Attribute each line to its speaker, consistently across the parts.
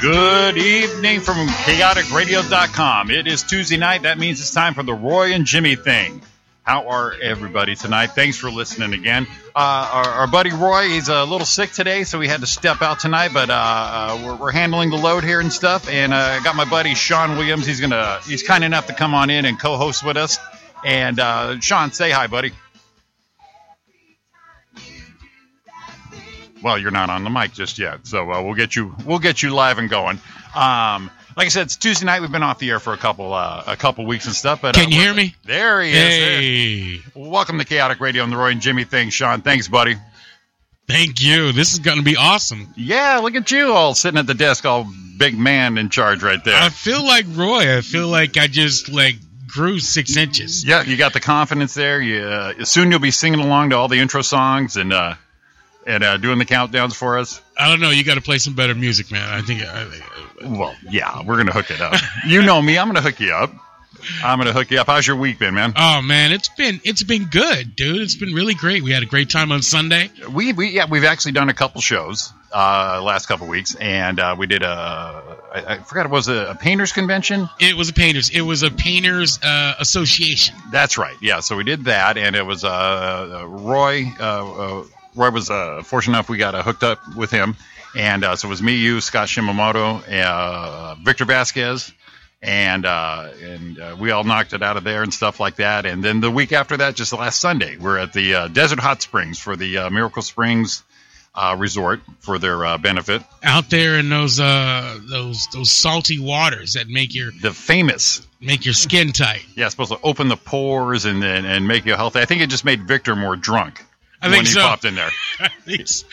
Speaker 1: Good evening from chaoticradio.com. It is Tuesday night. That means it's time for the Roy and Jimmy thing. How are everybody tonight? Thanks for listening again. Uh, our, our buddy Roy, he's a little sick today, so we had to step out tonight, but uh, uh, we're, we're handling the load here and stuff. And uh, I got my buddy Sean Williams. He's gonna he's kind enough to come on in and co-host with us. And uh, Sean, say hi, buddy. well, you're not on the mic just yet, so uh, we'll get you we'll get you live and going. Um, like I said, it's Tuesday night. We've been off the air for a couple uh, a couple weeks and stuff. But uh,
Speaker 2: Can you hear me?
Speaker 1: There he is.
Speaker 2: Hey,
Speaker 1: There. Welcome to Chaotic Radio and the Roy and Jimmy thing, Sean. Thanks, buddy.
Speaker 2: thank you. This is going to be awesome.
Speaker 1: Yeah, look at you all sitting at the desk, all big man in charge right there.
Speaker 2: I feel like Roy. I feel like I just like grew six inches.
Speaker 1: yeah, you got the confidence there. You, uh, soon you'll be singing along to all the intro songs and uh, and uh, doing the countdowns for us.
Speaker 2: I don't know. You got to play some better music, man. I think. I,
Speaker 1: Well, yeah, we're gonna hook it up. you know me. I'm gonna hook you up. I'm gonna hook you up. How's your week been, man?
Speaker 2: oh man, it's been it's been good, dude. It's been really great. We had a great time on Sunday.
Speaker 1: We, we yeah, we've actually done a couple shows uh, last couple weeks, and uh, we did a I, I forgot it was a, a painters convention.
Speaker 2: It was a painters. It was a painters uh, association.
Speaker 1: That's right, yeah. So we did that, and it was uh, Roy. Uh, uh, Roy was uh, fortunate enough we got uh, hooked up with him, and uh, so it was me, you, Scott Shimamoto, uh, Victor Vasquez. And uh, and uh, we all knocked it out of there and stuff like that. And then the week after that, just last Sunday, we're at the uh, Desert Hot Springs for the uh, Miracle Springs uh, Resort for their uh, benefit.
Speaker 2: Out there in those uh, those those salty waters that make your
Speaker 1: the famous
Speaker 2: make your skin tight.
Speaker 1: yeah it's supposed to open the pores and and, and make you healthy i think it just made victor more drunk
Speaker 2: I think
Speaker 1: when he
Speaker 2: so.
Speaker 1: popped in there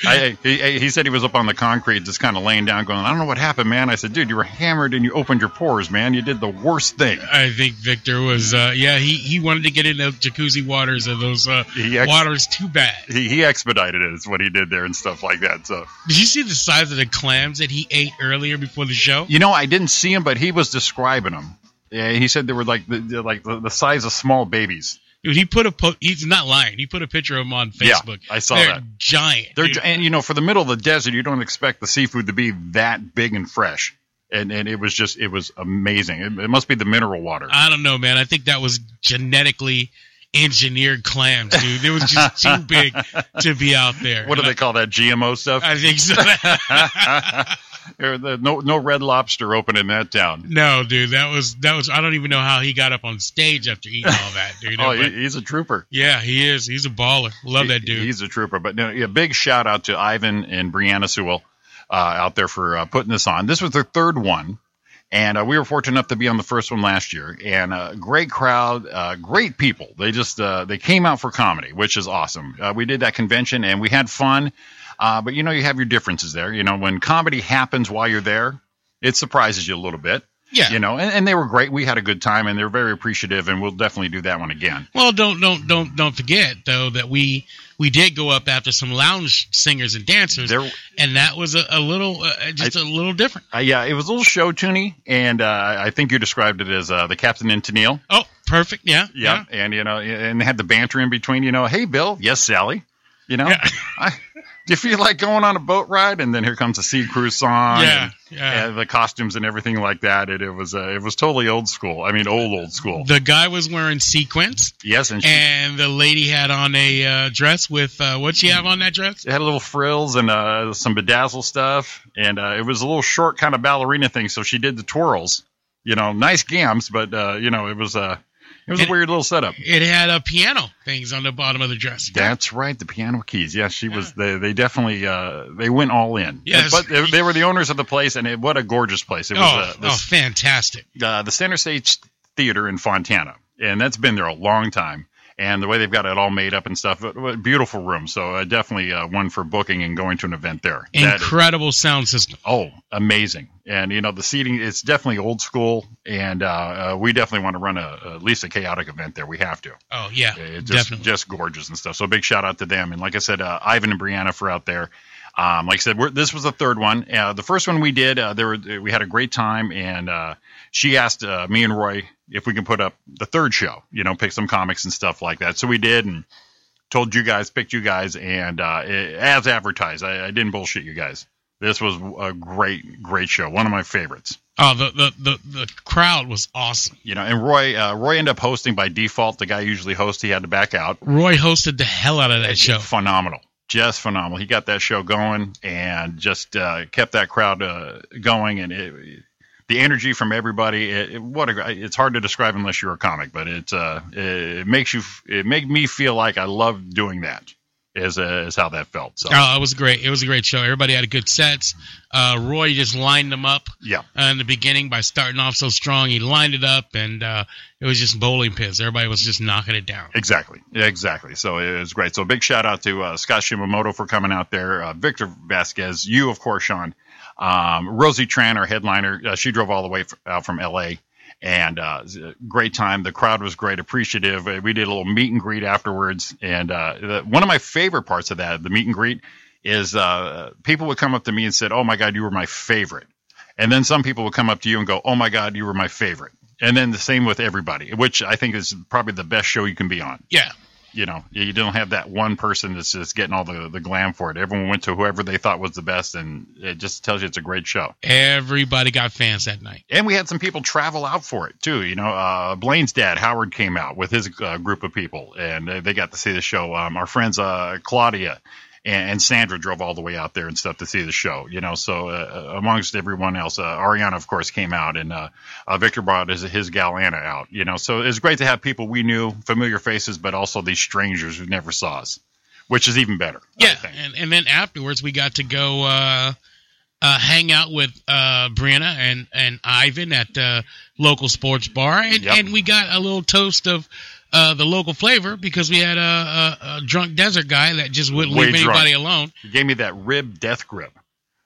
Speaker 1: I, he, he said he was up on the concrete just kind of laying down going i don't know what happened man i said dude you were hammered and you opened your pores man you did the worst thing
Speaker 2: I think Victor was, uh, yeah, he, he wanted to get in the jacuzzi waters of those uh,
Speaker 1: He ex-
Speaker 2: waters too bad.
Speaker 1: he, he expedited it is what he did there and stuff like that so
Speaker 2: Did you see the size of the clams that he ate earlier before the show?
Speaker 1: you know i didn't see him but he was describing them yeah, he said they were like the, the- like the, the size of small babies
Speaker 2: Dude, he put a po- he's not lying. He put a picture of him on
Speaker 1: Yeah,
Speaker 2: Facebook.
Speaker 1: I saw
Speaker 2: They're
Speaker 1: that.
Speaker 2: giant.
Speaker 1: They're,
Speaker 2: dude.
Speaker 1: and you know, for the middle of the desert, you don't expect the seafood to be that big and fresh. And and it was just it was amazing. It, it must be the mineral water.
Speaker 2: I don't know, man. I think that was genetically engineered clams, dude. They was just too big to be out there.
Speaker 1: what do they call that GMO stuff?
Speaker 2: I think so.
Speaker 1: Or the- no no red lobster open in that town.
Speaker 2: no, dude, that was that was. I don't even know how he got up on stage after eating all that, dude.
Speaker 1: Oh,
Speaker 2: But-
Speaker 1: he, he's a trooper.
Speaker 2: Yeah, he is. He's a baller. Love that
Speaker 1: He-
Speaker 2: dude.
Speaker 1: He's a trooper. But no, yeah, big shout out to Ivan and Brianna Sewell uh, out there for uh, putting this on. This was their third one. And uh, we were fortunate enough to be on the first one last year, and uh, great crowd, uh, great people. They just uh, they came out for comedy, which is awesome. Uh, we did that convention and we had fun, uh, but you know you have your differences there. You know when comedy happens while you're there, it surprises you a little bit.
Speaker 2: yeah.
Speaker 1: You know, and, and they were great. We had a good time, and they're very appreciative, and we'll definitely do that one again.
Speaker 2: Well, don't don't don't don't forget though that we we did go up after some lounge singers and dancers,
Speaker 1: There,
Speaker 2: and that was a, a little uh, just a little different.
Speaker 1: Uh, yeah, it was a little show tuny, and uh, I think you described it as uh, the Captain and Tennille.
Speaker 2: Oh, perfect. Yeah.
Speaker 1: Yeah, and you know, and they had the banter in between. You know, hey Bill, yes Sally, you know,
Speaker 2: Yeah.
Speaker 1: I, do you feel like going on a boat ride? And then here comes the Sea Cruise song,
Speaker 2: Yeah.
Speaker 1: and,
Speaker 2: Yeah.
Speaker 1: and the costumes and everything like that. It, it was uh, it was totally old school. I mean, old old school.
Speaker 2: The guy was wearing sequins,
Speaker 1: yes, and she
Speaker 2: and the lady had on a uh, dress with uh, what she have on that dress?
Speaker 1: it had little frills and uh, some bedazzle stuff, and uh, it was a little short kind of ballerina thing. So she did the twirls, you know, nice gams, but uh, you know, it was uh, it was a
Speaker 2: And-
Speaker 1: weird little setup.
Speaker 2: It had a piano things on the bottom of the dress.
Speaker 1: That's right, the piano keys. Yeah, she was. They, they definitely uh, they went all in.
Speaker 2: Yes.
Speaker 1: but they, they were the owners of the place, and it, what a gorgeous place! It was
Speaker 2: Oh,
Speaker 1: uh,
Speaker 2: oh,
Speaker 1: this,
Speaker 2: fantastic!
Speaker 1: uh, the Center Stage Theater in Fontana, and that's been there a long time. And the way they've got it all made up and stuff, but, but beautiful room. So uh, definitely uh, one for booking and going to an event there. That is-
Speaker 2: Incredible sound system.
Speaker 1: oh, amazing! And you know the seating, it's definitely old school, and uh, uh, we definitely want to run a at least a chaotic event there. We have to.
Speaker 2: Oh yeah,
Speaker 1: It just
Speaker 2: definitely.
Speaker 1: just gorgeous and stuff. So big shout out to them. And like I said, uh, Ivan and Brianna for out there. Um, like I said, we're, this was the third one. Uh, the first one we did, uh, there were, we had a great time, and uh, she asked uh, me and Roy if we can put up the third show. You know, pick some comics and stuff like that. So we did, and told you guys, picked you guys, and uh, it, as advertised, I, I didn't bullshit you guys. This was a great, great show. One of my favorites.
Speaker 2: Oh, the the the, the crowd was awesome.
Speaker 1: You know, and Roy, uh, Roy ended up hosting by default. The guy usually hosts. He had to back out.
Speaker 2: Roy hosted the hell out of that show.
Speaker 1: Phenomenal, just phenomenal. He got that show going and just uh, kept that crowd uh, going. And it, the energy from everybody, it, it- what a, it's hard to describe unless you're a comic, but it uh, it makes you it made me feel like I love doing that. Is uh, is how that felt. So
Speaker 2: Oh, it was great. It was a great show. Everybody had good sets. Uh, Roy just lined them up
Speaker 1: yeah,
Speaker 2: uh, in the beginning by starting off so strong. He lined it up, and uh, it was just bowling pins. Everybody was just knocking it down.
Speaker 1: Exactly, exactly. So it was great. So big shout out to uh, Scott Shimamoto for coming out there. Uh, Victor Vasquez, you of course, Sean. Um, Rosie Tran, our headliner, uh, she drove all the way f- out from L.A. and uh, it was a great time. The crowd was great, appreciative. Uh, We did a little meet and greet afterwards, and uh, the, one of my favorite parts of that, the meet and greet, is uh, people would come up to me and said, "Oh my God, you were my favorite." And then some people will come up to you and go, "Oh my God, you were my favorite." And then the same with everybody, which I think is probably the best show you can be on.
Speaker 2: Yeah,
Speaker 1: You know, you don't have that one person that's just getting all the, the glam for it. Everyone went to whoever they thought was the best, and it just tells you it's a great show.
Speaker 2: everybody got fans that night.
Speaker 1: And we had some people travel out for it too. You know, uh, Blaine's dad Howard came out with his uh, group of people, and they, they got to see the show. Um, our friends uh, Claudia and, and Sandra drove all the way out there and stuff to see the show. You know, so uh, amongst everyone else, uh, Ariana of course came out, and uh, uh, Victor brought his, his gal Anna out. You know, so it's great to have people we knew, familiar faces, but also these strangers who never saw us, which is even better. I
Speaker 2: Yeah,
Speaker 1: think.
Speaker 2: and and then afterwards we got to go uh, uh, hang out with uh, Brianna and and Ivan at the local sports bar, and,
Speaker 1: Yep.
Speaker 2: and we got a little toast of. Uh, the local flavor because we had a, a, a drunk desert guy that just wouldn't
Speaker 1: Way
Speaker 2: leave
Speaker 1: drunk.
Speaker 2: anybody alone.
Speaker 1: He gave me that rib death grip.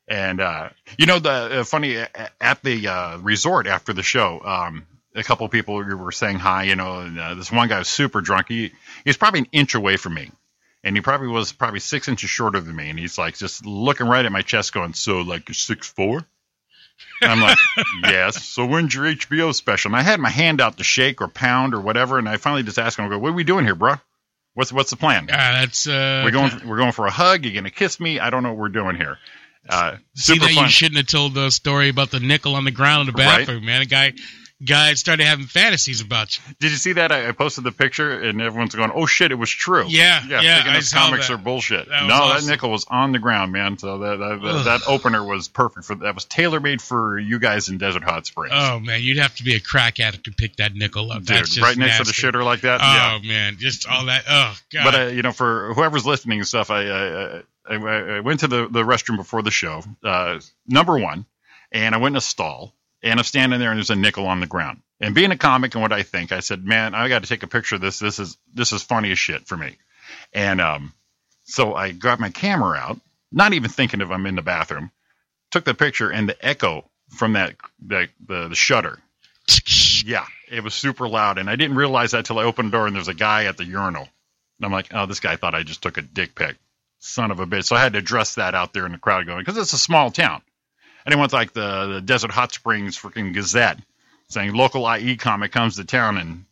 Speaker 1: And uh, you know the uh, funny a- a- at the uh, resort after the show, um, a couple people were saying hi. You know, and, uh, this one guy was super drunk. He he's probably an inch away from me, and he probably was probably six inches shorter than me. And he's like just looking right at my chest, going, "So like you're six four? And I'm like, "Yes." So when's your HBO special? And I had my hand out to shake or pound or whatever, and I finally just asked him, "I go, what are we doing here, bro? What's what's the plan?"
Speaker 2: Uh, that's uh,
Speaker 1: we're going we're going for a hug you're going to kiss me i don't know what we're doing here uh,
Speaker 2: See
Speaker 1: super
Speaker 2: that
Speaker 1: fun
Speaker 2: you shouldn't have told the story about the nickel on the ground in the bathroom, man. A guy, guy started having fantasies about you.
Speaker 1: did you see that I, I posted the picture and everyone's going oh shit it was true
Speaker 2: Yeah, yeah,
Speaker 1: thinking
Speaker 2: I
Speaker 1: those
Speaker 2: saw
Speaker 1: comics
Speaker 2: that.
Speaker 1: are bullshit
Speaker 2: That was
Speaker 1: no
Speaker 2: awesome.
Speaker 1: that nickel was on the ground man so that that, that,
Speaker 2: Ugh.
Speaker 1: that opener was perfect for that was tailor made for you guys in desert hot springs
Speaker 2: Oh man, you'd have to be a crack addict to pick that nickel up.
Speaker 1: dude
Speaker 2: That's just
Speaker 1: right next
Speaker 2: nasty.
Speaker 1: to the shitter like that
Speaker 2: Oh
Speaker 1: yeah
Speaker 2: man, just all that. Oh god.
Speaker 1: But uh, you know, for whoever's listening and stuff, I I, I, I went to the, the restroom before the show, uh, number one, and I went in a stall, and I'm standing there, and there's a nickel on the ground. And being a comic and what I think, I said, man, I got to take a picture of this. This is this is funny as shit for me. And um, so I got my camera out, not even thinking if I'm in the bathroom, took the picture, and the echo from that that the, the shutter yeah, it was super loud, and I didn't realize that till I opened the door and there's a guy at the urinal, and I'm like, oh, this guy thought I just took a dick pic, son of a bitch. So I had to address that out there in the crowd, going because it's a small town. Anyone's like the, the Desert Hot Springs freaking Gazette saying local IE comic comes to town and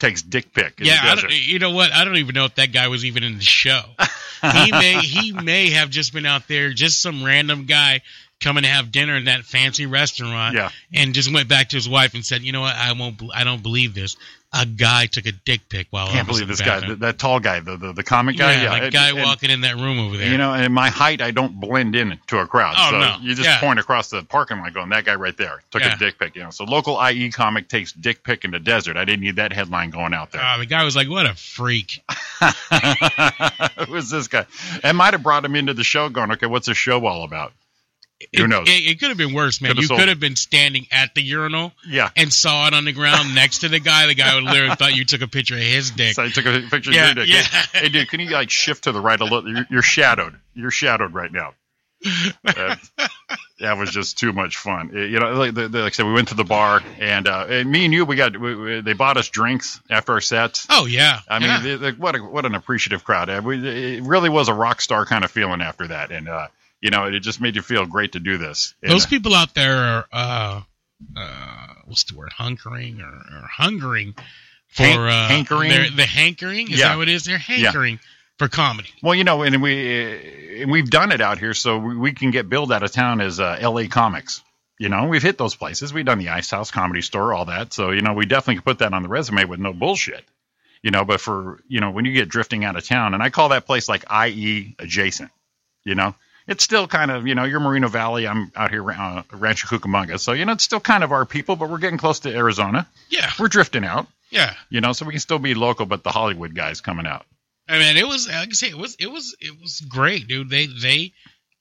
Speaker 1: takes dick pic. In
Speaker 2: yeah,
Speaker 1: the
Speaker 2: I
Speaker 1: desert.
Speaker 2: don't, you know what? I don't even know if that guy was even in the show. he may he may have just been out there, just some random guy coming to have dinner in that fancy restaurant.
Speaker 1: yeah,
Speaker 2: and just went back to his wife and said, "You know what? I won't. bel- I don't believe this. A guy took a dick pic while I
Speaker 1: can't
Speaker 2: was in
Speaker 1: believe this
Speaker 2: the
Speaker 1: guy,
Speaker 2: bathroom."
Speaker 1: that, that tall guy, the the, the comic guy.
Speaker 2: yeah,
Speaker 1: Yeah,
Speaker 2: like
Speaker 1: and-
Speaker 2: guy
Speaker 1: and-
Speaker 2: walking in that room over there.
Speaker 1: You know, and my height, I don't blend in to a crowd.
Speaker 2: Oh,
Speaker 1: so
Speaker 2: no.
Speaker 1: you just
Speaker 2: Yeah.
Speaker 1: point across the parking lot going, that guy right there took
Speaker 2: Yeah.
Speaker 1: a dick pic. You know, so local IE comic takes dick pic in the desert. I didn't need that headline going out there.
Speaker 2: Uh, the guy was like, "What a freak!" Uh.
Speaker 1: Who's this guy? It might have brought him into the show going, okay, what's this show all about? Who
Speaker 2: It-
Speaker 1: knows?
Speaker 2: It, it could have been worse, man.
Speaker 1: Could have
Speaker 2: you
Speaker 1: sold-
Speaker 2: could have been standing at the urinal
Speaker 1: Yeah.
Speaker 2: and saw it on the ground next to the guy. The guy would literally thought you took a picture of his dick.
Speaker 1: So I took a picture
Speaker 2: Yeah,
Speaker 1: of your dick.
Speaker 2: yeah.
Speaker 1: Hey, hey, dude, can you like shift to the right a little? You're, you're shadowed. You're shadowed right now. Uh, that was just too much fun. It- you know, like, the, the, like I said, we went to the bar, and, uh, and me and you, we got we, we, they bought us drinks after our sets.
Speaker 2: Oh yeah,
Speaker 1: I mean,
Speaker 2: Yeah.
Speaker 1: the, the, what a, what an appreciative crowd. Uh, we- It really was a rock star kind of feeling after that, and uh, you know, it just made you feel great to do this. And,
Speaker 2: those
Speaker 1: uh,
Speaker 2: people out there are uh, uh, what's the word? Hunkering or, or hungering for
Speaker 1: Hank-
Speaker 2: uh,
Speaker 1: hankering?
Speaker 2: their- The hankering is
Speaker 1: Yeah.
Speaker 2: that what it is? They're hankering for comedy.
Speaker 1: Well, you know, and we and we've done it out here, so we, we can get billed out of town as uh, L.A. Comics. You know, we've hit those places. We've done the Ice House Comedy Store, all that. So you know, we definitely can put that on the resume with no bullshit. You know, but for you know, when you get drifting out of town, and I call that place like IE adjacent. You know, it's still kind of you know, you're Merino Valley. I'm out here uh, Rancho Cucamonga, so you know, it's still kind of our people, but we're getting close to Arizona.
Speaker 2: Yeah,
Speaker 1: We're drifting out.
Speaker 2: yeah.
Speaker 1: You know, so we can still be local, but the Hollywood guys coming out.
Speaker 2: I mean, it was like I say, it was it was it was great, dude. They they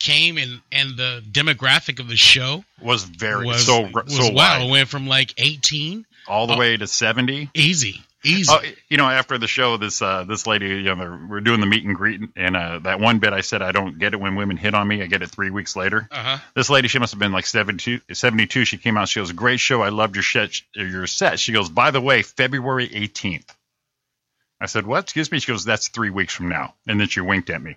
Speaker 2: came and and the demographic of the show
Speaker 1: was very
Speaker 2: was
Speaker 1: so
Speaker 2: was
Speaker 1: so
Speaker 2: wow. It
Speaker 1: wide,
Speaker 2: went from like eighteen,
Speaker 1: all the
Speaker 2: Oh.
Speaker 1: way to seventy.
Speaker 2: easy, easy.
Speaker 1: Oh, you know, after the show, this uh, this lady, you know, we're doing the meet and greet, and uh, that one bit I said I don't get it when women hit on me. I get it three weeks later.
Speaker 2: uh huh.
Speaker 1: This lady, she must have been like 72, 72. She came out. She goes, "Great show. I loved your set. Your set." She goes, "By the way, February eighteenth." I said, "What? Excuse me." She goes, "That's three weeks from now." And then she winked at me,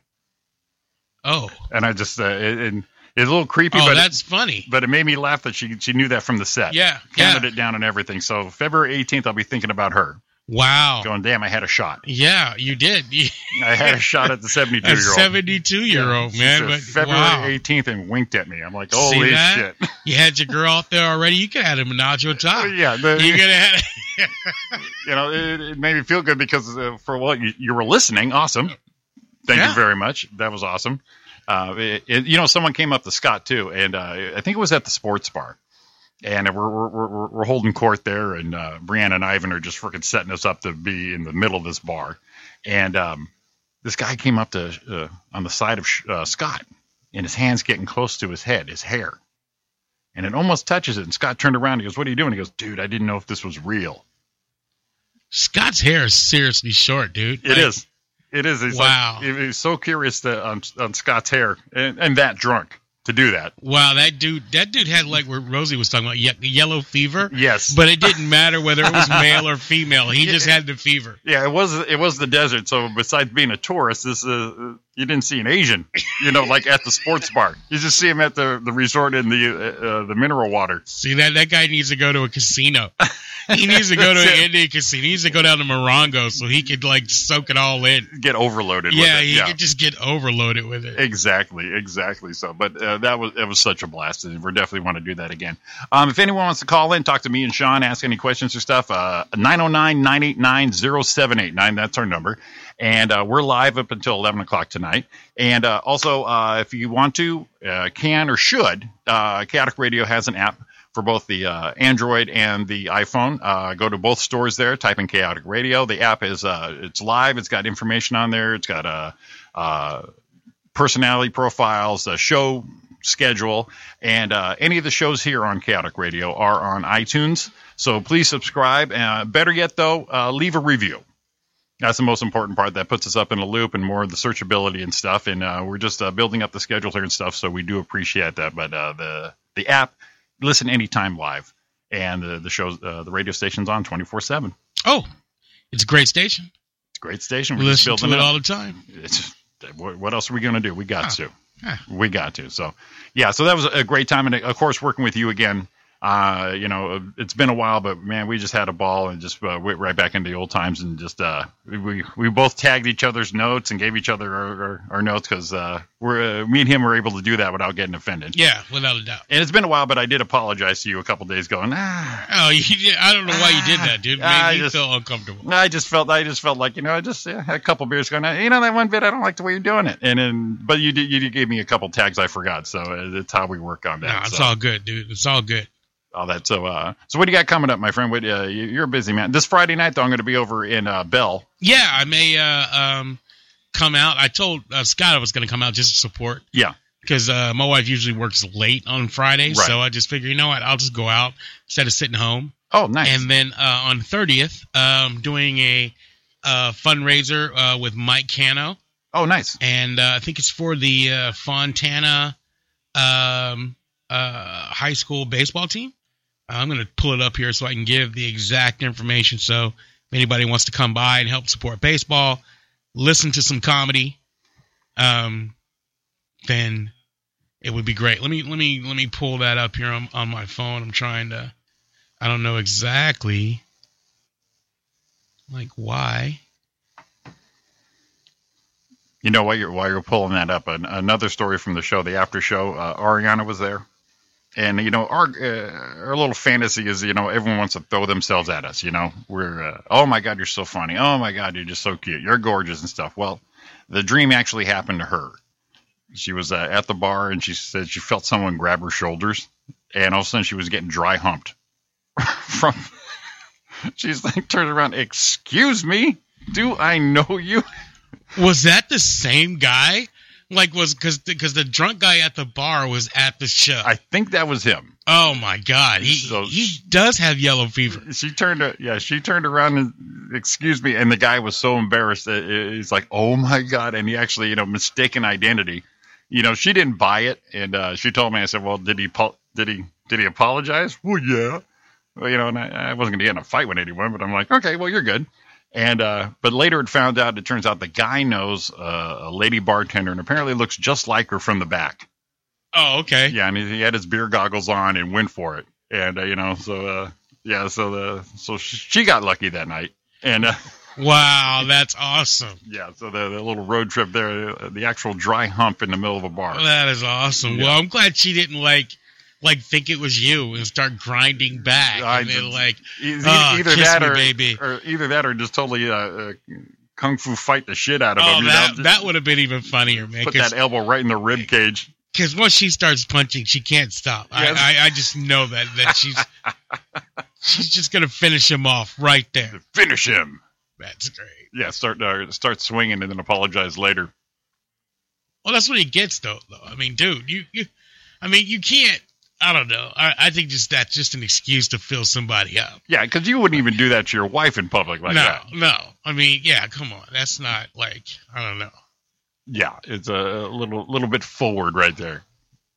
Speaker 2: Oh,
Speaker 1: and I just uh, it, it, it's a little creepy,
Speaker 2: oh,
Speaker 1: but
Speaker 2: that's funny.
Speaker 1: but it made me laugh that she she knew that from the set.
Speaker 2: Yeah,
Speaker 1: counted
Speaker 2: yeah.
Speaker 1: it down and everything. So February 18th, I'll be thinking about her.
Speaker 2: Wow.
Speaker 1: Going, damn, I had a shot.
Speaker 2: Yeah, you did. You-
Speaker 1: I had a shot at the 72
Speaker 2: A
Speaker 1: year old.
Speaker 2: seventy-two-year-old man, but
Speaker 1: February
Speaker 2: wow,
Speaker 1: 18th and winked at me. I'm like,
Speaker 2: See
Speaker 1: holy
Speaker 2: that?
Speaker 1: shit.
Speaker 2: you had your girl out there already. You could have had a menage a top.
Speaker 1: yeah, the,
Speaker 2: You
Speaker 1: you,
Speaker 2: could have. Had,
Speaker 1: know, it, it made me feel good because uh, for what you, you were listening. Awesome. Thank
Speaker 2: Yeah.
Speaker 1: you very much. That was awesome. Uh, it, it- you know, someone came up to Scott too, and uh, I think it was at the sports bar. And we're, we're, we're- we're, we're holding court there, and uh, Brianna and Ivan are just freaking setting us up to be in the middle of this bar. And um, this guy came up to uh, on the side of uh, Scott, and his hands getting close to his head, his hair, and it almost touches it. And Scott turned around. He goes, "What are you doing?" He goes, "Dude, I didn't know if this was real."
Speaker 2: Scott's hair is seriously short, dude.
Speaker 1: It is. It is. He's
Speaker 2: Wow.
Speaker 1: Like, he- he's so curious um, that on, on Scott's hair and, and that drunk to do that.
Speaker 2: Wow, that dude. That dude had like where Rosie was talking about ye- yellow fever.
Speaker 1: Yes.
Speaker 2: But it didn't matter whether it was male or female. He just had the fever.
Speaker 1: yeah, it was it was the desert. So besides being a tourist, this uh, you didn't see an Asian, you know, like at the sports bar. You just see him at the, the resort in the uh, uh, the mineral water.
Speaker 2: See that that guy needs to go to a casino. He needs to go to
Speaker 1: That's
Speaker 2: an
Speaker 1: it.
Speaker 2: Indian casino. He needs to go down to Morongo so he could like soak it all in.
Speaker 1: Get overloaded.
Speaker 2: Yeah,
Speaker 1: with it.
Speaker 2: he
Speaker 1: yeah.
Speaker 2: could just get overloaded with it.
Speaker 1: Exactly, exactly. So, but uh, that was it was such a blast, and we are definitely want to do that again. Um, if anyone wants to call in, talk to me and Sean, ask any questions or stuff. Uh, 909-989-0789, That's our number, and uh, we're live up until eleven o'clock tonight. And uh, also, uh, if you want to, uh, can or should, uh, Chaotic Radio has an app for both the uh, Android and the iPhone. Uh, go to both stores there. Type in Chaotic Radio. The app is uh, it's live. It's got information on there. It's got uh, uh, personality profiles, uh, show schedule, and uh, any of the shows here on Chaotic Radio are on iTunes. So please subscribe. Uh, better yet, though, uh, leave a review. That's the most important part. That puts us up in a loop and more of the searchability and stuff. And uh, we're just uh, building up the schedule here and stuff. So we do appreciate that. But uh, the the app, listen anytime live, and the the shows uh, the radio station's on twenty four seven.
Speaker 2: Oh, it's a great station.
Speaker 1: It's a great station.
Speaker 2: We
Speaker 1: We're
Speaker 2: listen
Speaker 1: just
Speaker 2: to
Speaker 1: building
Speaker 2: it
Speaker 1: up
Speaker 2: all the time.
Speaker 1: it's what what else are we going to do? We got to.
Speaker 2: Huh.
Speaker 1: We got to. So, yeah, so that was a great time. And of course, working with you again, uh, you know, it's been a while, but man, we just had a ball and just uh, went right back into the old times and just, uh, we, we both tagged each other's notes and gave each other our, our, our notes because uh, we're, uh, me and him were able to do that without getting offended.
Speaker 2: Yeah, without a doubt.
Speaker 1: And it's been a while, but I did apologize to you a couple days ago. And, ah,
Speaker 2: Oh, you did, I don't know why you did that, dude. It Made
Speaker 1: Ah, I
Speaker 2: me
Speaker 1: just-
Speaker 2: feel uncomfortable.
Speaker 1: I just felt I just felt like you know I just yeah, had a couple beers going you know that one bit I don't like the way you're doing it and then but you did you gave me a couple tags I forgot so it's how we work on that
Speaker 2: Nah, it's
Speaker 1: so, all,
Speaker 2: all good, dude. It's all good.
Speaker 1: that so uh so what do you got coming up my friend what uh, you- you're a busy man this Friday night though I'm going to be over in uh, Bell
Speaker 2: Yeah, I may uh, um, come out. I told uh, Scott I was going to come out just to support.
Speaker 1: Yeah.
Speaker 2: Because uh, my wife usually works late on Friday,
Speaker 1: Right.
Speaker 2: so I just figure, you know what, I'll just go out instead of sitting home.
Speaker 1: oh nice
Speaker 2: And then uh, on thirtieth, um, doing a uh, fundraiser uh, with Mike Cano,
Speaker 1: oh nice
Speaker 2: and uh, I think it's for the uh, Fontana um, uh, high school baseball team. Uh, I'm going to pull it up here so I can give the exact information. So if anybody wants to come by and help support baseball, listen to some comedy, um, then it would be great. Let me let me let me pull that up here on, on my phone. I'm trying to. I don't know exactly like why.
Speaker 1: You know what? You're, while you're pulling that up, an, another story from the show, the after show, uh, Ariana was there. And, you know, our, uh, our little fantasy is, you know, everyone wants to throw themselves at us. You know, we're, uh, oh my God, you're so funny. Oh my God, you're just so cute. You're gorgeous and stuff. Well, the dream actually happened to her. She was uh, at the bar and she said she felt someone grab her shoulders. And all of a sudden she was getting dry humped from. She's like turned around. Excuse me, do I know you?
Speaker 2: Was that the same guy? Like was because because the drunk guy at the bar was at the show.
Speaker 1: I think that was him.
Speaker 2: oh my god, he
Speaker 1: So-
Speaker 2: he does have yellow fever.
Speaker 1: She turned. a- Yeah, she turned around and excuse me. And the guy was so embarrassed that i- he's like, "Oh my god!" And he actually, you know, mistaken identity. You know, she didn't buy it, and uh, she told me. I said, "Well, did he? pol- Did he? Did he apologize?" Well, yeah. Well, you know, and I, I wasn't going to get in a fight with anyone, but I'm like, okay, well, you're good. And uh, but later it found out. It turns out the guy knows uh, a lady bartender, and apparently looks just like her from the back.
Speaker 2: Oh okay.
Speaker 1: Yeah, and he, he had his beer goggles on and went for it. And uh, you know, so uh, yeah, so the so sh- she got lucky that night. And uh,
Speaker 2: Wow, that's awesome.
Speaker 1: yeah, so the, the little road trip there, uh, the actual dry hump in the middle of a bar.
Speaker 2: That is awesome. Well, I'm glad she didn't like like think it was you and start grinding back.
Speaker 1: I
Speaker 2: and then,
Speaker 1: did-
Speaker 2: like
Speaker 1: E- e-
Speaker 2: Ah,
Speaker 1: either
Speaker 2: kiss
Speaker 1: that
Speaker 2: me,
Speaker 1: or,
Speaker 2: baby.
Speaker 1: or either that or just totally uh, uh, kung fu fight the shit out of
Speaker 2: oh
Speaker 1: him. you
Speaker 2: that
Speaker 1: know?
Speaker 2: that would have been even funnier, man.
Speaker 1: Put that elbow right in the rib cage.
Speaker 2: Because once she starts punching, she can't stop.
Speaker 1: Yes.
Speaker 2: I, I I just know that that she's she's just gonna finish him off right there.
Speaker 1: Finish him.
Speaker 2: That's great.
Speaker 1: Yeah, start uh, start swinging and then apologize later.
Speaker 2: Well, that's what he gets though. Though I mean, dude, you, you I mean, you can't. I don't know. I, I think just that's just an excuse to fill somebody up.
Speaker 1: Yeah, because you wouldn't even do that to your wife in public like
Speaker 2: no,
Speaker 1: that.
Speaker 2: no. I mean, yeah, come on. That's not like I don't know.
Speaker 1: Yeah, it's a little little bit forward right there.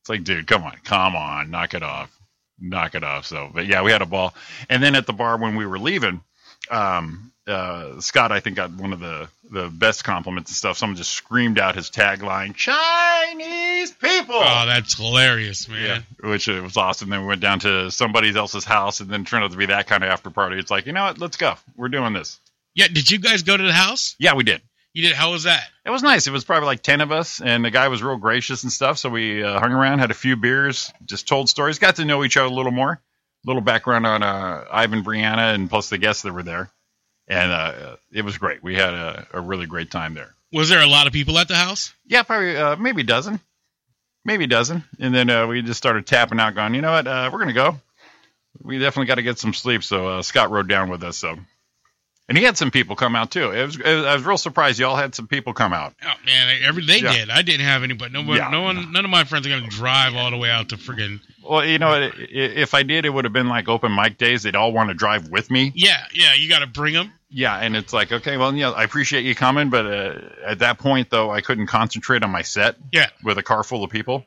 Speaker 1: It's like, dude, come on, come on, knock it off, knock it off. So, but yeah, we had a ball, and then at the bar when we were leaving, um, uh, Scott, I think got one of the the best compliments and stuff. Someone just screamed out his tagline, "Chinese people."
Speaker 2: Oh, that's hilarious, man.
Speaker 1: Yeah, which uh, was awesome. Then we went down to somebody else's house, and then turned out to be that kind of after party. It's like, you know what? Let's go. We're doing this.
Speaker 2: Yeah. Did you guys go to the house?
Speaker 1: Yeah, we did.
Speaker 2: You did. How was that?
Speaker 1: It was nice. It was probably like 10 of us, and the guy was real gracious and stuff. So we uh, hung around, had a few beers, just told stories, got to know each other a little more. little background on uh, Ivan, Brianna, and plus the guests that were there. And uh, it was great. We had a, a really great time there.
Speaker 2: Was there a lot of people at the house?
Speaker 1: Yeah, probably uh, maybe a dozen, maybe a dozen. And then uh, we just started tapping out, going, you know what? Uh, we're going to go. We definitely got to get some sleep. So uh, Scott rode down with us. So. And he had some people come out too. It was, it was, I was real surprised y'all had some people come out.
Speaker 2: Oh man, every they
Speaker 1: Yeah.
Speaker 2: did. I didn't have anybody. No one,
Speaker 1: Yeah.
Speaker 2: no one, none of my friends are gonna drive all the way out to friggin'
Speaker 1: Well, you know, i- i- if I did, it would have been like open mic days. They'd all want to drive with me.
Speaker 2: Yeah, yeah, you got to bring them.
Speaker 1: Yeah, and it's like, okay, well, yeah, I appreciate you coming, but uh, at that point, though, I couldn't concentrate on my set.
Speaker 2: Yeah.
Speaker 1: with a car full of people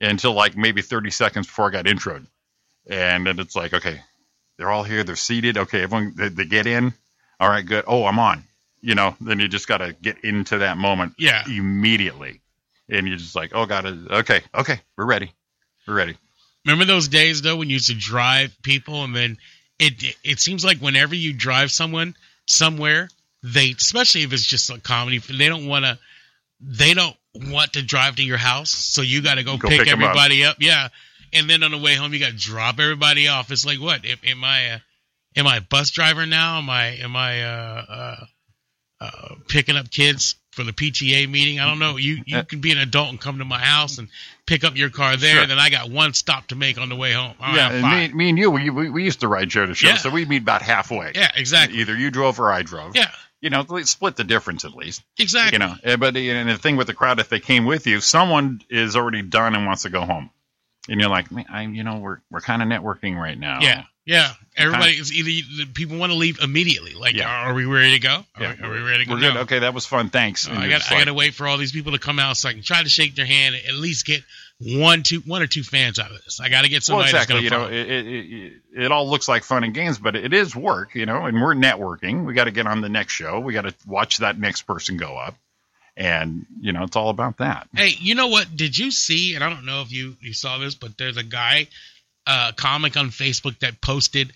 Speaker 1: until like maybe thirty seconds before I got introed, and then it's like, okay, they're all here, they're seated. Okay, everyone, they, they get in. All right, good. Oh, I'm on. You know, then you just got to get into that moment
Speaker 2: Yeah.
Speaker 1: immediately, and you're just like, oh, got it. Okay, okay, we're ready, we're ready.
Speaker 2: Remember those days though when you used to drive people, and then it it seems like whenever you drive someone somewhere, they especially if it's just a comedy, they don't want to they don't want to drive to your house, so you got to go
Speaker 1: Go
Speaker 2: pick,
Speaker 1: pick 'em up.
Speaker 2: everybody up. Yeah, and then on the way home, you got to drop everybody off. It's like what? Am, am I a, am I a bus driver now? Am I am I uh, uh, uh, picking up kids for the PTA meeting? I don't know. You you
Speaker 1: Uh,
Speaker 2: can be an adult and come to my house and pick up your car there.
Speaker 1: Sure.
Speaker 2: Then I got one stop to make on the way home. All right,
Speaker 1: yeah,
Speaker 2: I'm
Speaker 1: and
Speaker 2: fine.
Speaker 1: me, me and you, we, we, we used to ride share to show,
Speaker 2: Yeah.
Speaker 1: so we meet about halfway.
Speaker 2: yeah, exactly.
Speaker 1: Either you drove or I drove.
Speaker 2: Yeah,
Speaker 1: You know, let's split the difference at least.
Speaker 2: exactly.
Speaker 1: You know, Eh, but eh, and the thing with the crowd, if they came with you, someone is already done and wants to go home, and you're like, Man, I, you know, we're we're kind of networking right now.
Speaker 2: Yeah, yeah. Everybody is either the people want to leave immediately. Like,
Speaker 1: Yeah.
Speaker 2: are, are we ready to go? Are,
Speaker 1: Yeah.
Speaker 2: we, are we ready to go?
Speaker 1: we're good.
Speaker 2: No.
Speaker 1: Okay, that was fun. Thanks.
Speaker 2: So
Speaker 1: And
Speaker 2: I
Speaker 1: you're
Speaker 2: got
Speaker 1: just
Speaker 2: I
Speaker 1: like,
Speaker 2: got to wait for all these people to come out so I can try to shake their hand and at least get one two one or two fans out of this. I got to get
Speaker 1: well,
Speaker 2: somebody
Speaker 1: exactly.
Speaker 2: that's
Speaker 1: You know,
Speaker 2: going to
Speaker 1: it, it, it, it all looks like fun and games, but it is work. You know, and we're networking. We got to get on the next show. We got to watch that next person go up, and you know, it's all about that.
Speaker 2: Hey, you know what? Did you see? And I don't know if you you saw this, but there's a guy, uh, comic on Facebook that posted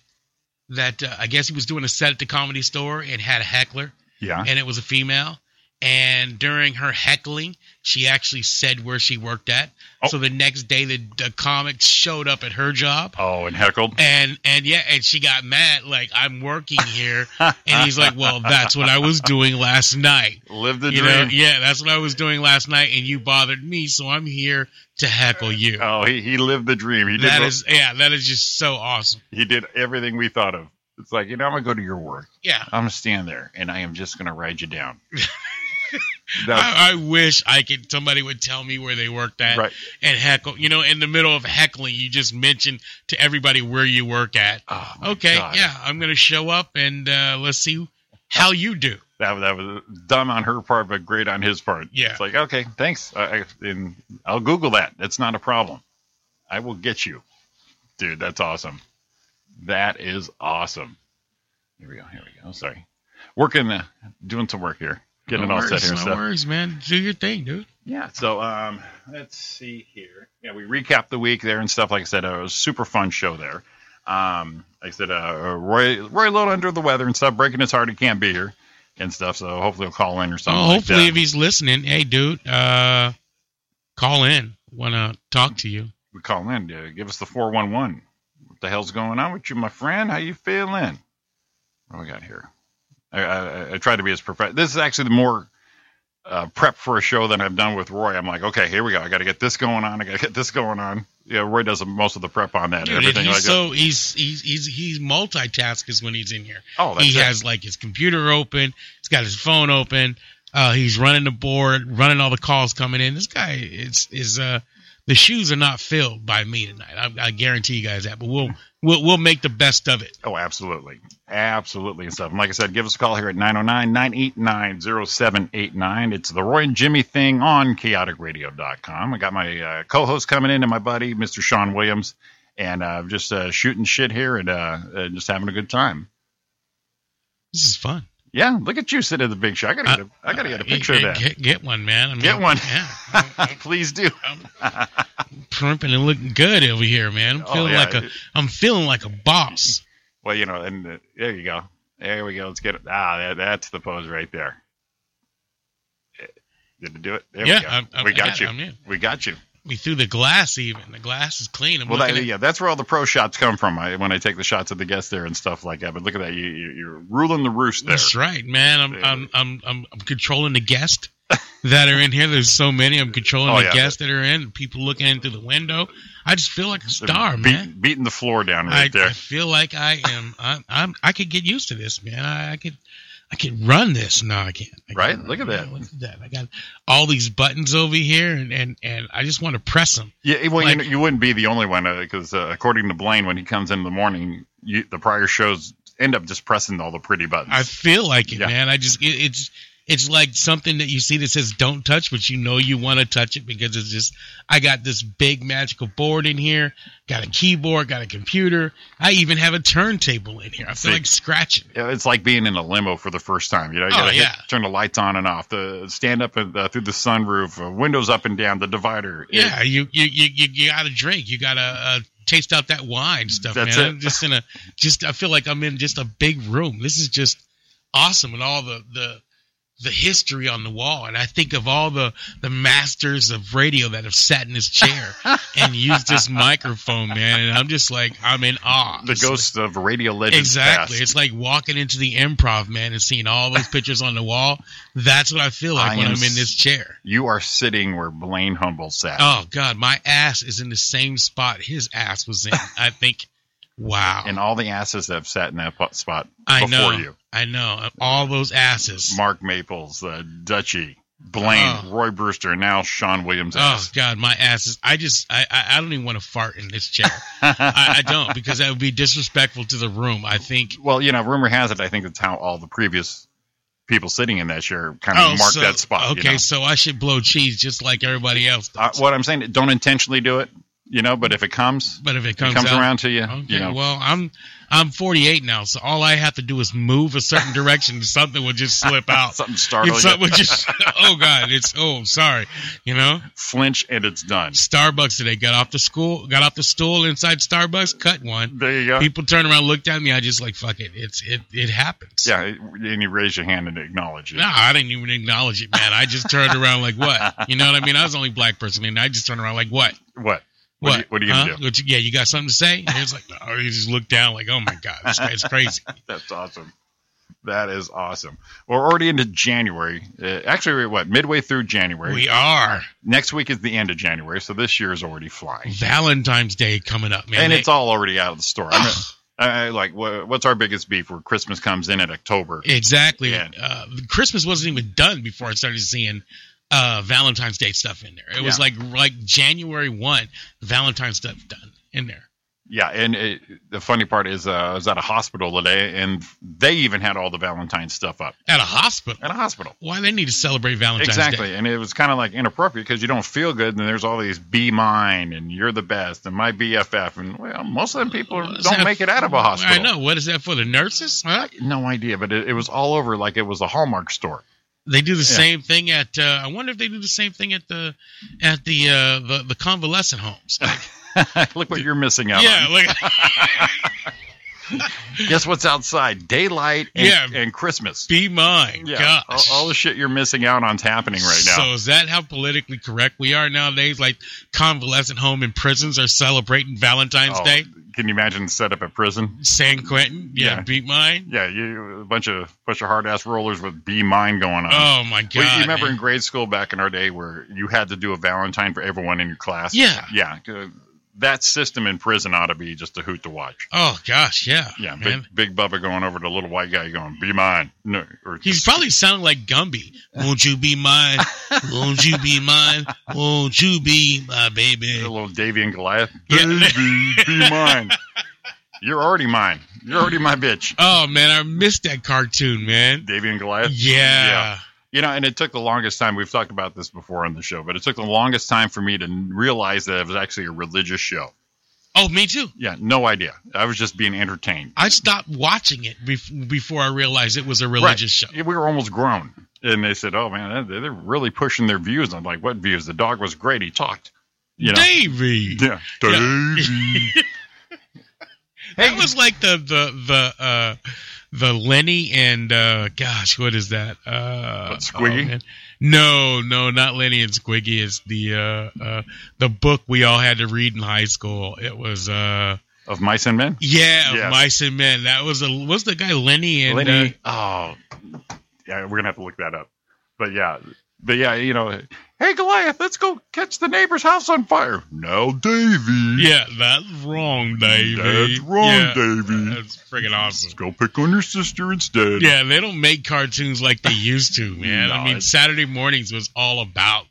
Speaker 2: that uh, I guess he was doing a set at the comedy store and had a heckler,
Speaker 1: Yeah.
Speaker 2: and it was a female, And during her heckling, she actually said where she worked at.
Speaker 1: Oh.
Speaker 2: So the next day, the, the comic showed up at her job.
Speaker 1: Oh, and heckled.
Speaker 2: And and yeah, and she got mad like I'm working here, and he's like, "Well, that's what I was doing last night."
Speaker 1: Live the
Speaker 2: You
Speaker 1: dream.
Speaker 2: know, yeah, that's what I was doing last night, and you bothered me, so I'm here to heckle you.
Speaker 1: Oh, he, he lived the dream. He did
Speaker 2: That
Speaker 1: what-
Speaker 2: is, yeah, that is just so awesome.
Speaker 1: he did everything we thought of. It's like, you know, I'm gonna go to your work.
Speaker 2: Yeah,
Speaker 1: I'm gonna stand there and I am just gonna ride you down. That's
Speaker 2: I, I wish I could. Somebody would tell me where they worked at
Speaker 1: right.
Speaker 2: and heckle. You know, in the middle of heckling, you just mention to everybody where you work at.
Speaker 1: Oh, my
Speaker 2: Okay,
Speaker 1: God.
Speaker 2: yeah, I'm gonna show up and uh, let's see how you do.
Speaker 1: That that was dumb on her part, but great on his part.
Speaker 2: Yeah.
Speaker 1: It's like, okay, thanks. I, I, and I'll Google that. That's not a problem. I will get you, dude. That's awesome. That is awesome. Here we go. Here we go. Sorry, working, uh, doing some work here, getting
Speaker 2: no
Speaker 1: it all set
Speaker 2: worries,
Speaker 1: here. and
Speaker 2: no
Speaker 1: stuff.
Speaker 2: worries, man. Do your thing, dude.
Speaker 1: Yeah. So um, let's see here. Yeah, we recapped the week there and stuff. Like I said, uh, it was a super fun show there. Um, like I said, uh, Roy Roy a little under the weather and stuff, breaking his heart. He can't be here and stuff. So hopefully he'll call in or something.
Speaker 2: Oh,
Speaker 1: like
Speaker 2: hopefully,
Speaker 1: that.
Speaker 2: if he's listening, hey, dude, uh, call in. Want to talk to you?
Speaker 1: we call in to give us the four one one. What the hell's going on with you, my friend? How you feeling? What do we got here? I, I, I tried to be as professional. This is actually the more uh, prep for a show than I've done with Roy. I'm like, okay, here we go. I got to get this going on. I got to get this going on. Yeah, Roy does most of the prep on that. and
Speaker 2: Dude,
Speaker 1: everything
Speaker 2: he's
Speaker 1: like that.
Speaker 2: so he's he's he's he's multitaskers when he's in here.
Speaker 1: Oh, that's
Speaker 2: he
Speaker 1: it.
Speaker 2: has like his computer open. He's got his phone open. Uh, he's running the board, running all the calls coming in. This guy is is uh, the shoes are not filled by me tonight. I, I guarantee you guys that. But we'll we'll we'll make the best of it.
Speaker 1: Oh, absolutely. Absolutely and stuff. And like I said, give us a call here at 909-989-0789. It's the Roy and Jimmy thing on chaoticradio.com. I got my uh, co-host coming in and my buddy, Mr. Sean Williams, and uh, just uh, shooting shit here and uh, uh, just having a good time.
Speaker 2: This is fun.
Speaker 1: Yeah, look at you sitting in the big show. I gotta get a, I gotta get a picture of
Speaker 2: Uh,
Speaker 1: that.
Speaker 2: Get, get one, man. I mean,
Speaker 1: Get one.
Speaker 2: Yeah. I'm- I'm
Speaker 1: Please do.
Speaker 2: primping and looking good over here, man. I'm
Speaker 1: Oh,
Speaker 2: feeling
Speaker 1: yeah.
Speaker 2: like a I'm feeling like a boss.
Speaker 1: Well, you know, and uh, there you go. There we go. Let's get it. Ah, that, that's the pose right there. Eh, Did it do it? There
Speaker 2: Yeah,
Speaker 1: we go.
Speaker 2: I'm- I'm-
Speaker 1: we
Speaker 2: I
Speaker 1: got
Speaker 2: got it.
Speaker 1: you.
Speaker 2: I'm in.
Speaker 1: We got you.
Speaker 2: We threw the glass even. The glass is clean. I'm
Speaker 1: Well,
Speaker 2: looking
Speaker 1: that, yeah, that's where all the pro shots come from. I, when I take the shots at the guests there and stuff like that. But look at that, you, you, you're ruling the roost there.
Speaker 2: That's right, man. I'm,
Speaker 1: Yeah.
Speaker 2: I'm I'm I'm I'm controlling the guests that are in here. There's so many. I'm controlling
Speaker 1: Oh,
Speaker 2: the
Speaker 1: yeah.
Speaker 2: guests that are in. People looking in through the window. I just feel like a
Speaker 1: They're
Speaker 2: star,
Speaker 1: beat-
Speaker 2: man.
Speaker 1: Beating the floor down right
Speaker 2: I,
Speaker 1: there.
Speaker 2: I feel like I am. I'm, I'm. I could get used to this, man. I, I could. I could run this. No, I can't. I
Speaker 1: Right?
Speaker 2: can't.
Speaker 1: Look at that.
Speaker 2: Look at that. I got all these buttons over here, and and and I just want to press them.
Speaker 1: yeah, well, you,
Speaker 2: like-
Speaker 1: know, you wouldn't be the only one because uh, according to Blaine, when he comes in the morning, you, the prior shows end up just pressing all the pretty buttons.
Speaker 2: I feel like it,
Speaker 1: Yeah.
Speaker 2: man. I just it, it's it's like something that you see that says "Don't touch," but you know you want to touch it because it's just I got this big magical board in here, got a keyboard, got a computer. I even have a turntable in here. I feel
Speaker 1: See.
Speaker 2: like scratching.
Speaker 1: Yeah, it's like being in a limo for the first time. You know, you
Speaker 2: Oh,
Speaker 1: gotta hit-
Speaker 2: yeah.
Speaker 1: turn the lights on and off, the stand up and, uh, through the sunroof, uh, windows up and down, the divider.
Speaker 2: Yeah, you you you you, you got to drink. You got to uh, taste out that wine stuff,
Speaker 1: That's
Speaker 2: man.
Speaker 1: it.
Speaker 2: I'm just in a just I feel like I'm in just a big room. This is just awesome and all the the the history on the wall and I think of all the the masters of radio that have sat in this chair and used this microphone, man, and I'm just like I'm in awe.
Speaker 1: the
Speaker 2: It's
Speaker 1: ghosts of radio
Speaker 2: like-
Speaker 1: legends.
Speaker 2: Exactly.
Speaker 1: past.
Speaker 2: It's like walking into the improv, man, and seeing all those pictures on the wall. That's what I feel like
Speaker 1: I
Speaker 2: when
Speaker 1: am
Speaker 2: I'm in
Speaker 1: s-
Speaker 2: this chair.
Speaker 1: You are sitting where Blaine Humble sat.
Speaker 2: Oh God, my ass is in the same spot his ass was in. I think. Wow.
Speaker 1: and all the asses that have sat in that po- spot
Speaker 2: I
Speaker 1: before
Speaker 2: know.
Speaker 1: you.
Speaker 2: I know all those asses.
Speaker 1: Mark Maples, uh, Dutchy, Blaine,
Speaker 2: Oh.
Speaker 1: Roy Brewster, and now Sean Williams.
Speaker 2: Oh
Speaker 1: ass.
Speaker 2: God, my ass is. I just. I. I, I don't even want to fart in this chair. I, I don't because that would be disrespectful to the room. I think.
Speaker 1: well, you know, rumor has it, I think that's how all the previous people sitting in that chair kind of
Speaker 2: Oh,
Speaker 1: marked
Speaker 2: so-
Speaker 1: that spot. you
Speaker 2: Okay,
Speaker 1: know?
Speaker 2: so I should blow cheese just like everybody else.
Speaker 1: Uh,
Speaker 2: does.
Speaker 1: what I'm saying, don't intentionally do it. you know. But if it comes,
Speaker 2: But if it
Speaker 1: it
Speaker 2: comes,
Speaker 1: comes
Speaker 2: out,
Speaker 1: around to you,
Speaker 2: Okay,
Speaker 1: you know.
Speaker 2: well, I'm I'm 48 now, so all I have to do is move a certain direction, and something will just slip out.
Speaker 1: something
Speaker 2: And
Speaker 1: startles
Speaker 2: something
Speaker 1: you,
Speaker 2: will just, oh God, it's oh sorry, you know.
Speaker 1: flinch, and it's done.
Speaker 2: Starbucks today got off the school, got off the stool inside Starbucks, cut one.
Speaker 1: There you go.
Speaker 2: People turned around, looked at me. I just like fuck it. It's it it happens.
Speaker 1: Yeah, and you raise your hand and acknowledge it.
Speaker 2: No, I didn't even acknowledge it, man. I just turned around like what? You know what I mean? I was the only black person, and I just turned around like what?
Speaker 1: What? What are you- what are you gonna
Speaker 2: Huh? What you- yeah, you got something to say? And it's like, no, you just look down like, oh my god, this guy's crazy.
Speaker 1: That's awesome. That is awesome. We're already into January. Uh, actually, we're what midway through January.
Speaker 2: We are
Speaker 1: Next week is the end of January, so this year is already flying,
Speaker 2: Valentine's Day coming up, man.
Speaker 1: and
Speaker 2: They-
Speaker 1: it's all already out of the store. I'm,
Speaker 2: Ugh,
Speaker 1: I, I- like, wha- what's our biggest beef? Where Christmas comes in in October.
Speaker 2: exactly.
Speaker 1: Yeah.
Speaker 2: Uh, Christmas wasn't even done before I started seeing uh, Valentine's Day stuff in there. It was
Speaker 1: Yeah.
Speaker 2: like like January one, Valentine's stuff done in there.
Speaker 1: Yeah, and it, the funny part is, uh, I was at a hospital today, and they even had all the Valentine's stuff up
Speaker 2: At a hospital.
Speaker 1: at a hospital.
Speaker 2: Why they need to celebrate Valentine's
Speaker 1: exactly,
Speaker 2: Day?
Speaker 1: and it was kind of like inappropriate because you don't feel good, and there's all these "be mine" and "you're the best" and "my BFF," and well, most of them people
Speaker 2: What is
Speaker 1: don't
Speaker 2: that
Speaker 1: make it out of a
Speaker 2: for-
Speaker 1: hospital.
Speaker 2: I know. What is that for? The nurses? Huh?
Speaker 1: No idea, but it, it was all over like it was a Hallmark store.
Speaker 2: They do the
Speaker 1: Yeah.
Speaker 2: same thing at. Uh, I wonder if they do the same thing at the at the uh, the, the convalescent homes.
Speaker 1: Look what you're missing out
Speaker 2: yeah,
Speaker 1: on.
Speaker 2: like
Speaker 1: Guess what's outside? Daylight and,
Speaker 2: Yeah.
Speaker 1: and Christmas.
Speaker 2: be mine.
Speaker 1: Yeah, Oh, all,
Speaker 2: Gosh.
Speaker 1: all the shit you're missing out on's happening right now.
Speaker 2: So is that how politically correct we are nowadays? Like convalescent home and prisons are celebrating Valentine's
Speaker 1: Oh,
Speaker 2: Day.
Speaker 1: Can you imagine set up a prison?
Speaker 2: San Quentin, yeah,
Speaker 1: Yeah.
Speaker 2: beat mine.
Speaker 1: Yeah, you a bunch of bunch of hard ass rollers with B mine going on.
Speaker 2: Oh my
Speaker 1: We-
Speaker 2: god!
Speaker 1: Uh-huh. you remember in
Speaker 2: man.
Speaker 1: grade school back in our day where you had to do a Valentine for everyone in your class?
Speaker 2: Yeah.
Speaker 1: Yeah. uh, That system in prison ought to be just a hoot to watch.
Speaker 2: Oh gosh, yeah,
Speaker 1: Yeah. Big,
Speaker 2: man.
Speaker 1: big Bubba going over to little white guy going, be mine. No, or
Speaker 2: He's probably sounding like Gumby. Won't you be mine? Won't you be mine? Won't you be my
Speaker 1: A
Speaker 2: baby?
Speaker 1: little Davy and Goliath.
Speaker 2: Yeah.
Speaker 1: Baby, be mine. You're already mine. You're already my bitch.
Speaker 2: Oh man, I missed that cartoon, man.
Speaker 1: Davy and Goliath.
Speaker 2: Yeah,
Speaker 1: You know, and it took the longest time. We've talked about this before on the show, but it took the longest time for me to realize that it was actually a religious show.
Speaker 2: Oh, me too.
Speaker 1: Yeah, no idea. I was just being entertained.
Speaker 2: I stopped watching it bef- before I realized it was a religious show.
Speaker 1: Yeah, We were almost grown. And they said, oh, man, they- they're really pushing their views. I'm like, what views? The dog was great. He talked. You know?
Speaker 2: Davey.
Speaker 1: yeah. Davey.
Speaker 2: That was like the the the uh, the Lenny and uh, gosh, what is that? Uh,
Speaker 1: What, Squiggy?
Speaker 2: man. no, no, not Lenny and Squiggy. It's the uh, uh, the book we all had to read in high school. It was uh,
Speaker 1: of mice and men?
Speaker 2: yeah, of
Speaker 1: Yes.
Speaker 2: Mice and Men. That was a was the guy Lenny and uh,
Speaker 1: Lenny. oh, yeah, we're gonna have to look that up. But yeah, but yeah, you know, hey Goliath, let's go catch the neighbor's house on fire. No, Davy.
Speaker 2: yeah, that's wrong, Davey.
Speaker 1: that's wrong,
Speaker 2: yeah,
Speaker 1: Davy.
Speaker 2: That's freaking awesome.
Speaker 1: Let's go pick on your sister instead.
Speaker 2: Yeah, they don't make cartoons like they used to, man.
Speaker 1: No,
Speaker 2: I mean,
Speaker 1: it's-
Speaker 2: Saturday mornings was all about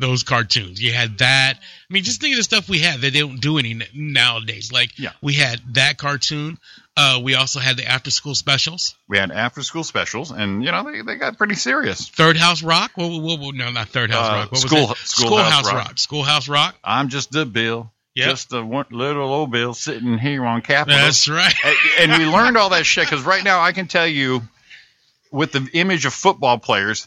Speaker 2: those cartoons. You had that. I mean, just think of the stuff we had that they don't do any n- nowadays. Like,
Speaker 1: Yeah.
Speaker 2: we had that cartoon. Uh, we also had the after school specials.
Speaker 1: We had after school specials, and you know they, they got pretty serious.
Speaker 2: Third House Rock. What, what, what- no, not Third House
Speaker 1: Uh,
Speaker 2: Rock. What
Speaker 1: School-
Speaker 2: was that?
Speaker 1: Schoolhouse Rock.
Speaker 2: Schoolhouse Rock.
Speaker 1: I'm just a Bill,
Speaker 2: Yep.
Speaker 1: just a one, little old Bill sitting here on Capitol.
Speaker 2: That's right.
Speaker 1: and, and we learned all that shit because right now I can tell you with the image of football players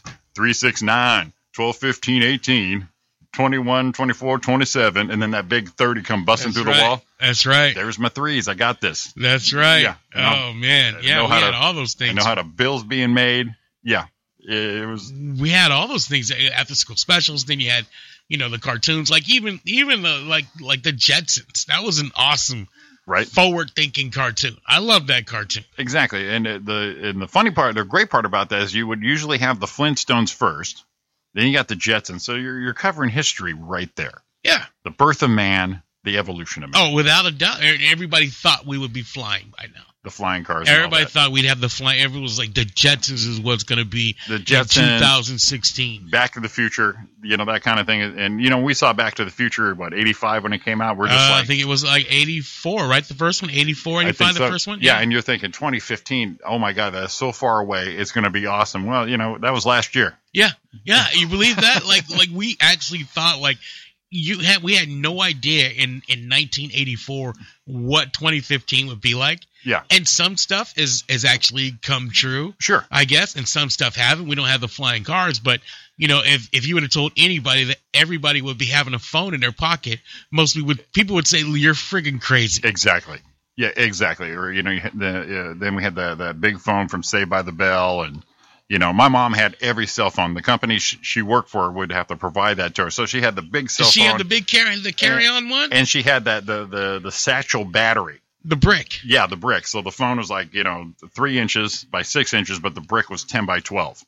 Speaker 1: 369, 12, 15, 18, 21, 24, 27, and then that big 30 come busting
Speaker 2: That's
Speaker 1: through
Speaker 2: right.
Speaker 1: the wall.
Speaker 2: That's right.
Speaker 1: There's my threes. I got this.
Speaker 2: That's right.
Speaker 1: Yeah, I know.
Speaker 2: oh man. Yeah,
Speaker 1: know
Speaker 2: we
Speaker 1: how
Speaker 2: had
Speaker 1: to-
Speaker 2: all those
Speaker 1: I
Speaker 2: things.
Speaker 1: know how the bills being made. Yeah. It was
Speaker 2: we had all those things eh, after school specials. Then you had, you know, the cartoons, like even even the like like the Jetsons. That was an awesome
Speaker 1: right.
Speaker 2: forward thinking cartoon. I love that cartoon.
Speaker 1: Exactly. And uh, the and the funny part, the great part about that is you would usually have the Flintstones first. Then you got the Jetsons. So you're you're covering history right there.
Speaker 2: Yeah.
Speaker 1: The birth of man, the evolution of man,
Speaker 2: Oh, without a doubt, e- everybody thought we would be flying by now.
Speaker 1: the flying cars. and all
Speaker 2: Oh. Everybody
Speaker 1: that.
Speaker 2: thought we'd have the flying. Everyone was like, the Jetsons is what's going to be
Speaker 1: the
Speaker 2: in
Speaker 1: Jetsons,
Speaker 2: 2016.
Speaker 1: Back to the Future, you know that kind of thing. And you know we saw Back to the Future what eighty five when it came out. We're just
Speaker 2: Uh, I
Speaker 1: like
Speaker 2: think it was like 84, right? The first one, 84,
Speaker 1: I
Speaker 2: 85,
Speaker 1: think
Speaker 2: the
Speaker 1: so.
Speaker 2: first one?
Speaker 1: Yeah, and you're thinking twenty fifteen. Oh my god, that's so far away. It's going to be awesome. Well, you know that was last year.
Speaker 2: Yeah, you believe that? like, like we actually thought like you had we had no idea in in 1984 what 2015 would be like.
Speaker 1: Yeah.
Speaker 2: And some stuff is is actually come true,
Speaker 1: Sure.
Speaker 2: I guess, and some stuff haven't. We don't have the flying cars, but you know, if if you would have told anybody that everybody would be having a phone in their pocket, mostly would people would say you're friggin' crazy.
Speaker 1: Exactly. Yeah, exactly. Or you know, you had the, uh, then we had the the big phone from Saved by the Bell, and you know, my mom had every cell phone. The company sh- she worked for would have to provide that to her, so she had the big cell
Speaker 2: Does she
Speaker 1: phone,
Speaker 2: have the big carry the carry on one?
Speaker 1: and she had that the the the satchel battery.
Speaker 2: The brick.
Speaker 1: Yeah, the brick. So the phone was like you know three inches by six inches, but the brick was ten by twelve.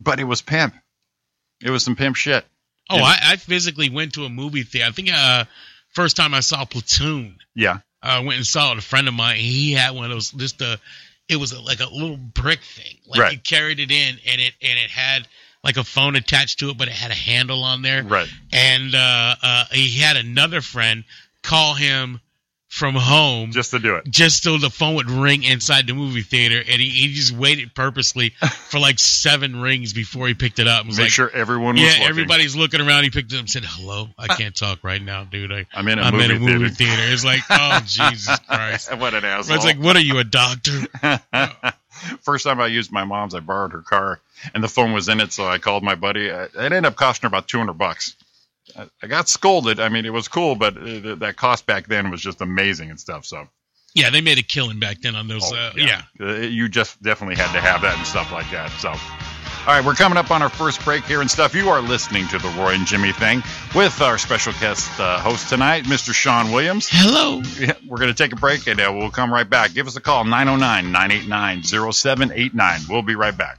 Speaker 1: But it was pimp. It was some pimp shit.
Speaker 2: Oh,
Speaker 1: And-
Speaker 2: I, I physically went to a movie theater. I think uh first time I saw Platoon.
Speaker 1: Yeah,
Speaker 2: I went and saw it. A friend of mine, he had one of those. Just a, it was like a little brick thing. Like
Speaker 1: Right.
Speaker 2: you carried it in, and it and it had like a phone attached to it, but it had a handle on there.
Speaker 1: right.
Speaker 2: And uh, uh, he had another friend call him from home
Speaker 1: Just to do it.
Speaker 2: just so the phone would ring inside the movie theater, and he, he just waited purposely for like seven rings before he picked it up. And was
Speaker 1: Make
Speaker 2: like,
Speaker 1: sure everyone
Speaker 2: yeah,
Speaker 1: was looking.
Speaker 2: everybody's looking around. He picked it up and said, "Hello, I can't talk right now, dude. I,
Speaker 1: I'm in a
Speaker 2: I'm
Speaker 1: movie
Speaker 2: in a movie
Speaker 1: theater.
Speaker 2: theater. It's like, oh Jesus Christ!
Speaker 1: what an
Speaker 2: It's
Speaker 1: asshole.
Speaker 2: like, what are you, a doctor?
Speaker 1: First time I used my mom's, I borrowed her car, and the phone was in it, so I called my buddy. Uh, It ended up costing her about two hundred bucks. I I got scolded. I mean, it was cool, but uh, th- that cost back then was just amazing and stuff. So,
Speaker 2: Yeah, they made a killing back then on those.
Speaker 1: Oh,
Speaker 2: uh, yeah.
Speaker 1: Uh, you just definitely had to have that and stuff like that. So, all right, we're coming up on our first break here and stuff. You are listening to the Roy and Jimmy thing with our special guest uh, host tonight, Mr. Sean Williams.
Speaker 2: Hello.
Speaker 1: Yeah, we're going to take a break and uh, we'll come right back. Give us a call, 909 989 0789. We'll be right back.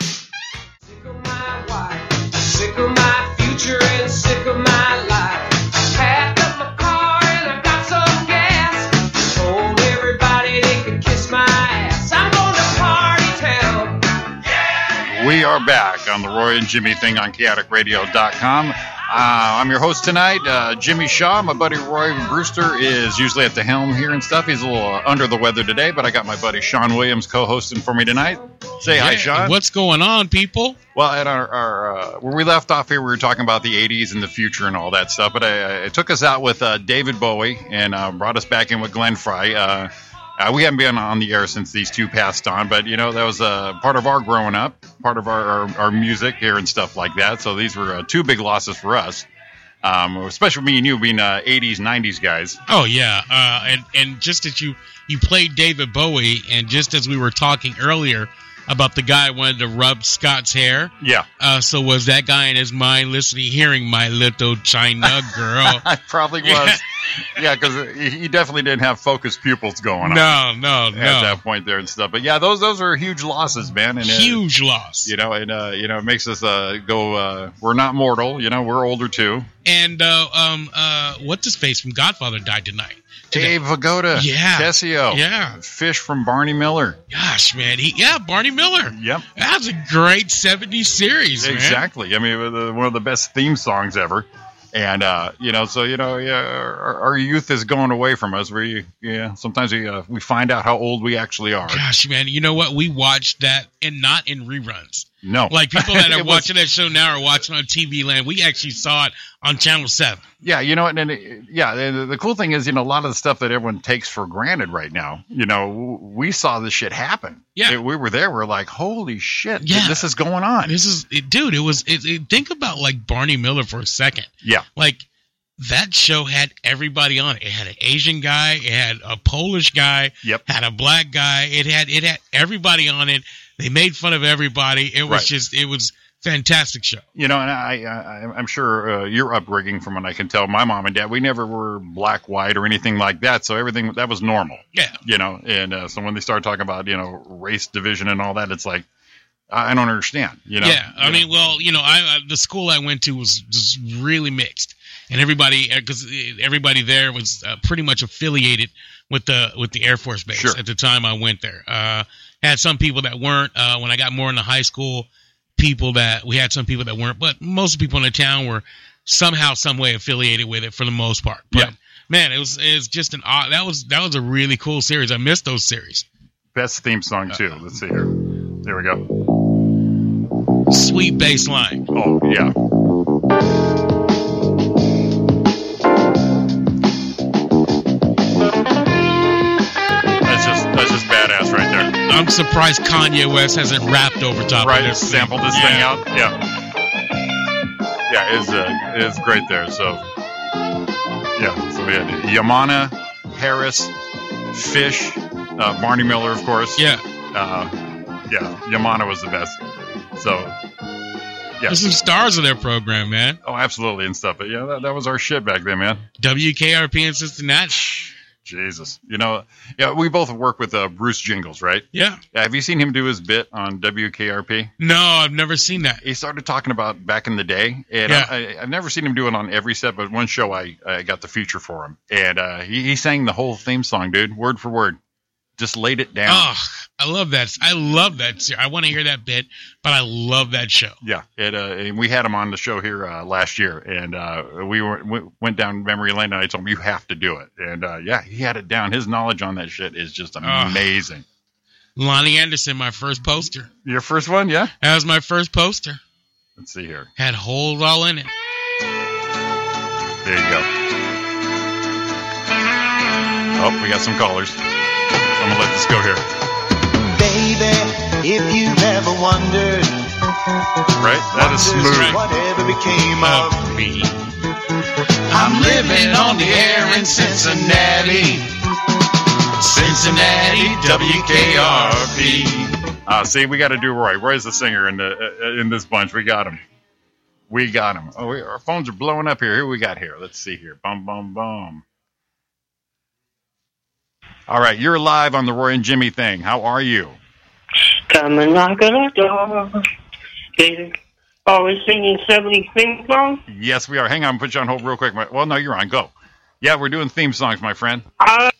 Speaker 3: Sick of my wife, sick of my future and sick of my life. Packed up my car and I got some gas. Told everybody they could kiss my ass. I'm going to party town.
Speaker 1: We are back on the Roy and Jimmy thing on chaoticradio.com. Uh, I'm your host tonight, uh, Jimmy Shaw. My buddy Roy Brewster is usually at the helm here and stuff. He's a little uh, under the weather today, but I got my buddy Sean Williams co hosting for me tonight. Say hi,
Speaker 2: Yeah,
Speaker 1: Sean.
Speaker 2: What's going on, people?
Speaker 1: Well, at our, our uh, when we left off here, we were talking about the '80s and the future and all that stuff. But I, I, it took us out with uh, David Bowie and uh, brought us back in with Glenn Fry. Uh, uh, we haven't been on the air since these two passed on, but you know that was uh, part of our growing up, part of our, our, our music here and stuff like that. So these were uh, two big losses for us, um, especially me and you being uh, '80s, '90s guys.
Speaker 2: Oh yeah, uh, and and just as you you played David Bowie, and just as we were talking earlier about the guy wanted to rub Scott's hair,
Speaker 1: Yeah,
Speaker 2: uh, so was that guy in his mind listening, hearing my little China girl?
Speaker 1: I probably was. yeah, because he he definitely didn't have focused pupils going on.
Speaker 2: no, no,
Speaker 1: at
Speaker 2: no,
Speaker 1: that point there and stuff. But yeah, those those are huge losses, man. And uh,
Speaker 2: huge loss.
Speaker 1: you know, and uh, you know, it makes us uh, go. Uh, we're not mortal. You know, we're older too.
Speaker 2: And uh, um, uh, what's his face from Godfather died tonight? Today.
Speaker 1: Dave Vagoda,
Speaker 2: Yeah.
Speaker 1: Tessio,
Speaker 2: Yeah.
Speaker 1: Fish from Barney Miller.
Speaker 2: Gosh, man, he yeah, Barney Miller.
Speaker 1: Yep,
Speaker 2: That's a great '70s series, man.
Speaker 1: exactly. I mean, it was, uh, one of the best theme songs ever. And uh, you know, so you know, yeah, our, our youth is going away from us. We yeah, sometimes we uh, we find out how old we actually are.
Speaker 2: Gosh, man, you know what? We watched that, and not in reruns.
Speaker 1: No,
Speaker 2: Like people that
Speaker 1: It
Speaker 2: are
Speaker 1: was-
Speaker 2: watching that show now are watching on TV Land. We actually saw it on Channel Seven.
Speaker 1: Yeah, you know, and then it- yeah, the, the cool thing is, you know, a lot of the stuff that everyone takes for granted right now, you know, w- we saw this shit happen.
Speaker 2: Yeah.
Speaker 1: It- we were there. We're like, holy shit,
Speaker 2: Yeah.
Speaker 1: this is going on.
Speaker 2: This is, it, dude. It was. It, it, think about like Barney Miller for a second.
Speaker 1: Yeah,
Speaker 2: Like that show had everybody on it. It had an Asian guy. It had a Polish guy.
Speaker 1: yep,
Speaker 2: had a black guy. It had it had everybody on it. They made fun of everybody. It was
Speaker 1: Right.
Speaker 2: just it was fantastic show.
Speaker 1: you know, and I, I I'm sure uh, your upbringing, from what I can tell, my mom and dad, we never were black, white, or anything like that, so everything that was normal.
Speaker 2: Yeah.
Speaker 1: you know and uh, so when they start talking about you know race division and all that it's like i I don't understand you know
Speaker 2: yeah, I
Speaker 1: You
Speaker 2: mean,
Speaker 1: know.
Speaker 2: well, you know, I, I the school I went to was just really mixed, and everybody because everybody there was uh, pretty much affiliated with the with the Air Force Base
Speaker 1: Sure.
Speaker 2: at the time I went there. Uh, had some people that weren't. Uh, when I got more into high school, people that we had some people that weren't, but most people in the town were somehow, some way affiliated with it for the most part. But
Speaker 1: Yeah.
Speaker 2: man, it was it's just an odd. That was that was a really cool series. I missed those series.
Speaker 1: Best theme song too.
Speaker 2: Uh,
Speaker 1: Let's see here. There we go.
Speaker 2: Sweet bass line.
Speaker 1: Oh yeah. That's just that's just badass right there.
Speaker 2: I'm surprised Kanye West hasn't rapped over top
Speaker 1: Right,
Speaker 2: of
Speaker 1: just
Speaker 2: this.
Speaker 1: sample this
Speaker 2: Yeah.
Speaker 1: thing out. Yeah. Yeah, it's uh, it's great there. So yeah, so we had Yamana, Harris, Fish, uh, Barney Miller, of course.
Speaker 2: Yeah,
Speaker 1: uh, yeah, Yamana was the best. So, yeah.
Speaker 2: there's some stars in their program, man.
Speaker 1: Oh, absolutely, and stuff. But yeah, that, that was our shit back then, man.
Speaker 2: WKRP in Cincinnati.
Speaker 1: Jesus, you know, yeah, we both work with uh, Bruce Jingles, right?
Speaker 2: Yeah.
Speaker 1: Have you seen him do his bit on WKRP?
Speaker 2: No, I've never seen that.
Speaker 1: He started talking about back in the day, and
Speaker 2: Yeah.
Speaker 1: I, I, I've never seen him do it on every set, but one show I, I got the feature for him, and uh, he, he sang the whole theme song, dude, word for word, just laid it down.
Speaker 2: Oh, I love that. I love that. ser- I want to hear that bit, but I love that show.
Speaker 1: Yeah, it, uh, and we had him on the show here uh, last year, and uh, we, were, we went down memory lane, and I told him you have to do it, and uh, yeah, he had it down. His knowledge on that shit is just amazing.
Speaker 2: Lonnie Anderson, my first poster.
Speaker 1: Your first one, yeah.
Speaker 2: That was my first poster.
Speaker 1: Let's see here.
Speaker 2: Had holes all in it.
Speaker 1: There you go. Oh, we got some callers. I'm gonna let this go here,
Speaker 4: Baby, if you've ever wondered,
Speaker 1: right? That is
Speaker 4: wondered
Speaker 1: smooth.
Speaker 4: whatever became of
Speaker 2: Of me. I'm
Speaker 4: living on the air in Cincinnati.
Speaker 2: Cincinnati,
Speaker 1: Uh, see, we got to do Roy. Roy's the singer in the uh, in this bunch. We got him. We got him. Oh, we, our phones are blowing up here. Who we got here? Let's see here. Bum bum bum. All right, you're live on the Roy and Jimmy thing. How are you?
Speaker 5: Come and knock on our door. Baby. Always singing 70 theme songs.
Speaker 1: Yes, we are. Hang on, put you on hold real quick. My- Well, no, you're on. Go. Yeah, we're doing theme songs, my friend.
Speaker 5: Uh,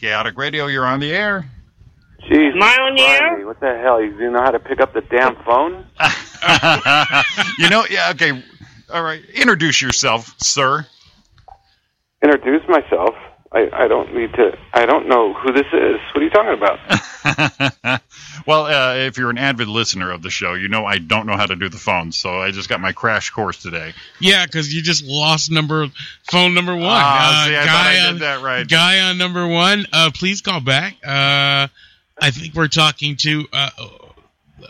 Speaker 1: Chaotic Radio, you're on the air.
Speaker 6: Jeez,
Speaker 5: Am I on the air?
Speaker 6: Riley, What the hell? You do know how to pick up the damn phone?
Speaker 1: you know, yeah, okay. All right, introduce yourself, sir.
Speaker 6: Introduce myself. I, I don't need to. I don't know who this is. What are you talking about?
Speaker 1: well, uh, if you're an avid listener of the show, you know I don't know how to do the phone, so I just got my crash course today.
Speaker 2: Yeah, because you just lost number phone number one.
Speaker 1: Ah,
Speaker 2: Uh,
Speaker 1: see, I thought
Speaker 2: guy,
Speaker 1: I did
Speaker 2: on,
Speaker 1: that right.
Speaker 2: guy on number one, uh, please call back. Uh, I think we're talking to. Uh,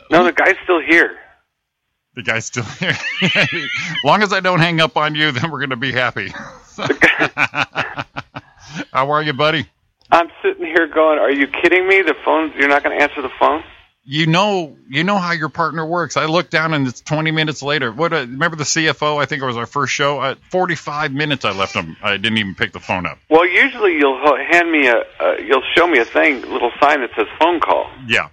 Speaker 6: No, the guy's still here.
Speaker 1: The guy's still here. long as I don't hang up on you, then we're going to be happy. how are you, buddy?
Speaker 6: I'm sitting here going, "Are you kidding me? The phone? You're not going to answer the phone?"
Speaker 1: You know, you know how your partner works. I look down and it's 20 minutes later. What? A, remember the CFO? I think it was our first show. Uh 45 minutes I left him. I didn't even pick the phone up.
Speaker 6: Well, usually you'll ho- hand me a, a, you'll show me a thing, little sign that says phone call.
Speaker 1: Yeah,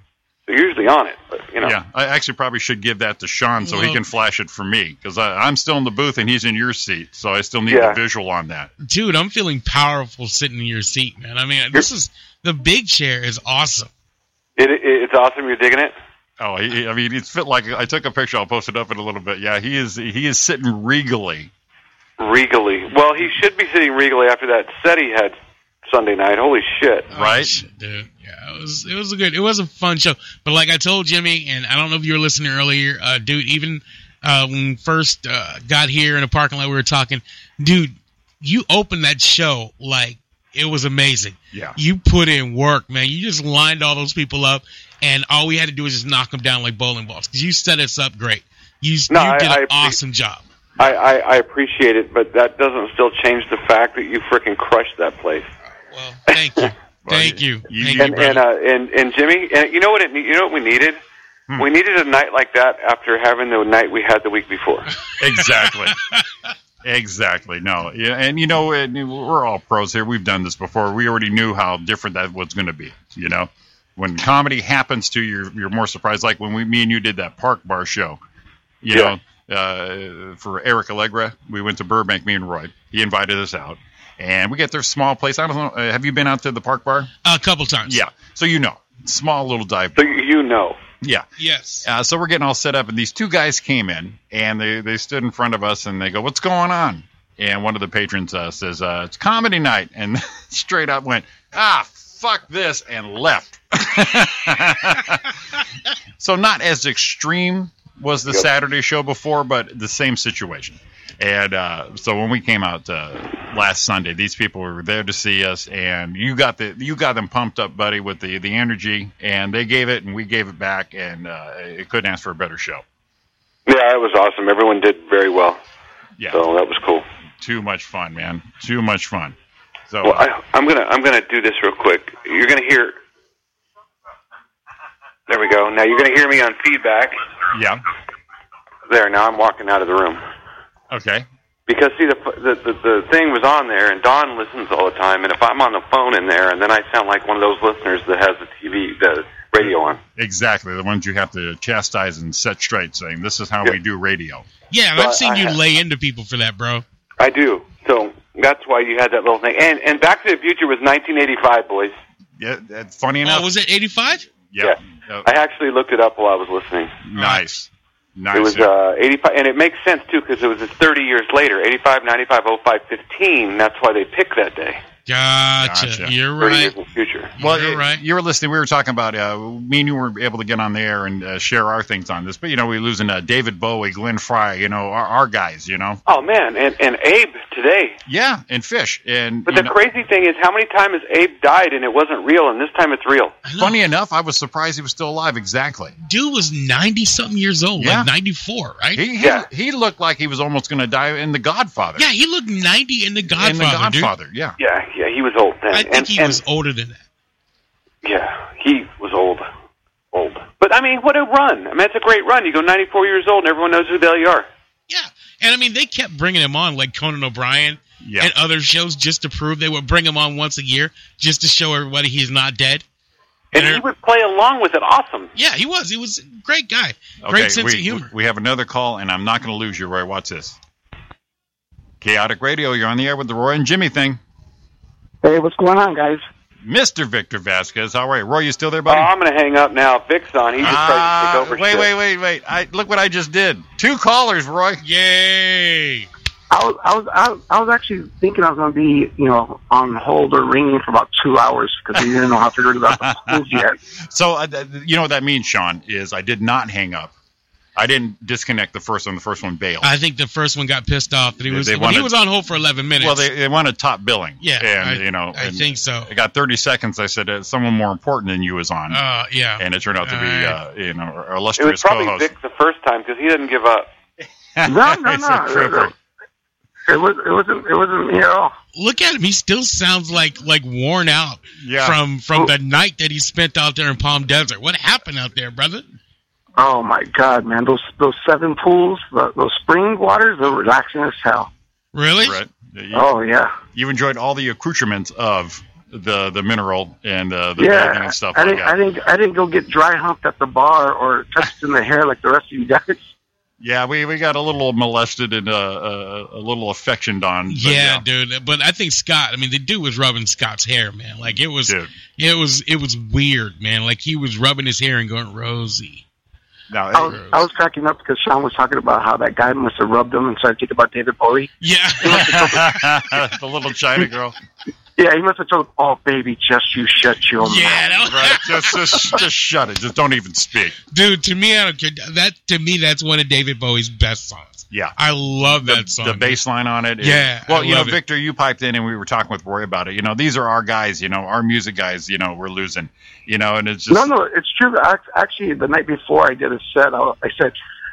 Speaker 6: They're usually on it, but you know.
Speaker 1: Yeah, I actually probably should give that to Sean so he
Speaker 2: Well-
Speaker 1: can flash it for me because I'm still in the booth and he's in your seat, so I still need
Speaker 6: Yeah.
Speaker 1: the visual on that.
Speaker 2: dude, I'm feeling powerful sitting in your seat, man. I mean, this is the big chair is awesome.
Speaker 6: It, it, it's awesome. You're digging it.
Speaker 1: Oh, he, he- I mean, it's fit like I took a picture. I'll post it up in a little bit. Yeah, he is he is sitting regally.
Speaker 6: Regally. Well, he should be sitting regally after that set he had Sunday night. Holy shit.
Speaker 1: Right.
Speaker 2: Oh, shit, dude. Yeah, it was it was a good it was a fun show. But like I told Jimmy, and I don't know if you were listening earlier, uh, dude. Even uh, when we first uh, got here in the parking lot, we were talking, dude. You opened that show like it was amazing.
Speaker 1: Yeah,
Speaker 2: You put in work, man. You just lined all those people up, and all we had to do was just knock them down like bowling balls. 'Cause you set us up great. You,
Speaker 6: No,
Speaker 2: you
Speaker 6: I-
Speaker 2: did
Speaker 6: I
Speaker 2: an
Speaker 6: appre-
Speaker 2: awesome job.
Speaker 6: I, I, I appreciate it, but that doesn't still change the fact that you freaking crushed that place.
Speaker 2: Well, thank you, thank you,
Speaker 1: you-
Speaker 2: thank you,
Speaker 6: And and,
Speaker 2: brother.
Speaker 6: uh, and and Jimmy, and you know what it ne- you know what we needed?
Speaker 1: Hmm.
Speaker 6: We needed a night like that after having the night we had the week before.
Speaker 1: exactly. Exactly. No. Yeah, and you know, and we're all pros here. We've done this before. We already knew how different that was going to be. You know, when comedy happens to you, you're, you're more surprised. Like when we, me and you did that park bar show. You
Speaker 6: Yeah.
Speaker 1: know, uh, for Eric Allegra, we went to Burbank. Me and Roy. He invited us out, and we get their small place. I don't know. Uh, have you been out to the park bar?
Speaker 2: a couple times.
Speaker 1: Yeah. So you know, small little dive.
Speaker 6: So you, you know,
Speaker 1: Yeah.
Speaker 2: Yes.
Speaker 1: Uh, so we're getting all set up, and these two guys came in, and they, they stood in front of us, and they go, "What's going on?" and one of the patrons uh, says uh, it's comedy night, and straight up went, ah, fuck this, and left. so not as extreme was the
Speaker 6: Yep.
Speaker 1: Saturday show before, but the same situation. And uh, so when we came out uh, last Sunday, these people were there to see us, and you got the you got them pumped up, buddy, with the the energy, and they gave it, and we gave it back, and uh, it couldn't ask for a better show.
Speaker 6: Yeah, it was awesome. Everyone did very well,
Speaker 1: Yeah,
Speaker 6: so that was cool.
Speaker 1: too much fun, man, too much fun. So
Speaker 6: Well, I, I'm gonna I'm gonna do this real quick. You're gonna hear. There we go. Now you're gonna hear me on feedback.
Speaker 1: yeah,
Speaker 6: There. Now I'm walking out of the room
Speaker 1: okay,
Speaker 6: because see the the the, the thing was on there, and Don listens all the time. And if I'm on the phone in there, and then I sound like one of those listeners that has the TV the radio on.
Speaker 1: exactly the ones you have to chastise and set straight, saying this is how we do radio.
Speaker 2: Yeah, and
Speaker 6: Well,
Speaker 2: I've seen
Speaker 6: I
Speaker 2: you
Speaker 6: have-
Speaker 2: lay into people for that, bro.
Speaker 6: I do. So that's why you had that little thing. And and Back to the Future was 1985, boys.
Speaker 1: Yeah, that- funny enough,
Speaker 2: Oh, was it 85?
Speaker 1: yeah,
Speaker 6: I actually looked it up while I was listening.
Speaker 1: nice, nice.
Speaker 6: It was uh, 85, and it makes sense too because it was 30 years later, 85, 95, 05, 15. That's why they picked that day,
Speaker 2: Gotcha.
Speaker 1: Gotcha.
Speaker 2: You're
Speaker 6: 30
Speaker 2: right.
Speaker 6: years in the future.
Speaker 1: Well,
Speaker 2: You're
Speaker 1: it-
Speaker 2: right.
Speaker 1: you were listening. We were talking about uh, me and you were able to get on the air and uh, share our things on this, but you know we're losing uh, David Bowie, Glenn Fry, you know our, our guys, you know,
Speaker 6: Oh man, and and Abe today.
Speaker 1: yeah, and Fish, and
Speaker 6: But
Speaker 1: you
Speaker 6: the
Speaker 1: know,
Speaker 6: crazy thing is, how many times has Abe died and it wasn't real, and this time it's real?
Speaker 1: funny enough, I was surprised he was still alive. Exactly,
Speaker 2: Dude was 90 something years old,
Speaker 1: Yeah.
Speaker 2: like 94, right?
Speaker 1: he he,
Speaker 6: Yeah.
Speaker 1: he looked like he was almost going to die in The Godfather.
Speaker 2: yeah, he looked 90 in The Godfather,
Speaker 1: in The
Speaker 2: dude.
Speaker 1: Godfather, yeah.
Speaker 6: Yeah, yeah, he was old then.
Speaker 2: I think
Speaker 6: and,
Speaker 2: he
Speaker 6: and-
Speaker 2: was older than that.
Speaker 6: Yeah, he was old, old. But I mean, what a run! I mean, that's a great run. You go 94 years old, and everyone knows who the hell you are.
Speaker 2: Yeah. And I mean, they kept bringing him on, like Conan O'Brien
Speaker 1: Yeah.
Speaker 2: and other shows, just to prove they would bring him on once a year, just to show everybody he's not dead.
Speaker 6: And
Speaker 2: And-
Speaker 6: he would play along with it. Awesome.
Speaker 2: Yeah, he was. He was a great guy. Great sense
Speaker 1: we,
Speaker 2: of humor.
Speaker 1: we have another call, and I'm not going to lose you, Roy. Watch this. Chaotic Radio, you're on the air with the Roy and Jimmy thing.
Speaker 5: Hey, what's going on, guys?
Speaker 1: Mr. Victor Vasquez, how are you? Roy, you still there,
Speaker 6: Oh,
Speaker 1: buddy?
Speaker 6: I'm gonna hang up now. Vic's on. He just
Speaker 1: Ah,
Speaker 6: tries to take over.
Speaker 1: wait,
Speaker 6: shit.
Speaker 1: wait, wait, wait! I look what I just did. Two callers, Roy.
Speaker 2: Yay.
Speaker 5: I was, I was, I was, I was actually thinking I was going to be, you know, on hold or ringing for about two hours because we didn't know how to figure it out the schools yet.
Speaker 1: So uh, th- th- you know what that means, Sean? Is I did not hang up. I didn't disconnect the first one. The first one bailed.
Speaker 2: I think the first one got pissed off that he
Speaker 1: They-
Speaker 2: was
Speaker 1: they
Speaker 2: when he
Speaker 1: wanted-
Speaker 2: was on hold for 11 minutes.
Speaker 1: well, they, they wanted top billing.
Speaker 2: Yeah,
Speaker 1: and
Speaker 2: I-
Speaker 1: you know,
Speaker 2: I
Speaker 1: and
Speaker 2: think so.
Speaker 1: I got 30 seconds. I said uh, someone more important than you is on,
Speaker 2: Uh, yeah.
Speaker 1: and it turned out to be
Speaker 2: I-
Speaker 1: uh, you know our
Speaker 6: It was
Speaker 1: illustrious
Speaker 6: probably
Speaker 1: co-host.
Speaker 6: Vic the first time because he didn't give up.
Speaker 5: No, no,
Speaker 1: It's a
Speaker 5: no.
Speaker 1: trooper.
Speaker 5: It was, it wasn't, it wasn't me at all.
Speaker 2: Look at him. He still sounds like like worn out
Speaker 1: Yeah.
Speaker 2: from from the night that he spent out there in Palm Desert. What happened out there, brother?
Speaker 5: Oh my God, man! Those those seven pools, the, those spring waters, they're relaxing as hell.
Speaker 2: Really?
Speaker 1: Right. You,
Speaker 5: Oh yeah,
Speaker 1: you enjoyed all the accoutrements of the the mineral and uh, the bathing
Speaker 5: yeah.
Speaker 1: and stuff
Speaker 5: I
Speaker 1: like
Speaker 5: didn't,
Speaker 1: that.
Speaker 5: I didn't, I didn't go get dry humped at the bar or touched in the hair like the rest of you guys.
Speaker 1: Yeah, we, we got a little molested and uh, uh, a little affectioned on. but
Speaker 2: Yeah, dude. But I think Scott. I mean, the dude was rubbing Scott's hair, man. Like it was,
Speaker 1: dude.
Speaker 2: it was, it was weird, man. Like he was rubbing his hair and going rosy.
Speaker 1: No,
Speaker 5: I was, I was cracking up because Sean was talking about how that guy must have rubbed him and started thinking about David Bowie.
Speaker 2: Yeah.
Speaker 1: the little China girl.
Speaker 5: Yeah, he must have told, him, "Oh baby, just you shut your
Speaker 2: Yeah,
Speaker 5: mouth."
Speaker 2: that was-
Speaker 1: Right. Just, just, just shut it. Just don't even speak.
Speaker 2: dude. To me, I don't care. That to me, that's one of David Bowie's best songs.
Speaker 1: Yeah.
Speaker 2: I love that
Speaker 1: the,
Speaker 2: song.
Speaker 1: the bass line on it. is-
Speaker 2: Yeah,
Speaker 1: well,
Speaker 2: I
Speaker 1: you know,
Speaker 2: love it.
Speaker 1: Victor, you piped in and we were talking with Roy about it. You know, these are our guys. You know, our music guys. You know, we're losing. You know, and it's just
Speaker 5: No, no, it's true. Ac- Actually, the night before I did a set, I, I said,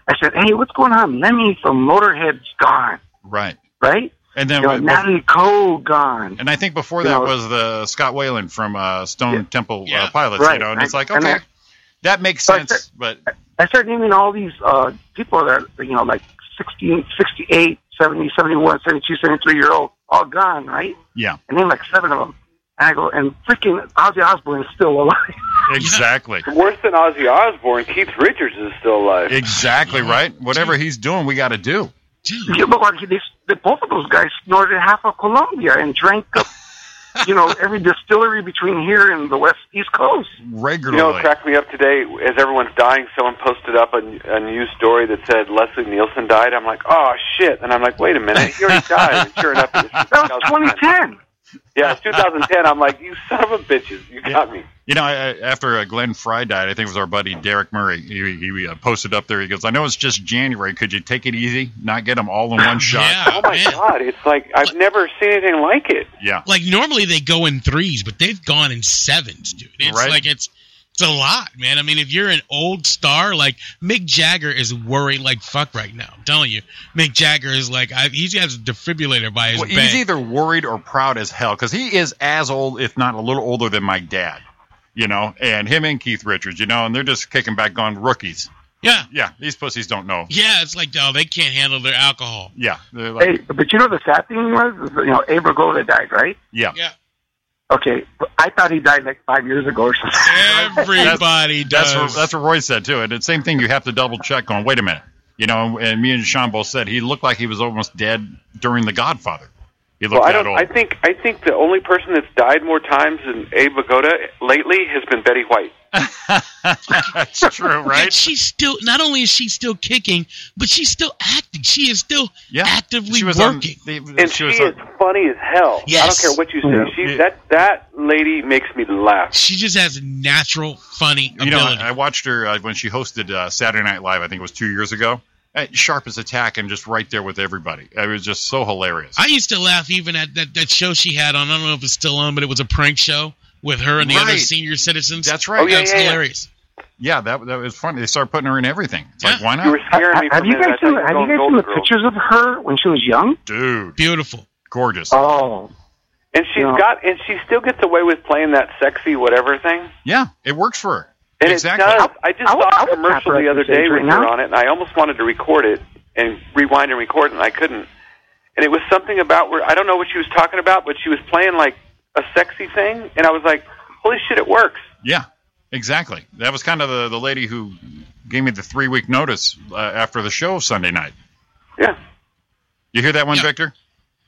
Speaker 5: I said, hey, what's going on? Lemmy from Motorhead's gone,
Speaker 1: right.
Speaker 5: right?
Speaker 1: And then,
Speaker 5: You know, Natalie Cole gone.
Speaker 1: and I think before
Speaker 5: You
Speaker 1: that
Speaker 5: know-
Speaker 1: was the Scott Whalen from uh, Stone
Speaker 5: Yeah.
Speaker 1: Temple
Speaker 2: Yeah.
Speaker 1: uh, Pilots. You
Speaker 5: Right.
Speaker 1: know, and it's like
Speaker 5: And-
Speaker 1: okay,
Speaker 5: and
Speaker 1: that makes
Speaker 5: But-
Speaker 1: sense. But
Speaker 5: I started naming all these uh, people that, are, you know, like 60, 68, 70, 71, 72, 73 year old, all gone, right?
Speaker 1: yeah,
Speaker 5: And then like seven of them. And I go, and freaking Ozzy Osbourne's still alive.
Speaker 1: exactly.
Speaker 6: Worse than Ozzy Osbourne, Keith Richards is still alive.
Speaker 1: Exactly right. Whatever he's doing, we got to do.
Speaker 2: dude.
Speaker 5: yeah, but like, they, they, both of those guys snorted half of Colombia and drank up you know, every distillery between here and the west east coast.
Speaker 6: You
Speaker 1: regularly.
Speaker 6: know, what cracked me up today as everyone's dying. Someone posted up a, a news story that said Leslie Nielsen died. I'm like, oh shit! And I'm like, wait a minute, he already died. And sure enough, it was
Speaker 5: That was
Speaker 6: 2010.
Speaker 5: 2010.
Speaker 6: Yeah, it's 2010. I'm like, you son of a bitches, you got me.
Speaker 1: You know, I, I- after uh, Glenn Fry died, I think it was our buddy Derek Murray. He, he uh, posted up there. He goes, "I know it's just January. Could you take it easy? Not get them all in one shot."
Speaker 2: Yeah,
Speaker 6: Oh my
Speaker 2: man.
Speaker 6: god, it's like I've never seen anything like it.
Speaker 1: Yeah.
Speaker 2: Like normally they go in threes, but they've gone in sevens, dude. It's
Speaker 1: Right.
Speaker 2: like it's it's a lot, man. I mean, if you're an old star like Mick Jagger is worried like fuck right now. I'm telling you, Mick Jagger is like I, he has a defibrillator by his
Speaker 1: Well,
Speaker 2: bed.
Speaker 1: he's either worried or proud as hell because he is as old, if not a little older, than my dad. You know, and him and Keith Richards. You know, and they're just kicking back, on rookies.
Speaker 2: Yeah,
Speaker 1: Yeah, these pussies don't know.
Speaker 2: yeah. It's like oh, they can't handle their alcohol.
Speaker 1: Yeah, they're like,
Speaker 5: Hey, but you know the sad thing was, is, you know, Abe Regola died, right?
Speaker 1: yeah.
Speaker 2: Yeah,
Speaker 5: Okay, but I thought he died like five years ago or something.
Speaker 2: everybody
Speaker 1: That's what,
Speaker 2: does.
Speaker 1: that's what Roy said too. And it's the same thing. You have to double check. Going, wait a minute. You know, and me and Sean both said he looked like he was almost dead during The Godfather. He looked
Speaker 6: Well, I
Speaker 1: that
Speaker 6: don't.
Speaker 1: old.
Speaker 6: I think I think the only person that's died more times than Abe Vigoda lately has been Betty White.
Speaker 1: That's true,
Speaker 2: And
Speaker 1: right?
Speaker 2: she's still not only is she still kicking, but she's still acting. She is still
Speaker 1: Yeah.
Speaker 2: actively
Speaker 1: She was on
Speaker 2: working.
Speaker 1: the-
Speaker 6: And
Speaker 1: she
Speaker 6: she,
Speaker 1: was
Speaker 6: is
Speaker 1: on-
Speaker 6: funny as hell. I
Speaker 2: Yes.
Speaker 6: don't care what you say. She
Speaker 1: Yeah.
Speaker 6: that that lady makes me laugh.
Speaker 2: she just has natural funny
Speaker 1: you
Speaker 2: ability.
Speaker 1: know, I, I watched her uh, when she hosted uh, Saturday Night Live. I think it was two years ago. Uh, Sharp as a tack and just right there with everybody. It was just so hilarious.
Speaker 2: I used to laugh even at that, that show she had on. I don't know if it's still on, but it was a prank show with her and the other
Speaker 1: Right.
Speaker 2: senior citizens.
Speaker 1: That's right.
Speaker 6: Oh, yeah,
Speaker 2: That's
Speaker 6: yeah, yeah.
Speaker 2: hilarious.
Speaker 1: Yeah, that that was funny. They started putting her in everything. It's like,
Speaker 2: Yeah.
Speaker 1: why
Speaker 6: You were
Speaker 1: not,
Speaker 6: scaring me. for
Speaker 5: have
Speaker 6: a
Speaker 5: you
Speaker 6: minute.
Speaker 5: guys
Speaker 6: I
Speaker 5: seen?
Speaker 6: thought
Speaker 5: Have
Speaker 6: you were going
Speaker 5: you guys seen the
Speaker 6: Golden Girls.
Speaker 5: pictures of her when she was young?
Speaker 1: dude?
Speaker 2: Beautiful.
Speaker 1: Gorgeous.
Speaker 6: Uh,
Speaker 5: Oh,
Speaker 6: And she's
Speaker 5: Yeah.
Speaker 6: got, and she still gets away with playing that sexy whatever thing.
Speaker 1: Yeah, it works for her.
Speaker 6: And
Speaker 1: exactly.
Speaker 6: it does. I just
Speaker 5: I would-
Speaker 6: saw
Speaker 5: I
Speaker 6: a
Speaker 5: would tap
Speaker 6: commercial
Speaker 5: her
Speaker 6: the
Speaker 5: at
Speaker 6: other
Speaker 5: this
Speaker 6: day
Speaker 5: age
Speaker 6: with
Speaker 5: right now.
Speaker 6: her on it, and I almost wanted to record it and rewind and record it, and I couldn't. And it was something about where I don't know what she was talking about, but she was playing like a sexy thing, and I was like, "Holy shit, it works!"
Speaker 1: Yeah, exactly. That was kind of the, the lady who gave me the three week notice uh, after the show Sunday night.
Speaker 6: Yeah.
Speaker 1: You hear that one,
Speaker 2: Yeah.
Speaker 1: Victor?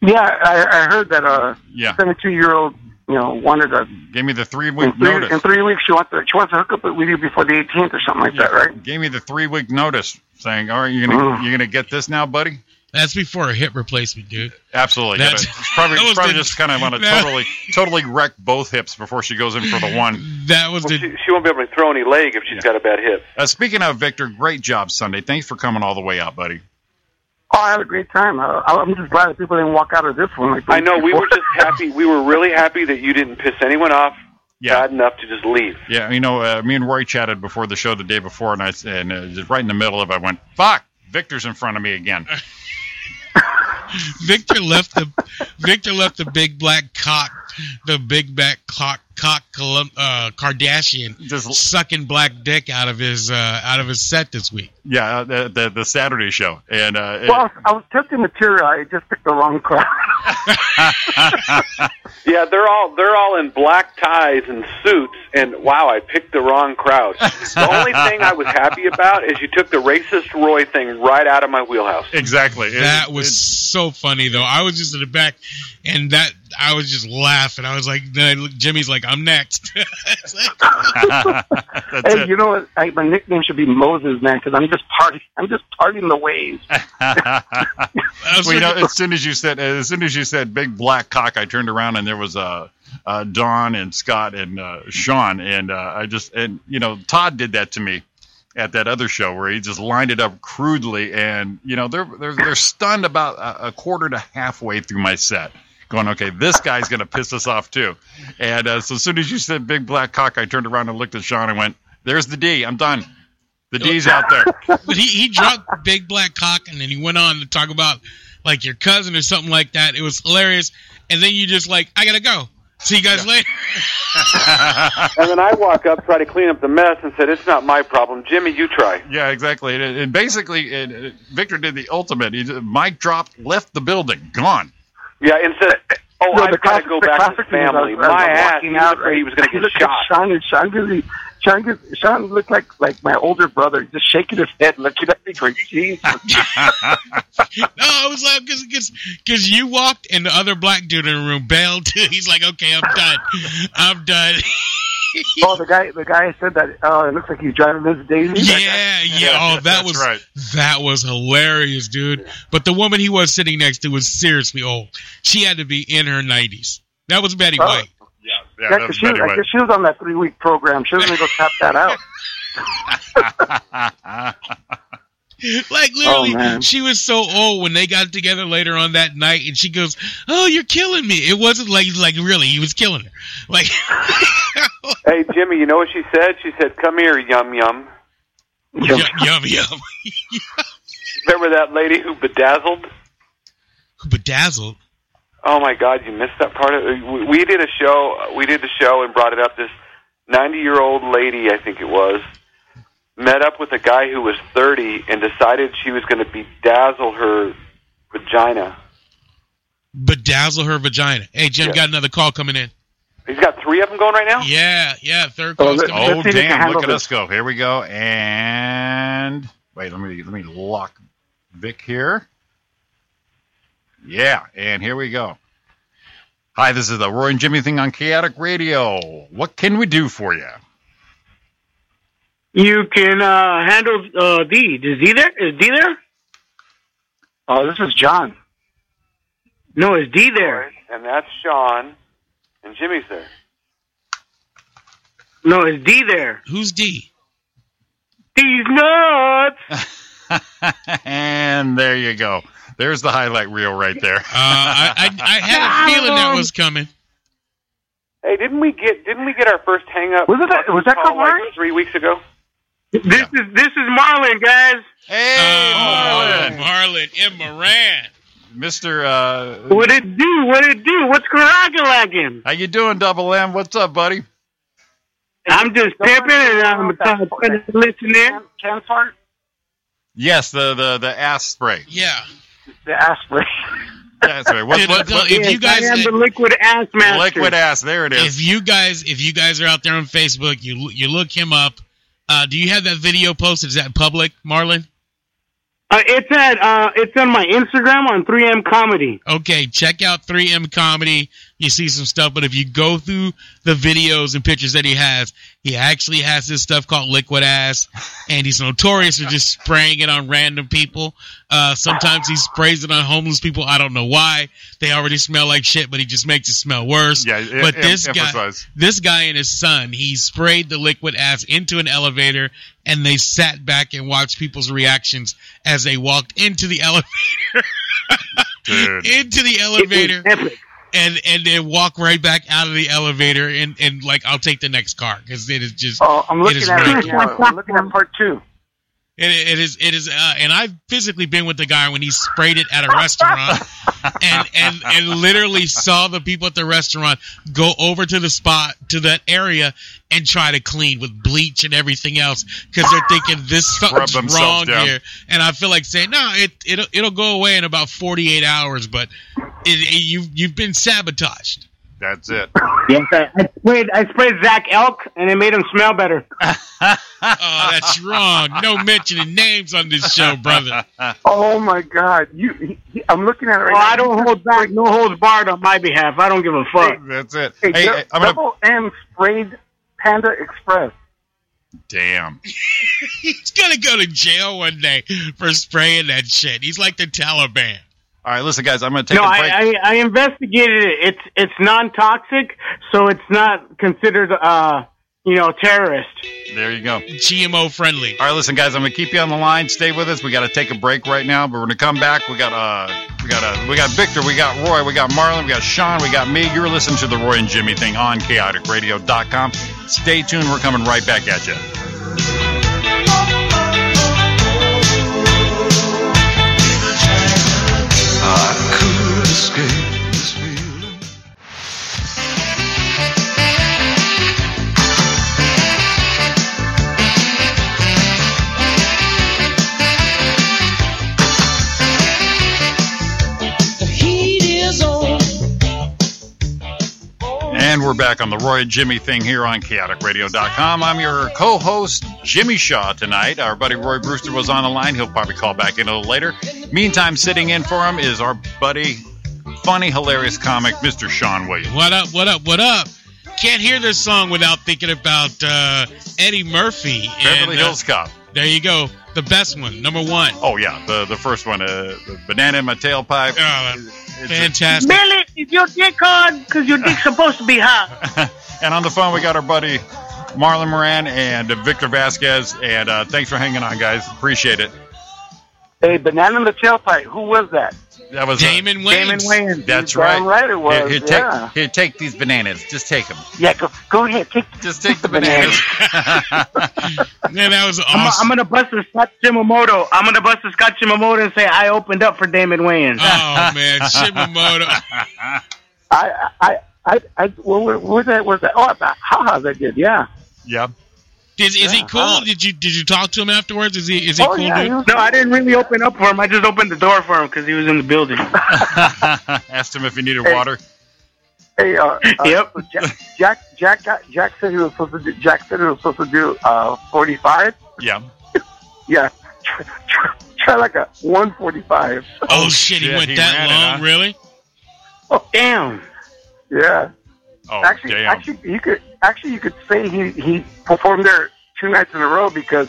Speaker 5: yeah, I, I heard that a
Speaker 1: Yeah.
Speaker 5: 72 year old, you know, wanted a
Speaker 1: Gave me the three
Speaker 5: in
Speaker 1: week
Speaker 5: three, in
Speaker 1: notice.
Speaker 5: three weeks she wants to she wants to hook up with you before the 18th or something like that, right?
Speaker 1: Gave me the three week notice saying, "All right, you're gonna
Speaker 5: Mm.
Speaker 1: you're gonna get this now, buddy."
Speaker 2: That's before a hip replacement, dude.
Speaker 1: Absolutely.
Speaker 2: That's-
Speaker 1: Gotta- it's probably
Speaker 2: that
Speaker 1: it's
Speaker 2: was
Speaker 1: probably
Speaker 2: the-
Speaker 1: just kind of want to
Speaker 2: that-
Speaker 1: totally totally wreck both hips before she goes in for the one.
Speaker 2: That was
Speaker 6: Well,
Speaker 2: the
Speaker 6: she, she won't be able to throw any leg if she's got a bad hip.
Speaker 1: Uh, speaking of Victor, great job Sunday. Thanks for coming all the way out, buddy.
Speaker 5: Oh, I had a great time. Uh, I- I'm just glad that people didn't walk out of this one. Like
Speaker 6: I know we were
Speaker 5: before.
Speaker 6: just happy. We were really happy that you didn't piss anyone off
Speaker 1: Yeah.
Speaker 6: bad enough to just leave.
Speaker 1: Yeah, you know, uh, me and Roy chatted before the show the day before, and I s- and uh, just right in the middle of, it, I went, "Fuck, Victor's in front of me again."
Speaker 2: Victor left the Victor left the big black cock, the big black cock cock Colum- uh, Kardashian
Speaker 1: Just
Speaker 2: sucking black dick out of his uh, out of his set this week.
Speaker 1: yeah, uh, the the, the Saturday show, and uh, it-
Speaker 5: Well, I was, I was testing material. I just picked the wrong crowd.
Speaker 6: Yeah, they're all they're all in black ties and suits, and wow, I picked the wrong crowd. the only thing I was happy about is you took the racist Roy thing right out of my wheelhouse.
Speaker 1: exactly It-
Speaker 2: That was
Speaker 1: it-
Speaker 2: so funny though. I was just in the back, and that I was just laughing. I was like, no, Jimmy's like, I'm next. It's like,
Speaker 1: that's
Speaker 5: hey,
Speaker 1: it.
Speaker 5: you know what? I, my nickname should be Moses, man, because I'm just party. I'm just partying the waves.
Speaker 2: I was
Speaker 1: Well, you know,
Speaker 2: like-
Speaker 1: as soon as you said as soon as you said big black cock, I turned around and there was uh, uh, Don and Scott and uh, Sean, and uh, I just and you know Todd did that to me at that other show where he just lined it up crudely, and you know they're they're, they're stunned about a, a quarter to halfway through my set. Going okay, this guy's gonna piss us off too, and uh, so as soon as you said "big black cock," I turned around and looked at Sean and went, "There's the D. I'm done. The D's out there."
Speaker 2: But he, he dropped Big Black Cock and then he went on to talk about like your cousin or something like that. It was hilarious. And then you just like, I gotta go. See you guys later.
Speaker 6: And then I walk up, try to clean up the mess, and said, "It's not my problem, Jimmy. You try."
Speaker 1: Yeah, exactly. And, and basically, and, uh, Victor did the ultimate. He just, mic dropped, left the building, gone.
Speaker 6: Yeah, and said, Oh,
Speaker 5: No,
Speaker 6: I've got to go back to the
Speaker 5: thing is,
Speaker 6: family.
Speaker 5: as- as
Speaker 6: My
Speaker 5: I'm
Speaker 6: ass,
Speaker 5: walking
Speaker 6: he was afraid he was going
Speaker 5: I
Speaker 6: to get
Speaker 5: look
Speaker 6: shot.
Speaker 5: At Sean and Sean really, Sean, gives- Sean looked like like my older brother, just shaking his head, looking at me going, Jesus.
Speaker 2: No, I was like, because because you walked and the other black dude in the room bailed too. He's like, okay, I'm done, I'm done.
Speaker 5: oh, the guy, the guy said that. Oh, it looks like he's driving Miss Daisy.
Speaker 2: yeah, yeah. Oh, that
Speaker 1: That's
Speaker 2: was
Speaker 1: right.
Speaker 2: that was hilarious, dude. But the woman he was sitting next to was seriously old. She had to be in her nineties. That was Betty
Speaker 5: Oh.
Speaker 2: White.
Speaker 1: Yeah,
Speaker 5: Yeah,
Speaker 1: that
Speaker 5: 'cause
Speaker 1: was
Speaker 5: she, was,
Speaker 1: Betty
Speaker 5: I guess she was on that three week program. She was gonna go tap that out.
Speaker 1: White.
Speaker 2: Like literally,
Speaker 5: Oh, man.
Speaker 2: she was so old when they got together later on that night, and she goes, "Oh, you're killing me." It wasn't like like really, he was killing her. Like
Speaker 6: Hey, Jimmy, you know what she said? She said, "Come here, yum yum."
Speaker 2: yum yum yum.
Speaker 6: Remember that lady who bedazzled?
Speaker 2: Bedazzled.
Speaker 6: Oh my God, you missed that part of. we- We did a show. We did the show and brought it up. This ninety-year-old lady, I think it was, met up with a guy who was thirty and decided she was going to bedazzle her vagina.
Speaker 2: bedazzle her vagina. Hey, Jim,
Speaker 6: Yeah.
Speaker 2: got another call coming in.
Speaker 6: He's got three of them going right now.
Speaker 2: Yeah, yeah, third
Speaker 5: Oh,
Speaker 2: call's
Speaker 5: look-
Speaker 2: coming in.
Speaker 1: oh
Speaker 5: see if you can
Speaker 1: damn!
Speaker 5: handle
Speaker 1: Look at
Speaker 5: this.
Speaker 1: us go. Here we go. And wait, let me let me lock Vic here. Yeah, and here we go. Hi, this is the Roy and Jimmy thing on Chaotic Radio. What can we do for you?
Speaker 7: You can uh, handle uh, D. Is D there? Is D there?
Speaker 5: Oh, this is John.
Speaker 7: No, is D there?
Speaker 6: And that's Sean, and Jimmy's there.
Speaker 7: No, is D there?
Speaker 2: Who's D?
Speaker 7: D's nuts.
Speaker 1: and there you go. There's the highlight reel right there.
Speaker 2: Uh, I, I, I had a feeling that was coming.
Speaker 6: Hey, didn't we get didn't we get our first hang up?
Speaker 5: Wasn't that- was that
Speaker 6: call, like,
Speaker 5: Kamari?
Speaker 6: three weeks ago?
Speaker 7: This is this is Marlon, guys.
Speaker 1: Hey,
Speaker 2: Oh,
Speaker 1: Marlon,
Speaker 2: Marlon and Moran.
Speaker 1: Mister, uh,
Speaker 7: What it do? What it do? What's cracking?
Speaker 1: how you doing, Double M? What's up, buddy?
Speaker 7: I'm just pimping and I'm trying to listen in.
Speaker 5: Can, can fart?
Speaker 1: Yes, the the the ass spray.
Speaker 2: Yeah.
Speaker 5: The aspirin.
Speaker 1: That's right. What,
Speaker 2: Dude,
Speaker 1: what,
Speaker 2: don't-
Speaker 1: what-
Speaker 2: If you guys-
Speaker 7: I am the liquid ass master.
Speaker 1: liquid ass? There it is.
Speaker 2: If you guys, if you guys are out there on Facebook, you you look him up. Uh, do you have that video posted? Is that public, Marlon?
Speaker 7: Uh, it's at uh, it's on my Instagram on 3M Comedy.
Speaker 2: Okay, check out 3M Comedy. You see some stuff, but if you go through the videos and pictures that he has, he actually has this stuff called liquid ass, and he's notorious for just spraying it on random people. Uh, sometimes he sprays it on homeless people. I don't know why. They already smell like shit, but he just makes it smell worse.
Speaker 1: Yeah, em-
Speaker 2: but this
Speaker 1: em-
Speaker 2: guy,
Speaker 1: emphasize.
Speaker 2: this guy and his son, he sprayed the liquid ass into an elevator, and they sat back and watched people's reactions as they walked into the elevator
Speaker 1: Dude.
Speaker 2: into the
Speaker 7: It was
Speaker 2: elevator
Speaker 7: epic.
Speaker 2: and and then walk right back out of the elevator and and like I'll take the next car because it is just
Speaker 5: Oh, I'm
Speaker 2: It
Speaker 5: looking
Speaker 2: is
Speaker 5: at it
Speaker 2: really
Speaker 5: right now. I'm looking at part two.
Speaker 2: it, it is it is uh, and I've physically been with the guy when he sprayed it at a restaurant and and and literally saw the people at the restaurant go over to the spot to that area and try to clean with bleach and everything else because they're thinking this
Speaker 1: Rub
Speaker 2: something's
Speaker 1: themselves
Speaker 2: wrong
Speaker 1: down.
Speaker 2: here and I feel like saying no it it'll it'll go away in about forty eight hours but it, it, you've you've been sabotaged.
Speaker 1: That's it.
Speaker 7: Yes, I, I sprayed I sprayed Zach Elk and it made him smell better.
Speaker 2: Oh, that's wrong. No mentioning names on this show, brother.
Speaker 5: Oh my God! You, he, he, I'm looking at it right
Speaker 7: Oh,
Speaker 5: now.
Speaker 7: I don't hold back, no holds barred on my behalf. I don't give a fuck.
Speaker 1: That's it.
Speaker 5: Hey,
Speaker 1: Hey, hey, I'm gonna.
Speaker 5: double M sprayed Panda Express.
Speaker 1: Damn.
Speaker 2: He's gonna go to jail one day for spraying that shit. He's like the Taliban.
Speaker 1: All right, listen, guys. I'm gonna take
Speaker 7: No,
Speaker 1: a break.
Speaker 7: I, I, I investigated it. It's it's non toxic, so it's not considered uh you know terrorist.
Speaker 1: there you go.
Speaker 2: GMO friendly.
Speaker 1: All right, listen, guys. I'm gonna keep you on the line. Stay with us. We gotta take a break right now, but we're gonna come back. We got uh, we got uh, we got Victor, we got Roy, we got Marlon, we got Sean, we got me. You're listening to the Roy and Jimmy thing on chaoticradio.com. Stay tuned. We're coming right back at you.
Speaker 4: I could escape this feeling.
Speaker 3: The heat is on.
Speaker 1: And we're back on the Roy and Jimmy thing here on chaoticradio.com. I'm your co host, Jimmy Shaw, tonight. Our buddy Roy Brewster was on the line. He'll probably call back in a little later. Meantime, sitting in for him is our buddy, funny, hilarious comic, Mr. Sean Williams.
Speaker 2: What up? What up? What up? Can't hear this song without thinking about uh, Eddie Murphy. and,
Speaker 1: Beverly
Speaker 2: uh,
Speaker 1: Hills Cop.
Speaker 2: there you go. The best one, number one.
Speaker 1: Oh, yeah, the, the first one, uh, the Banana in My Tailpipe.
Speaker 2: Uh,
Speaker 1: It's a-
Speaker 2: fantastic.
Speaker 8: Billy, is your dick hard? Because your dick's supposed to be hard.
Speaker 1: and on the phone, we got our buddy Marlon Moran and Victor Vasquez. And uh, thanks for hanging on, guys. Appreciate it.
Speaker 5: Hey, banana in the tailpipe. Who was that?
Speaker 1: That was uh,
Speaker 2: Damon Wayans.
Speaker 5: Damon Wayans.
Speaker 1: That's right.
Speaker 5: Damn right it was.
Speaker 1: Here, here, take,
Speaker 5: yeah.
Speaker 1: here, take these bananas. Just take them.
Speaker 5: yeah, go, go ahead. Take,
Speaker 1: Just take the bananas.
Speaker 2: Man, that was
Speaker 7: I'm,
Speaker 2: awesome.
Speaker 7: I'm gonna bust a Scott Shimamoto. I'm gonna bust a Scott Shimamoto and say I opened up for Damon Wayans.
Speaker 2: oh man, Shimamoto.
Speaker 5: I, I, I, I, well, where, where that was that? Oh, about haha, that did, yeah.
Speaker 1: yep.
Speaker 2: Is, is he
Speaker 5: Yeah,
Speaker 2: cool?
Speaker 1: Uh-huh.
Speaker 5: wow.
Speaker 2: Did you did you talk to him afterwards? Is he is he
Speaker 5: oh,
Speaker 2: cool?
Speaker 5: yeah.
Speaker 2: dude?
Speaker 5: he was-
Speaker 7: No, I didn't really open up for him. I just opened the door for him because he was in the building.
Speaker 1: Asked him if he needed water.
Speaker 5: Hey, uh, uh,
Speaker 7: Yep.
Speaker 5: so Jack, Jack, Jack, got- Jack said he was supposed to do. Jack said he was supposed to do uh, forty-five.
Speaker 1: Yeah.
Speaker 5: Yeah, try, try, try like a one forty-five.
Speaker 2: Oh shit, he
Speaker 1: shit,
Speaker 2: went
Speaker 1: he
Speaker 2: that
Speaker 1: ran it,
Speaker 2: long,
Speaker 1: huh?
Speaker 2: really?
Speaker 7: Damn.
Speaker 5: Yeah,
Speaker 1: Oh,
Speaker 5: actually,
Speaker 1: damn.
Speaker 5: actually, you could actually you could say he he performed there two nights in a row because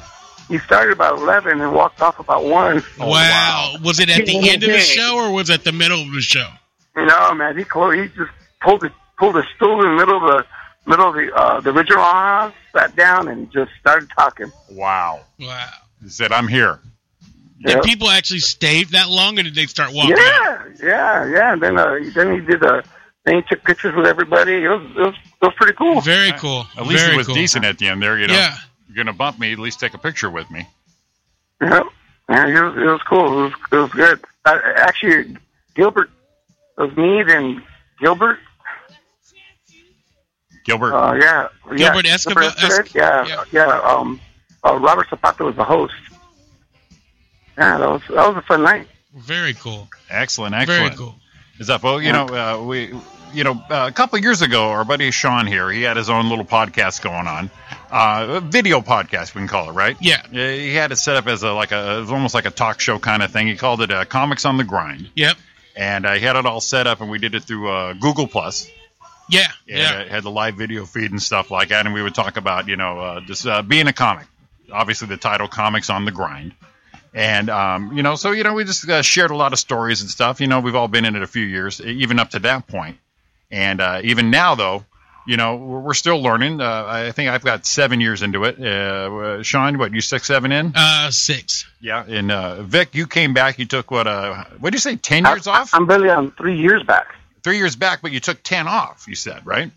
Speaker 5: he started about eleven and walked off about one.
Speaker 1: Oh,
Speaker 2: wow. Was it at the
Speaker 7: Yeah,
Speaker 2: end of the
Speaker 7: yeah.
Speaker 2: show or was it at the middle of the show?
Speaker 5: You know, man, he clo- he just pulled the pulled a stool in the middle of the middle of the uh, the original house, sat down, and just started talking.
Speaker 1: Wow.
Speaker 2: Wow.
Speaker 1: He said, I'm here.
Speaker 5: Yeah.
Speaker 2: Did people actually stay that long or did they start walking? out?
Speaker 5: Yeah, yeah, yeah. And then uh, then he did a then he took pictures with everybody. It was it was, it was pretty cool.
Speaker 2: Very cool.
Speaker 1: At least
Speaker 2: Very
Speaker 1: he was
Speaker 2: cool.
Speaker 1: decent at the end there. You know,
Speaker 2: Yeah.
Speaker 1: you're going to bump me. At least take a picture with me.
Speaker 5: Yeah, yeah, it was it was cool. It was it was good. Uh, actually, Gilbert it was me then Gilbert.
Speaker 1: Gilbert.
Speaker 5: Uh, yeah, yeah,
Speaker 2: Gilbert Escobar- Esc-
Speaker 5: yeah,
Speaker 2: yeah.
Speaker 5: yeah. Um, uh, Robert Zapata was the host. Yeah, that was that was a fun night.
Speaker 2: Very cool.
Speaker 1: excellent. Excellent.
Speaker 2: Very cool.
Speaker 1: Is that well? You know, uh, we, you know, uh, a couple of years ago, our buddy Sean here, he had his own little podcast going on, uh, a video podcast we can call it, right?
Speaker 2: Yeah.
Speaker 1: Yeah, He had it set up as a like a, it was almost like a talk show kind of thing. He called it uh, Comics on the Grind,
Speaker 2: Yep.
Speaker 1: and uh, he had it all set up, and we did it through uh, Google Plus.
Speaker 2: Yeah.
Speaker 1: Yeah,
Speaker 2: Yeah.
Speaker 1: it had the live video feed and stuff like that, and we would talk about you know uh, just uh, being a comic. Obviously, the title "Comics on the Grind," and um, you know, so you know, we just uh, shared a lot of stories and stuff. You know, we've all been in it a few years, e, even up to that point, and uh, even now though. You know, we're we're still learning. Uh, I think I've got seven years into it. Uh, uh, Sean, what you six, seven in?
Speaker 2: Uh six.
Speaker 1: Yeah. And uh, Vic, you came back. You took what? Uh, what did you say? Ten
Speaker 5: I-
Speaker 1: years off?
Speaker 5: I'm barely on three years back.
Speaker 1: Three years back, but you took ten off. You said right?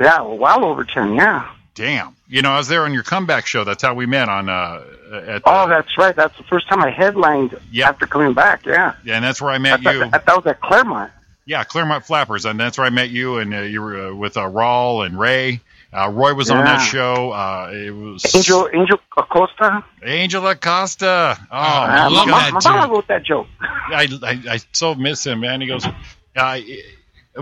Speaker 5: Yeah, well over ten. Yeah.
Speaker 1: Damn. You know, I was there on your comeback show. That's how we met on uh at the,
Speaker 5: Oh, that's right. That's the first time I headlined
Speaker 1: Yeah.
Speaker 5: after coming back. Yeah,
Speaker 1: and that's where I
Speaker 5: I
Speaker 1: met
Speaker 5: thought,
Speaker 1: you.
Speaker 5: I thought it was at Claremont.
Speaker 1: yeah, Claremont Flappers, and that's where I met you. And uh, you were uh, with uh, Rawl and Ray. Uh, Roy was on that
Speaker 5: Yeah.
Speaker 1: show. Uh, it was
Speaker 5: Angel Angel Acosta.
Speaker 1: Angel Acosta. Oh,
Speaker 5: Uh, my
Speaker 2: love
Speaker 5: mom,
Speaker 2: that
Speaker 5: my mama
Speaker 2: dude.
Speaker 5: wrote that joke.
Speaker 1: I, I I so miss him, man. He goes. Uh,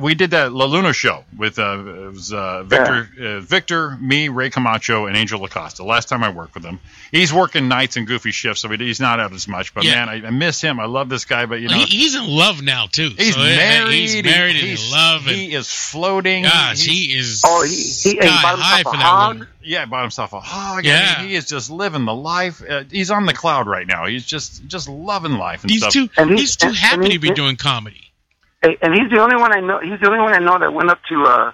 Speaker 1: we did that La Luna show with uh, it was uh, Victor, uh, Victor, me, Ray Camacho, and Angel Acosta. Last time I worked with him, he's working nights and goofy shifts, so he- he's not out as much. But
Speaker 2: Yeah.
Speaker 1: man, I, I miss him. I love this guy, but you know,
Speaker 2: he, he's in love now too.
Speaker 1: he's,
Speaker 2: So, yeah, man,
Speaker 1: married,
Speaker 2: He's married and in
Speaker 1: he's-
Speaker 2: love and
Speaker 1: He is floating.
Speaker 2: gosh,
Speaker 1: He's-
Speaker 2: he is
Speaker 5: Oh, he, he
Speaker 2: sky
Speaker 5: and bought
Speaker 2: high
Speaker 5: himself
Speaker 2: for
Speaker 5: a
Speaker 2: that
Speaker 5: hog.
Speaker 2: woman.
Speaker 1: yeah, bought himself a hog.
Speaker 2: Yeah.
Speaker 1: I mean, he is just living the life. Uh, he's on the cloud right now. He's just just loving life and
Speaker 2: He's
Speaker 1: stuff.
Speaker 2: too
Speaker 5: And he-
Speaker 2: he's too
Speaker 5: and-
Speaker 2: happy
Speaker 5: and
Speaker 2: to
Speaker 5: he-
Speaker 2: be doing comedy.
Speaker 5: Hey, and he's the only one I know. He's the only one I know that went up to uh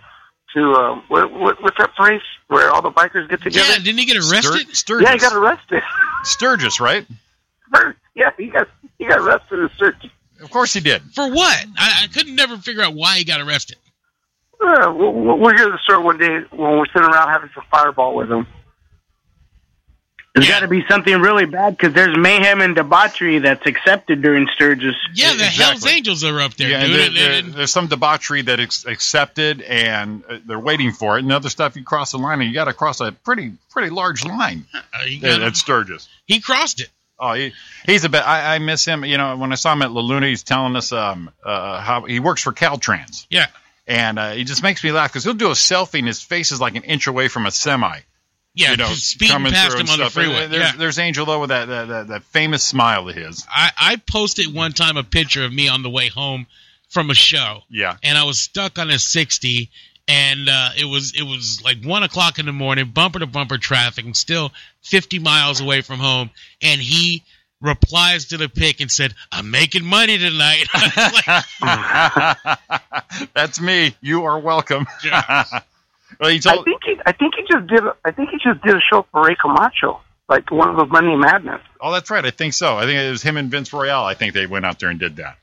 Speaker 5: to uh, what, what, what's that place where all the bikers get
Speaker 2: Yeah,
Speaker 5: together?
Speaker 2: didn't he get arrested?
Speaker 1: Stur- Sturgis.
Speaker 5: yeah he got arrested.
Speaker 1: Sturgis, right?
Speaker 5: yeah, he got he got arrested in search.
Speaker 1: Of course he did.
Speaker 2: For what? I, I couldn't never figure out why he got arrested.
Speaker 5: Uh, we'll, we'll we'll hear the story one day when we're sitting around having some fireball with him.
Speaker 7: There's got to be something really bad because there's mayhem and debauchery that's accepted during Sturgis.
Speaker 2: Yeah, the
Speaker 1: Exactly.
Speaker 2: Hell's Angels are up there,
Speaker 1: yeah,
Speaker 2: dude.
Speaker 1: and there-
Speaker 2: And-
Speaker 1: there-
Speaker 2: and-
Speaker 1: there's some debauchery that is accepted, and uh, they're waiting for it. And other stuff, you cross the line, and you got to cross a pretty pretty large line
Speaker 2: uh, he,
Speaker 1: at,
Speaker 2: got-
Speaker 1: at Sturgis.
Speaker 2: he crossed it.
Speaker 1: Oh, he, he's a bit. I, I miss him. You know, when I saw him at La Luna, he's telling us um, uh, how he works for Caltrans.
Speaker 2: Yeah.
Speaker 1: and uh, he just makes me laugh because he'll do a selfie and his face is like an inch away from a semi.
Speaker 2: Yeah,
Speaker 1: you know,
Speaker 2: just speeding
Speaker 1: coming
Speaker 2: past
Speaker 1: through
Speaker 2: him
Speaker 1: and
Speaker 2: on the
Speaker 1: stuff. And
Speaker 2: freeway.
Speaker 1: There's,
Speaker 2: Yeah.
Speaker 1: there's Angel Lowe with that, that, that, that famous smile of his.
Speaker 2: I, I posted one time a picture of me on the way home from a show,
Speaker 1: Yeah,
Speaker 2: and I was stuck on a sixty, and uh, it was it was like one o'clock in the morning, bumper to bumper traffic, and still fifty miles away from home, and he replies to the pic and said, "I'm making money tonight." I was like,
Speaker 1: that's me. You are welcome. well, he
Speaker 5: I
Speaker 1: told,
Speaker 5: think he, I think he just did. a- I think he just did a show for Ray Camacho, like one of those Money Madness.
Speaker 1: oh, that's right. I think so. I think it was him and Vince Royale. I think they went out there and did that.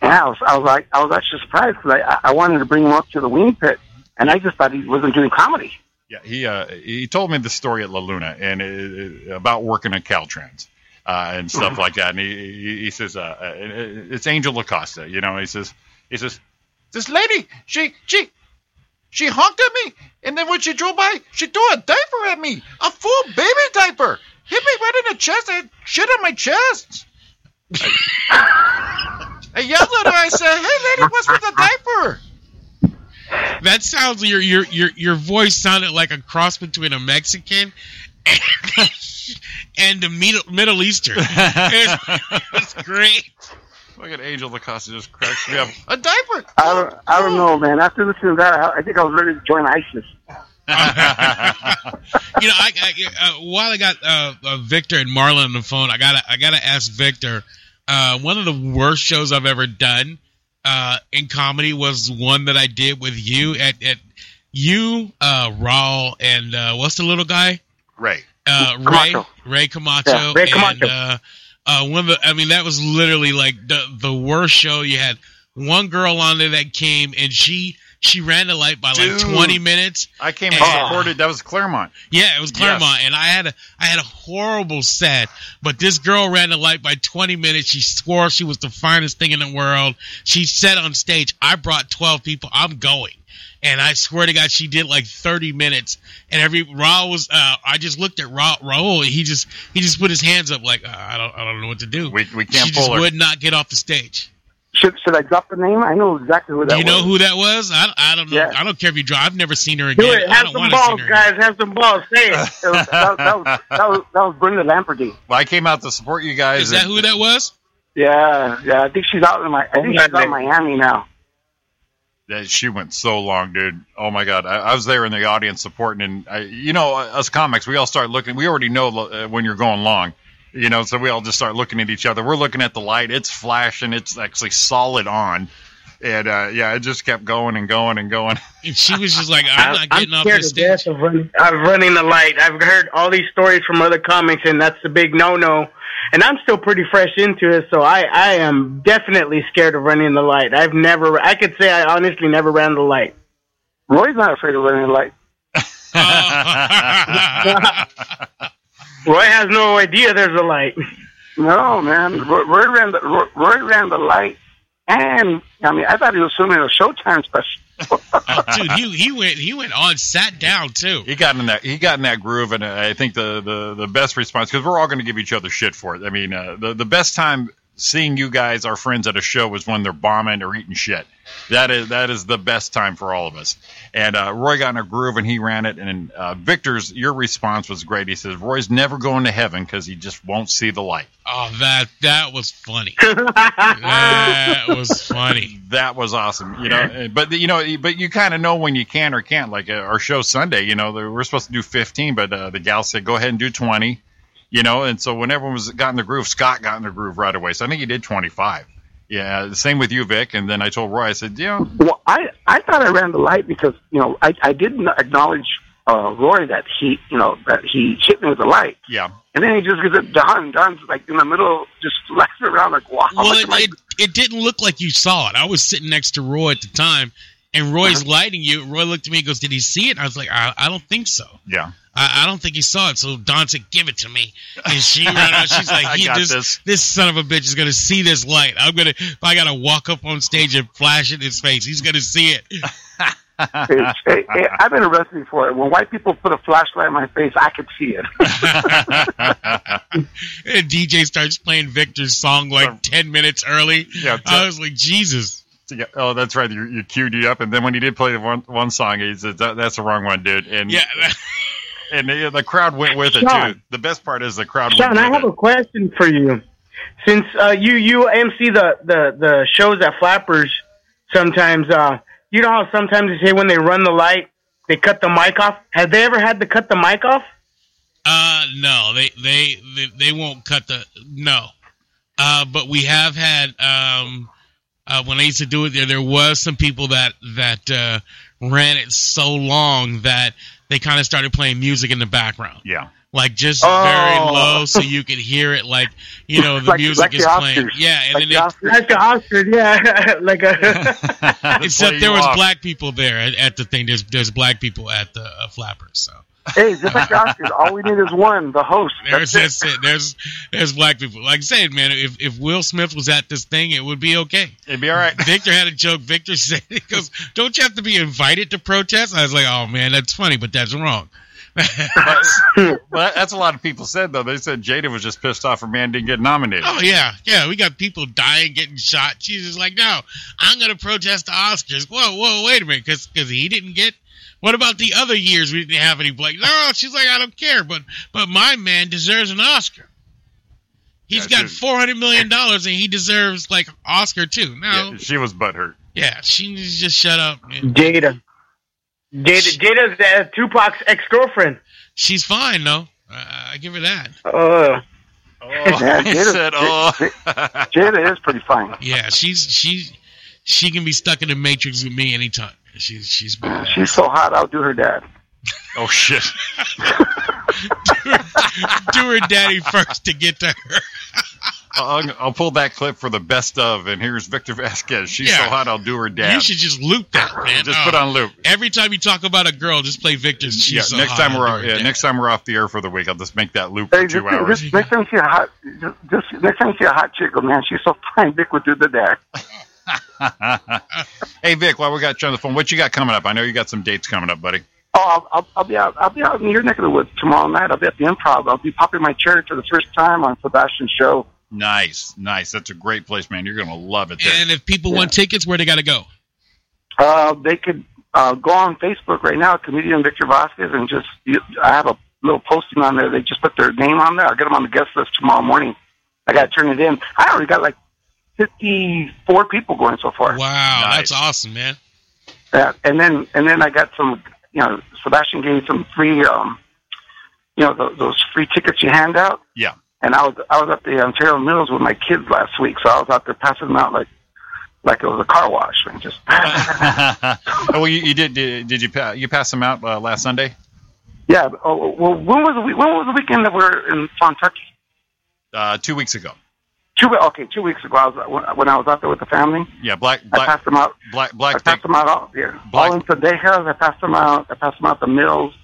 Speaker 5: And I was, I was like, I was actually surprised because I, I wanted to bring him up to the wing pit, and I just thought he wasn't doing comedy.
Speaker 1: Yeah, he uh, he told me the story at La Luna and it, it- about working at Caltrans uh, and stuff like that. And he he, he says uh, uh, it's Angel Lacosta, you know. He says he says this lady she she she honked at me, and then when she drove by, she threw a diaper at me, a full baby diaper, hit me right in the chest. I had shit on my chest. I yelled at her. I said, "Hey, lady, what's with the diaper?"
Speaker 2: that sounds your your your your voice sounded like a cross between a Mexican and, and a Middle, Middle Eastern. It's, it's great.
Speaker 1: Look at Angel Lacosta just cracks me up. A diaper.
Speaker 5: I don't, I don't know, man. After listening to that, I, I think I was ready to join ISIS.
Speaker 2: you know, I, I uh, while I got uh, uh, Victor and Marlon on the phone, I gotta I gotta ask Victor. Uh, one of the worst shows I've ever done uh, in comedy was one that I did with you at, at you, uh, Raul, and uh, what's the little guy?
Speaker 1: Ray.
Speaker 2: Uh, Ray
Speaker 5: Camacho.
Speaker 2: Ray Camacho.
Speaker 5: Yeah, Ray
Speaker 2: And,
Speaker 5: Camacho.
Speaker 2: uh, uh, one of the, I mean, that was literally like the the worst show. You had one girl on there that came and she she ran the light by
Speaker 1: Dude.
Speaker 2: like twenty minutes.
Speaker 1: I came and
Speaker 2: Oh.
Speaker 1: supported. That was Claremont.
Speaker 2: Yeah, it was Claremont,
Speaker 1: Yes.
Speaker 2: and I had a I had a horrible set. But this girl ran the light by 20 minutes. She swore she was the finest thing in the world. She said on stage, "I brought 12 people. I'm going." And I swear to God, she did like 30 minutes. And every Raul was, uh, I just looked at Ra- Raul. And he just he just put his hands up like uh, I don't I don't know what to do.
Speaker 1: We, we
Speaker 2: she
Speaker 1: can't
Speaker 2: just
Speaker 1: pull her.
Speaker 2: would not get off the stage.
Speaker 5: Should, should I drop the name? I know exactly who that
Speaker 2: Do you know
Speaker 5: was.
Speaker 2: who that was? I, I don't know.
Speaker 5: Yeah.
Speaker 2: I don't care if you draw. I've never seen her again.
Speaker 8: Do it.
Speaker 2: I
Speaker 8: Have
Speaker 2: don't
Speaker 8: some
Speaker 2: want to see her
Speaker 8: balls,
Speaker 2: again.
Speaker 8: guys. Have some balls. Say it.
Speaker 5: It was- that, that, was, that was that was Brenda Lampardy.
Speaker 1: Well, I came out to support you guys.
Speaker 2: Is that
Speaker 1: and-
Speaker 2: who that was?
Speaker 5: Yeah, yeah. I think she's out in my. I think she's out in Miami now.
Speaker 1: that she went so long, dude. Oh my god, I, I was there in the audience supporting, and I, you know, uh, us comics, we all start looking. We already know uh, when you're going long, you know, so we all just start looking at each other. We're looking at the light; it's flashing, it's actually solid on, and uh, yeah, it just kept going and going and going.
Speaker 2: And she was just like, I'm not getting off
Speaker 7: scared
Speaker 2: the
Speaker 7: to
Speaker 2: stage.
Speaker 7: death of running, of running the light. I've heard all these stories from other comics, and that's the big no-no. And I'm still pretty fresh into it, so I, I am definitely scared of running the light. I've never, I could say I honestly never ran the light.
Speaker 5: Roy's not afraid of running light.
Speaker 7: Roy has no idea there's a light.
Speaker 5: No, man. Roy, Roy ran the Roy, Roy ran the light, and I mean, I thought he was filming a Showtime special.
Speaker 2: Oh, dude, he, he went he went on, sat down too.
Speaker 1: he got in that he got in that groove, and I think the the, the best response because we're all going to give each other shit for it. I mean, uh, the the best time seeing you guys, our friends at a show, was when they're bombing or eating shit. That is that is the best time for all of us. And uh, Roy got in a groove and he ran it. And uh, Victor's your response was great. He says Roy's never going to heaven because he just won't see the light.
Speaker 2: Oh, that that was funny. that was funny.
Speaker 1: That was awesome, you know. uh, But you know, but you kind of know when you can or can't. Like uh, our show Sunday, you know, there- we're supposed to do 15, but uh, the gal said go ahead and do 20, you know. And so when everyone was got in the groove, Scott got in the groove right away. So I think he did 25. Yeah, the same with you, Vic. And then I told Roy, I said, you know,
Speaker 5: Well, I I thought I ran the light because you know I I didn't acknowledge uh, Roy that he you know that he hit me with the light.
Speaker 1: yeah,
Speaker 5: And then he just gets it done. Don's like in the middle, just laughing around like, wow.
Speaker 2: Well,
Speaker 5: look
Speaker 2: it,
Speaker 5: at my-
Speaker 2: it it didn't look like you saw it. I was sitting next to Roy at the time, and Roy's lighting you. Roy looked at me, and goes, "Did he see it?" I was like, "I, I don't think so.
Speaker 1: yeah.
Speaker 2: I, I don't think he saw it." So Don said, "Give it to me," and she ran out. She's like,
Speaker 1: I
Speaker 2: he,
Speaker 1: got
Speaker 2: this,
Speaker 1: this.
Speaker 2: this son of a bitch is gonna see this light. I'm gonna. I gotta walk up on stage and flash it in his face. He's gonna see it."
Speaker 5: Hey, hey, hey, I've been arrested before. When white people put a flashlight in my face, I could see it.
Speaker 2: And DJ starts playing Victor's song like
Speaker 1: Um,
Speaker 2: ten minutes early.
Speaker 1: Yeah,
Speaker 2: I was like, Jesus.
Speaker 1: So, yeah, oh, that's right. You, you queued you up, and then when he did play the one, one song, he said, that, "That's the wrong one, dude." And
Speaker 2: Yeah,
Speaker 1: and the, the crowd went with it too.
Speaker 7: Sean.
Speaker 1: The best part is the crowd
Speaker 7: Sean, I
Speaker 1: went with
Speaker 7: have a question for you. Since uh, you you MC the, the, the shows at Flappers, sometimes uh, you know how sometimes they say when they run the light they cut the mic off. Have they ever had to cut the mic off?
Speaker 2: Uh, no, they, they they they won't cut the no. Uh, but we have had um, uh, when I used to do it there, there was some people that that uh, ran it so long that they kind of started playing music in the background,
Speaker 1: it. Yeah,
Speaker 2: like just
Speaker 7: Oh.
Speaker 2: very low, so you could hear it. Like you know, the
Speaker 5: Like-
Speaker 2: music
Speaker 5: like
Speaker 2: is
Speaker 5: the
Speaker 2: playing.
Speaker 5: Oscars.
Speaker 2: Yeah, and
Speaker 5: Like
Speaker 2: then they
Speaker 5: the Oscars.
Speaker 7: Like a ostrich, yeah, like a.
Speaker 1: Let's play
Speaker 2: Except there
Speaker 1: you
Speaker 2: was
Speaker 1: off.
Speaker 2: black people there at, at the thing. There's there's black people at the uh, flappers. So
Speaker 5: Hey, just like the Oscars, all we need is one, the host.
Speaker 2: there's
Speaker 5: That's it.
Speaker 2: that's it. There's there's black people. Like I said, man, if if Will Smith was at this thing, it would be okay.
Speaker 1: It'd be all right.
Speaker 2: Victor had a joke. Victor said, "He goes, don't you have to be invited to protest?" I was like, "Oh man, that's funny, but that's wrong."
Speaker 1: But, but that's a lot of people said though. They said Jada was just pissed off her man didn't get nominated.
Speaker 2: oh yeah, yeah, we got people dying, getting shot. She's just like, "No, I'm gonna protest the Oscars." Whoa, whoa, wait a minute, because he didn't get. What about the other years we didn't have any black? No, she's like, "I don't care," but but my man deserves an Oscar. He's
Speaker 1: Yeah,
Speaker 2: got
Speaker 1: she-
Speaker 2: four hundred million dollars, and he deserves like Oscar too. No,
Speaker 1: Yeah, she was butthurt.
Speaker 2: yeah, she needs to just shut up. man.
Speaker 7: Jada. Jada, Jada's uh, Tupac's ex-girlfriend.
Speaker 2: She's fine though. Uh, I give her that.
Speaker 7: Uh,
Speaker 1: Oh,
Speaker 5: Yeah,
Speaker 1: he
Speaker 5: Jada-
Speaker 1: said, "Oh."
Speaker 5: Jada is pretty fine.
Speaker 2: Yeah, she's she she can be stuck in the matrix with me anytime. She's she's badass.
Speaker 5: She's so hot, I'll do her dad.
Speaker 1: oh shit.
Speaker 2: do her daddy first to get to her.
Speaker 1: I'll, I'll pull that clip for the best of, and here's Victor Vasquez. She's so
Speaker 2: Yeah.
Speaker 1: hot, I'll do her
Speaker 2: You
Speaker 1: dad.
Speaker 2: should just loop that, man.
Speaker 1: just
Speaker 2: Oh.
Speaker 1: put on loop.
Speaker 2: every time you talk about a girl, just play Victor's. She's
Speaker 1: yeah,
Speaker 2: so
Speaker 1: next
Speaker 2: hot,
Speaker 1: time
Speaker 2: I'll
Speaker 1: we're
Speaker 2: do
Speaker 1: off,
Speaker 2: her
Speaker 1: yeah,
Speaker 2: dad.
Speaker 1: next time we're off the air for the week, I'll just make that loop
Speaker 5: Hey,
Speaker 1: for two
Speaker 5: just,
Speaker 1: hours.
Speaker 5: just next time she a hot, just, just next time she a hot chick, oh, man, she's so fine. Dick would do the dad.
Speaker 1: hey Vic, while we got you on the phone, what you got coming up? I know you got some dates coming up, buddy.
Speaker 5: Oh, I'll, I'll, I'll be out. I'll be out in your neck of the woods tomorrow night. I'll be at the Improv. I'll be popping my cherry for the first time on Sebastian's show.
Speaker 1: Nice, nice. That's a great place, man. You're gonna love it there.
Speaker 2: And if people want tickets, where they gotta go?
Speaker 5: Uh, they could uh, go on Facebook right now, comedian Victor Vasquez, and just you, I have a little posting on there. They just put their name on there. I'll get them on the guest list tomorrow morning. I got to turn it in. I already got like fifty-four people going so far.
Speaker 2: Wow,
Speaker 1: Nice.
Speaker 2: that's awesome, man.
Speaker 5: Yeah, Uh, and then and then I got some, you know, Sebastian gave some free, um, you know, those, those free tickets you hand out.
Speaker 1: Yeah.
Speaker 5: And I was I was at the Ontario Mills with my kids last week, so I was out there passing them out like like it was a car wash and just.
Speaker 1: well, you, you did, did. Did you pa- you pass them out uh, last Sunday?
Speaker 5: yeah. Oh, well, when was the week, when was the weekend that we were in Fontucky?
Speaker 1: Uh, two weeks ago.
Speaker 5: Two we- okay, two weeks ago. I was when, when I was out there with the family.
Speaker 1: Yeah, black
Speaker 5: I
Speaker 1: black
Speaker 5: passed them out.
Speaker 1: black
Speaker 5: I
Speaker 1: black.
Speaker 5: passed
Speaker 1: Thing.
Speaker 5: them out all yeah,
Speaker 1: Black-
Speaker 5: all in Sendejas. I passed them out. I passed them out the mills,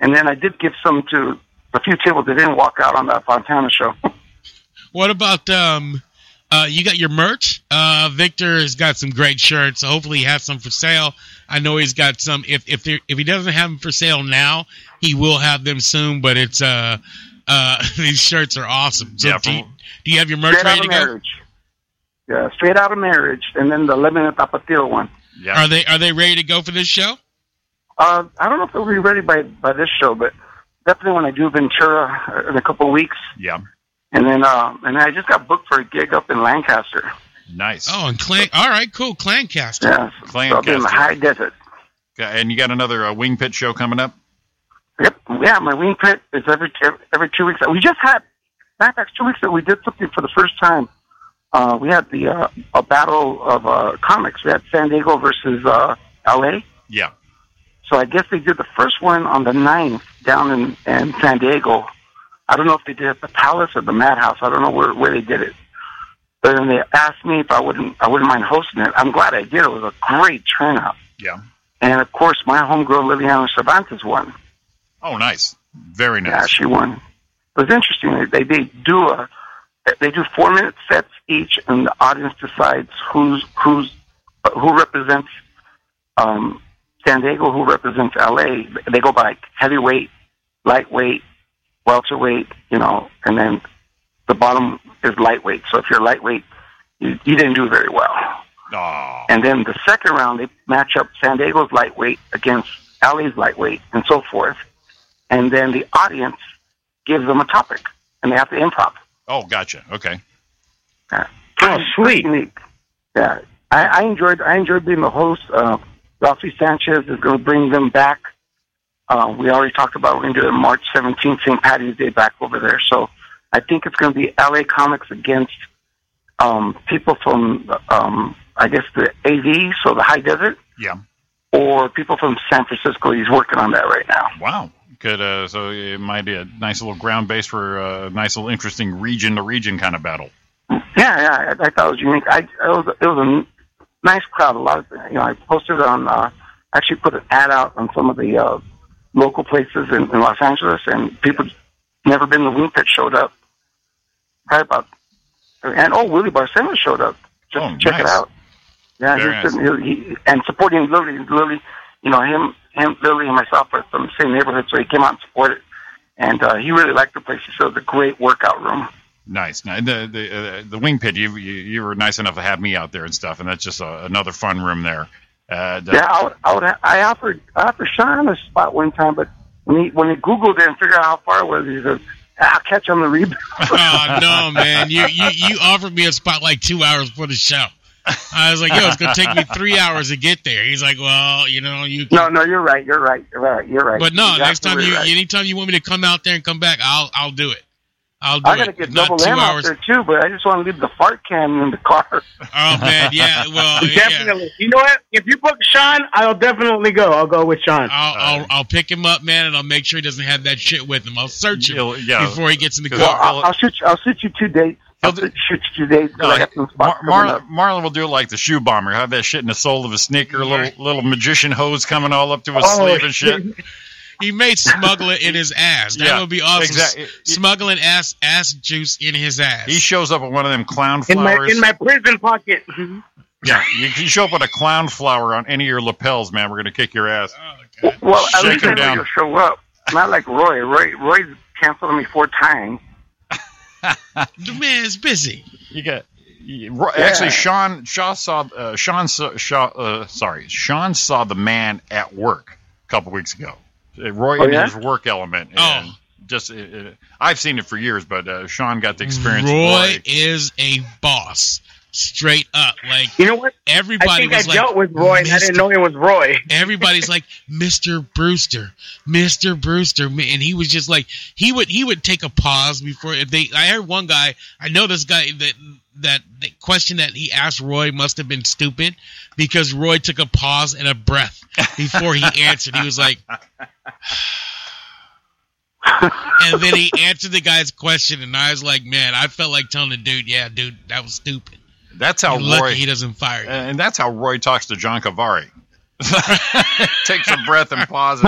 Speaker 5: and then I did give some to a few people that didn't walk out on that Fontana show.
Speaker 2: What about um? Uh, you got your merch. Uh, Victor has got some great shirts. Hopefully, he has some for sale. I know he's got some. If if there, if he doesn't have them for sale now, he will have them soon. But it's uh, uh, these shirts are awesome. So
Speaker 1: Yeah,
Speaker 2: do,
Speaker 1: from-
Speaker 2: you, do you have your merch
Speaker 5: straight out
Speaker 2: ready to
Speaker 5: of
Speaker 2: go?
Speaker 5: marriage. Yeah, straight out of marriage, and then the lemon and tapatio one.
Speaker 1: Yeah,
Speaker 2: Are they are they ready to go for this show?
Speaker 5: Uh, I don't know if it'll be ready by by this show, but definitely when I do Ventura in a couple of weeks,
Speaker 1: yeah.
Speaker 5: and then uh, and I just got booked for a gig up in Lancaster.
Speaker 1: Nice.
Speaker 2: Oh, and Clan. All right, cool. Clancaster.
Speaker 5: Yeah, so I'll be
Speaker 1: Lancaster.
Speaker 5: in the high desert.
Speaker 1: Okay, and you got another uh, wing pit show coming up.
Speaker 5: Yep. Yeah, my wing print is every every two weeks. We just had, matter of fact, two weeks ago, we did something for the first time. Uh, we had the uh, a battle of uh, comics. We had San Diego versus uh, L.A.
Speaker 1: Yeah.
Speaker 5: So I guess they did the first one on the ninth down in, in San Diego. I don't know if they did it at the Palace or the Madhouse. I don't know where where they did it. But then they asked me if I wouldn't I wouldn't mind hosting it. I'm glad I did. It was a great turnout.
Speaker 1: Yeah.
Speaker 5: And of course, my homegirl Liliana Cervantes won.
Speaker 1: Oh, nice. Very
Speaker 5: Yeah,
Speaker 1: nice.
Speaker 5: she won. It was interesting. They they do a they do four minute sets each, and the audience decides who's who's uh, who represents um, San Diego, who represents L.A. They go by like heavyweight, lightweight, welterweight, you know, and then the bottom is lightweight. So if you're lightweight, you, you didn't do very well.
Speaker 1: Oh,
Speaker 5: And then the second round, they match up San Diego's lightweight against LA's lightweight and so forth. And then the audience gives them a topic and they have to improv. Uh,
Speaker 1: oh, gotcha. Okay.
Speaker 7: Oh, sweet.
Speaker 5: Unique. Yeah. I, I enjoyed I enjoyed being the host. Uh, Ralphie Sanchez is going to bring them back. Uh, we already talked about we're going to do it March 17th, St. Patty's Day, back over there. So I think it's going to be LA Comics against um, people from, um, I guess, the AV, so the High Desert.
Speaker 1: Yeah.
Speaker 5: or people from San Francisco. He's working on that right now.
Speaker 1: Wow. Good. Uh, so it might be a nice little ground base for uh, a nice little interesting region to region kind of battle.
Speaker 5: Yeah, yeah, I, I thought it was unique. I it was it was a n- nice crowd. A lot of you know, I posted on uh, actually put an ad out on some of the uh, local places in, in Los Angeles, and people never been to Wingpit showed up. Probably about and oh, Willie Barcena showed up. Just
Speaker 1: Oh,
Speaker 5: check it
Speaker 1: nice.
Speaker 5: out. Yeah,
Speaker 1: Very
Speaker 5: he's been- he, he, and supporting Lily, Lily, you know him, him, Lily, and myself are from the same neighborhood, so he came out and supported. And uh, he really liked the place. He said it was a great workout room.
Speaker 1: Nice. Now, The the uh, the wing pit. You, you you were nice enough to have me out there and stuff, and that's just a, another fun room there. Uh, the-
Speaker 5: Yeah, I, would, I, would, ha- I offered I offered Sean a spot one time, but when he when he Googled it and figured out how far it was, he said, "I'll catch on the rebound."
Speaker 2: Oh no, man! You you you offered me a spot like two hours before the show. I was like, yo, it's gonna take me three hours to get there. He's like, well, you know, you.
Speaker 5: no, no, you're right, you're right, you're right, you're right.
Speaker 2: But no,
Speaker 5: You're
Speaker 2: next time
Speaker 5: absolutely
Speaker 2: you,
Speaker 5: right.
Speaker 2: anytime you want me to come out there and come back, I'll I'll do it. I'll do
Speaker 5: I gotta
Speaker 2: it.
Speaker 5: get
Speaker 2: Not
Speaker 5: double
Speaker 2: two
Speaker 5: M out
Speaker 2: hours.
Speaker 5: there too, but I just want to leave the fart can in the car.
Speaker 2: Oh man, yeah. Well, Oh, yeah.
Speaker 7: Definitely. You know what? If you book Sean, I'll definitely go. I'll go with Sean.
Speaker 2: I'll, I'll I'll pick him up, man, and I'll make sure he doesn't have that shit with him. I'll search him
Speaker 1: You'll- yeah.
Speaker 2: before he gets in the
Speaker 1: Well,
Speaker 2: car.
Speaker 5: I'll, I'll shoot you. I'll shoot you two dates. I'll
Speaker 1: He'll do-
Speaker 5: shoot you two dates. 'cause I got some spots
Speaker 1: Mar-
Speaker 5: coming
Speaker 1: Marlon,
Speaker 5: up.
Speaker 1: Marlon will do it like the shoe bomber. Have that shit in the sole of his sneaker, little little magician hose coming all up to his
Speaker 7: Oh,
Speaker 1: sleeve and shit.
Speaker 2: He may smuggle it in his ass. That
Speaker 1: Yeah,
Speaker 2: would be awesome.
Speaker 1: exactly.
Speaker 2: S- Smuggling ass ass juice in his ass.
Speaker 1: He shows up with one of them clown
Speaker 7: in my
Speaker 1: flowers.
Speaker 7: in my prison pocket.
Speaker 1: yeah, you, you show up with a clown flower on any of your lapels, man. We're gonna kick your ass.
Speaker 2: oh, God.
Speaker 5: W- Well, at
Speaker 1: Shake
Speaker 5: least
Speaker 1: him
Speaker 5: I know
Speaker 1: down.
Speaker 5: you'll show up. Not like Roy. Roy, Roy's canceled on me four times.
Speaker 2: The man's busy.
Speaker 1: You got. you- Ro- Actually, Sean Shaw saw uh, Sean saw, Shaw, uh, sorry Sean saw the man at work a couple weeks ago. Uh, Roy
Speaker 5: Oh,
Speaker 1: in
Speaker 5: yeah?
Speaker 1: his work element. And
Speaker 2: Oh.
Speaker 1: just uh, uh, I've seen it for years, but uh, Sean got the experience. of
Speaker 2: Roy is a boss, straight up. Like
Speaker 7: You know what? I
Speaker 2: everybody
Speaker 7: think I
Speaker 2: was like,
Speaker 7: dealt with Roy. and I didn't
Speaker 2: "Mr.
Speaker 7: know it was Roy.
Speaker 2: Everybody's like Mr. Brewster, Mr. Brewster, and he was just like he would he would take a pause before if they. I heard one guy. I know this guy that that the question that he asked Roy must have been stupid because Roy took a pause and a breath before he answered. He was like. and then he answered the guy's question, and I was like, "Man, I felt like telling the dude, yeah, dude, that was stupid.
Speaker 1: That's how
Speaker 2: You're lucky
Speaker 1: Oh, Roy.
Speaker 2: he doesn't fire you."
Speaker 1: and that's how Roy talks to John Cavari. Takes a breath and pauses.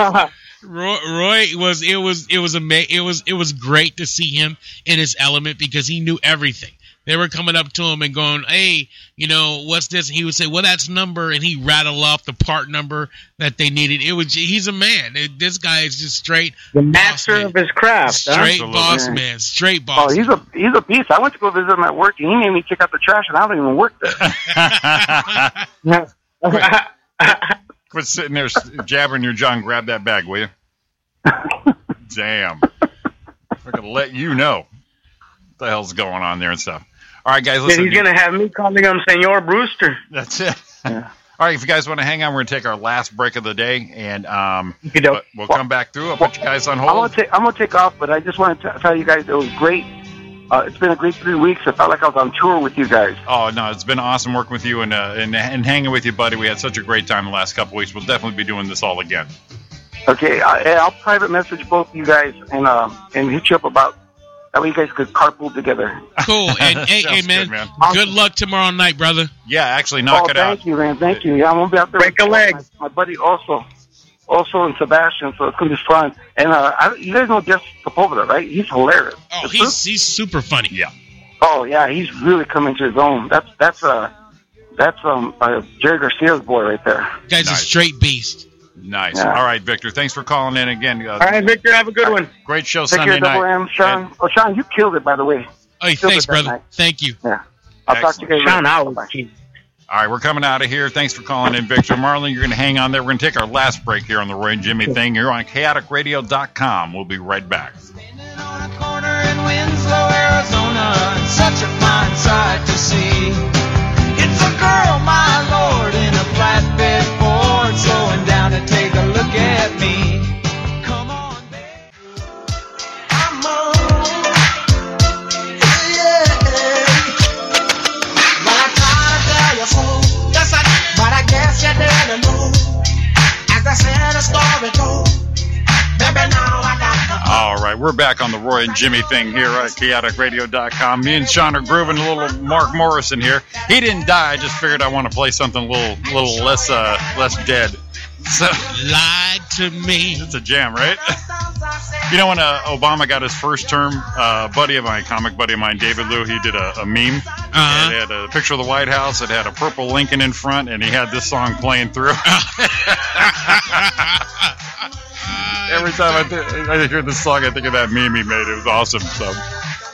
Speaker 2: Roy, Roy was it was it was ama- it was it was great to see him in his element because he knew everything. They were coming up to him and going, "Hey, you know what's this?" And he would say, "Well, that's number," and he rattle off the part number that they needed. It was he's a man. It- this guy is just straight
Speaker 7: The master
Speaker 2: man.
Speaker 7: of his craft. huh?
Speaker 2: straight
Speaker 1: Absolutely.
Speaker 2: boss man, straight boss.
Speaker 5: Oh, he's a he's a beast. I went to go visit him at work, and he made me kick out the trash, and I don't even work there.
Speaker 1: Quit sitting there s- jabbering your John. Grab that bag, will you? Damn. We're going to let you know what the hell's going on there and stuff. All right, guys,
Speaker 7: Then
Speaker 1: listen.
Speaker 7: he's gonna have me calling him Senor Brewster.
Speaker 1: That's it.
Speaker 5: Yeah.
Speaker 1: All right, if you guys want to hang on, we're going to take our last break of the day, and um,
Speaker 7: You know,
Speaker 1: but we'll come back through. I'll put you guys on
Speaker 5: I'm gonna
Speaker 1: hold.
Speaker 5: take I'm gonna take off, but I just want to tell you guys it was great. Uh, it's been a great three weeks. I felt like I was on tour with you guys.
Speaker 1: Oh no, it's been awesome working with you and uh, and, and hanging with you, buddy. We had such a great time the last couple weeks. We'll definitely be doing this all again.
Speaker 5: Okay, I, I'll private message both you guys and um and hit you up about that way you guys could carpool together.
Speaker 2: cool. And hey, hey
Speaker 1: Sounds
Speaker 2: man,
Speaker 1: good, man.
Speaker 2: good luck tomorrow night, brother.
Speaker 1: Yeah, actually, knock
Speaker 5: oh,
Speaker 1: it out.
Speaker 5: thank you, man. Thank you. Yeah, I'm gonna be out there.
Speaker 7: Break
Speaker 5: with
Speaker 7: a leg.
Speaker 5: My, my buddy also, also in Sebastian, so it's gonna be fun. And uh, I, you guys know Jeff Sepulveda, right? He's hilarious.
Speaker 2: Oh,
Speaker 5: The
Speaker 2: he's he's super funny.
Speaker 1: Yeah.
Speaker 5: Oh yeah, he's really coming to his own. That's that's uh that's um uh, Jerry Garcia's boy right there.
Speaker 2: Guy's a
Speaker 1: Nice.
Speaker 2: straight beast.
Speaker 1: Nice.
Speaker 5: Yeah.
Speaker 1: All right, Victor. Thanks for calling in again. Uh,
Speaker 7: all right, Victor, have a good one.
Speaker 1: Great show
Speaker 5: Take
Speaker 1: Sunday
Speaker 5: care, Double
Speaker 1: night.
Speaker 5: M, Sean.
Speaker 1: And-
Speaker 5: Oh, Sean, you killed it by the way.
Speaker 2: Hey,
Speaker 5: Still
Speaker 2: thanks,
Speaker 5: with that
Speaker 2: brother.
Speaker 5: mic.
Speaker 2: Thank you.
Speaker 5: Yeah, I'll talk to you guys.
Speaker 7: Sean
Speaker 5: later.
Speaker 7: Howell.
Speaker 5: Bye-bye.
Speaker 1: All right, we're coming out of here. Thanks for calling in, Victor. Marlon, you're going to hang on there. We're going to take our last break here on the Roy and Jimmy thing. You're on chaoticradio.com. We'll be right back.
Speaker 3: Standing on a corner in Winslow, Arizona, and such a fine sight to see. It's a girl, my lord, in a flatbed Ford, slowing down to take a look at me. Come on, babe. I'm on. Yeah. But I gotta tell you, fool. Yes, I did. But I guess you didn't know. As I said, the story told. Baby, now I got the
Speaker 1: All right, we're back on the Roy and Jimmy thing here at chaoticradio.com. Me and Sean are grooving a little Mark Morrison here. He didn't die. I just figured I want to play something a little, little less, uh, less dead. So
Speaker 2: Lied to me.
Speaker 1: it's a jam, right? You know, when uh, Obama got his first term, uh, buddy of mine, comic buddy of mine, David Liu, he did a, a meme.
Speaker 2: Uh-huh.
Speaker 1: It had a picture of the White House. It had a purple Lincoln in front, and he had this song playing through. Every time I, th- I hear this song, I think of that meme he made. It was awesome. So,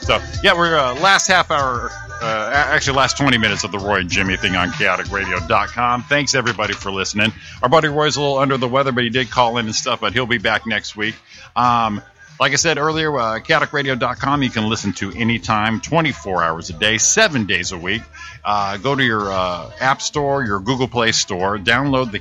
Speaker 1: so yeah, we're uh, last half hour, uh, a- actually last 20 minutes of the Roy and Jimmy thing on chaoticradio.com. Thanks everybody for listening. Our buddy Roy's a little under the weather, but he did call in and stuff, but he'll be back next week. Um, like I said earlier, uh, chaoticradio.com you can listen to anytime, 24 hours a day, seven days a week. Uh, go to your uh, App Store, your Google Play Store, download the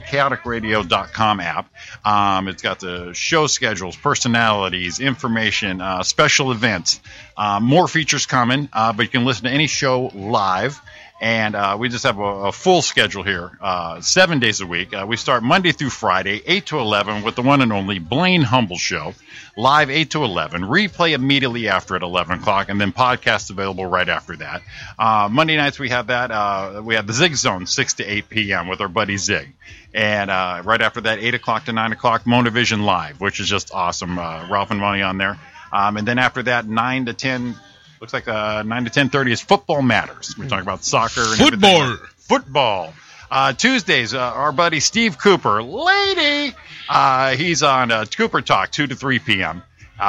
Speaker 1: chaoticradio.com app. Um, it's got the show schedules, personalities, information, uh, special events, uh, more features coming, uh, but you can listen to any show live. And uh, we just have a, a full schedule here, uh, seven days a week. Uh, we start Monday through Friday, 8 to 11, with the one and only Blaine Humble Show, live 8 to 11, replay immediately after at 11 o'clock, and then podcast available right after that. Uh, Monday nights, we have that. Uh, we have the Zig Zone, 6 to 8 p.m., with our buddy Zig. And uh, right after that, 8 o'clock to 9 o'clock, Monavision Live, which is just awesome. Uh, Ralph and Money on there. Um, and then after that, 9 to 10, looks like uh, 9 to 10.30 is Football Matters. We talk about soccer and everything
Speaker 2: Football.
Speaker 1: football. Uh, Tuesdays, uh, our buddy Steve Cooper, lady, uh, he's on uh, Cooper Talk, 2 to 3 p.m. Uh,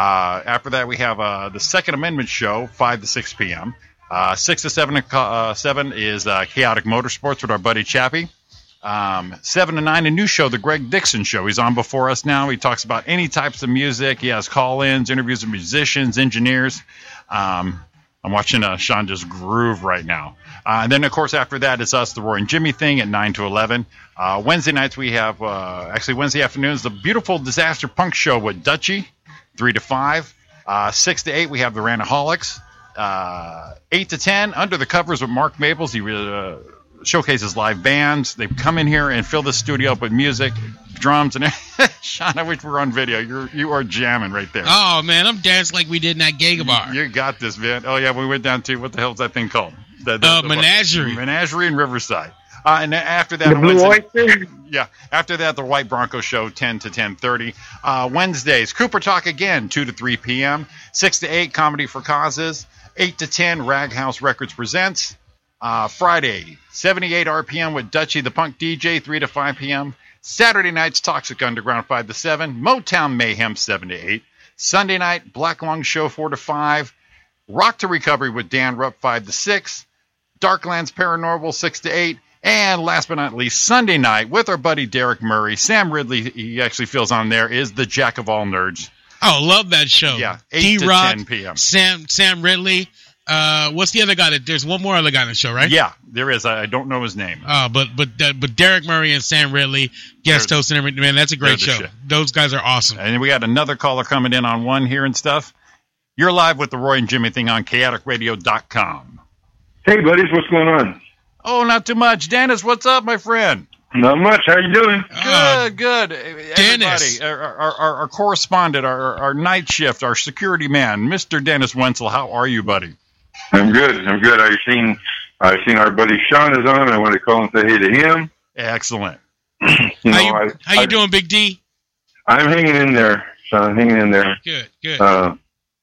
Speaker 1: after that, we have uh, the Second Amendment Show, 5 to 6 p.m. Uh, 6 to 7, o'clock- uh, 7 is uh, Chaotic Motorsports with our buddy Chappie. Um, 7 to 9, a new show, The Greg Dixon Show. He's on before us now. He talks about any types of music. He has call ins, interviews with musicians, engineers. Um, I'm watching uh, Sean just groove right now. Uh, and then, of course, after that, it's us, the Roy and Jimmy thing at 9 to 11. Uh, Wednesday nights, we have, uh, actually, Wednesday afternoons, the beautiful Disaster Punk Show with Dutchie, 3 to 5. Uh, 6 to 8, we have the Ranaholics. Uh, 8 to 10, Under the Covers with Mark Maples. He uh, showcases live bands. They come in here and fill the studio up with music, drums, and Sean, I wish we were on video. You're, you are jamming right there.
Speaker 2: Oh man, I'm dancing like we did in that Gega bar.
Speaker 1: You got this, man. Oh yeah, we went down to what the hell's that thing called? The,
Speaker 2: Uh, Menagerie.
Speaker 1: Menagerie in Riverside. Uh, and after that,
Speaker 7: The Blue
Speaker 1: Wednesday-
Speaker 7: Oyster.
Speaker 1: yeah. After that, the White Bronco Show, ten to ten thirty. Uh, Wednesdays, Cooper Talk again, two to three p.m. Six to eight, Comedy for Causes. Eight to ten, Rag House Records presents. Uh, Friday, seventy-eight RPM with Dutchie the Punk DJ, three to five p.m. Saturday nights, Toxic Underground, five to seven. Motown Mayhem, seven to eight. Sunday night, Black Lung Show, four to five. Rock to Recovery with Dan Rupp, five to six. Darklands Paranormal, 6 to 8. And last but not least, Sunday night with our buddy Derek Murray. Sam Ridley, he actually feels on there, is the jack of all nerds.
Speaker 2: Oh, love that show.
Speaker 1: Yeah, 8
Speaker 2: D
Speaker 1: to
Speaker 2: Rock,
Speaker 1: 10 p.m.
Speaker 2: Sam Sam Ridley. Uh, what's the other guy? That, there's one more other guy on the show, right?
Speaker 1: Yeah, there is. I I don't know his name.
Speaker 2: Uh, but but that but Derek Murray and Sam Ridley guest
Speaker 1: They're-
Speaker 2: host and everything. Man, that's a great
Speaker 1: they're
Speaker 2: show.
Speaker 1: the shit.
Speaker 2: Those guys are awesome.
Speaker 1: And we got another caller coming in on one here and stuff. You're live with the Roy and Jimmy thing on chaoticradio.com.
Speaker 9: Hey, buddies, what's going on?
Speaker 1: Oh, not too much. Dennis, what's up, my friend?
Speaker 9: Not much. How you doing?
Speaker 2: Uh,
Speaker 1: Good, good.
Speaker 2: Dennis.
Speaker 1: Everybody, our, our, our, our correspondent, our, our night shift, our security man, Mr. Dennis Wenzel. How are you, buddy?
Speaker 9: I'm good. I'm good. I've seen, I've seen our buddy Sean is on. I want to call and say hey to him.
Speaker 1: Excellent.
Speaker 9: You
Speaker 2: how
Speaker 9: know,
Speaker 2: you
Speaker 9: I,
Speaker 2: how you
Speaker 9: I,
Speaker 2: doing, Big D?
Speaker 9: I'm hanging in there, Sean. Hanging in there.
Speaker 2: Good, good.
Speaker 9: Uh,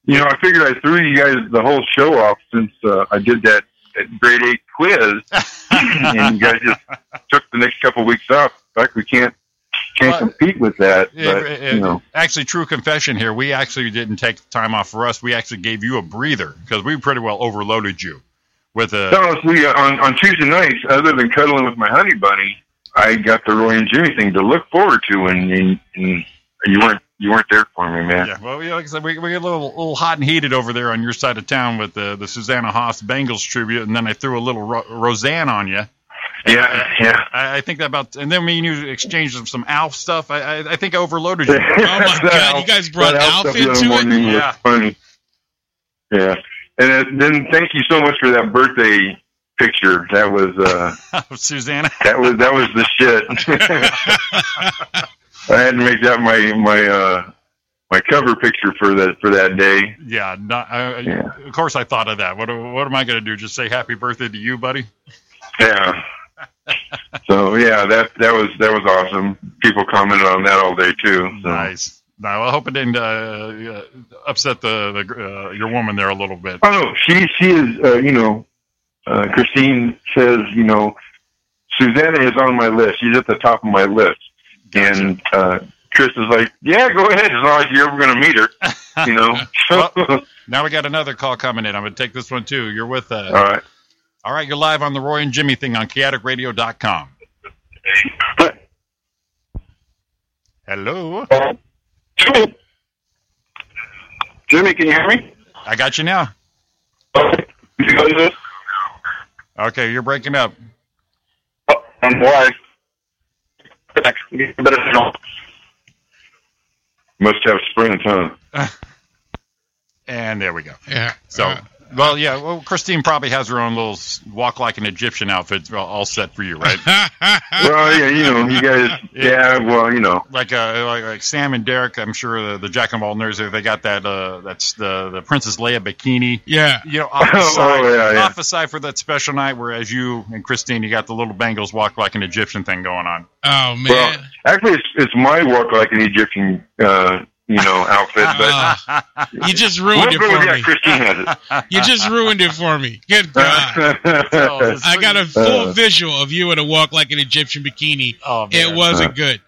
Speaker 9: you know, I figured I threw you guys the whole show off since uh, I did that, that grade eight quiz, and you guys just took the next couple weeks off. In fact, we can't can't
Speaker 1: Well,
Speaker 9: compete with that.
Speaker 1: Yeah,
Speaker 9: But
Speaker 1: yeah,
Speaker 9: you know,
Speaker 1: Actually, true confession here. We actually didn't take time off for us. We actually gave you a breather because we pretty well overloaded you. with uh, a
Speaker 9: No, it's we on on Tuesday nights. Other than cuddling with my honey bunny, I got the Roy and Jimmy thing to look forward to, and, and, and you weren't you weren't there for me, man.
Speaker 1: Yeah, well, yeah, like I said, we, we get a little, little hot and heated over there on your side of town with the, the Susanna Haas Bengals tribute, and then I threw a little ro- Roseanne on you.
Speaker 9: Yeah, yeah.
Speaker 1: I, I think that about, and then me and you exchanged some Alf stuff. I, I, I think I overloaded you.
Speaker 2: Oh my god, you guys brought
Speaker 9: That
Speaker 2: Alf
Speaker 9: stuff the other
Speaker 2: into it.
Speaker 9: morning was
Speaker 1: Yeah.
Speaker 9: funny. Yeah, and uh, then thank you so much for that birthday picture. That was uh,
Speaker 1: Susanna.
Speaker 9: that was that was the shit. I had to make that my my uh, my cover picture for that for that day.
Speaker 1: Yeah, not, I, I-
Speaker 9: Yeah.
Speaker 1: of course I thought of that. What what am I going to do? Just say happy birthday to you, buddy?
Speaker 9: Yeah. so yeah, that that was that was awesome. People commented on that all day too. So.
Speaker 1: Nice. Now I hope it didn't uh, uh, upset the, the uh, your woman there a little bit.
Speaker 9: Oh no, she she is uh, you know, uh, Christine says you know, Susanna is on my list. She's at the top of my list, and uh, Chris is like, yeah, go ahead as long as you're ever going to meet her. You know.
Speaker 1: Well- Now we got another call coming in. I'm going to take this one too. You're with uh,
Speaker 9: all right.
Speaker 1: All right, you're live on the Roy and Jimmy thing on chaoticradio.com. Hello,
Speaker 9: uh, Jimmy, Jimmy, can you hear me?
Speaker 1: I got you now. Okay, you're breaking up.
Speaker 9: And why? Must have sprint, huh?
Speaker 1: And there we go.
Speaker 2: Yeah.
Speaker 1: So,
Speaker 2: Uh,
Speaker 1: well, yeah, well, Christine probably has her own little s- walk like an Egyptian outfit all- all set for you, right?
Speaker 9: Well, yeah, you know, you guys, yeah, well, you know,
Speaker 1: like, uh, like like Sam and Derek, I'm sure the, the Jack and Ball nerds they got that uh, that's the the Princess Leia bikini.
Speaker 2: yeah.
Speaker 1: You know, off the
Speaker 9: Oh,
Speaker 1: side,
Speaker 9: yeah, yeah.
Speaker 1: off the side for that special night, whereas you and Christine, you got the little Bengals walk like an Egyptian thing going on.
Speaker 2: Oh man.
Speaker 9: Well, actually, it's, it's my walk like an Egyptian, uh, you know, outfit, but
Speaker 2: Ah, you just
Speaker 9: Well,
Speaker 2: ruined it
Speaker 9: but
Speaker 2: for
Speaker 9: yeah,
Speaker 2: me.
Speaker 9: Christine has it.
Speaker 2: You just ruined it for me. Good God.
Speaker 1: So-
Speaker 2: I got a full
Speaker 9: Uh.
Speaker 2: visual of you in a walk like an Egyptian bikini.
Speaker 1: Oh, man.
Speaker 2: It wasn't good.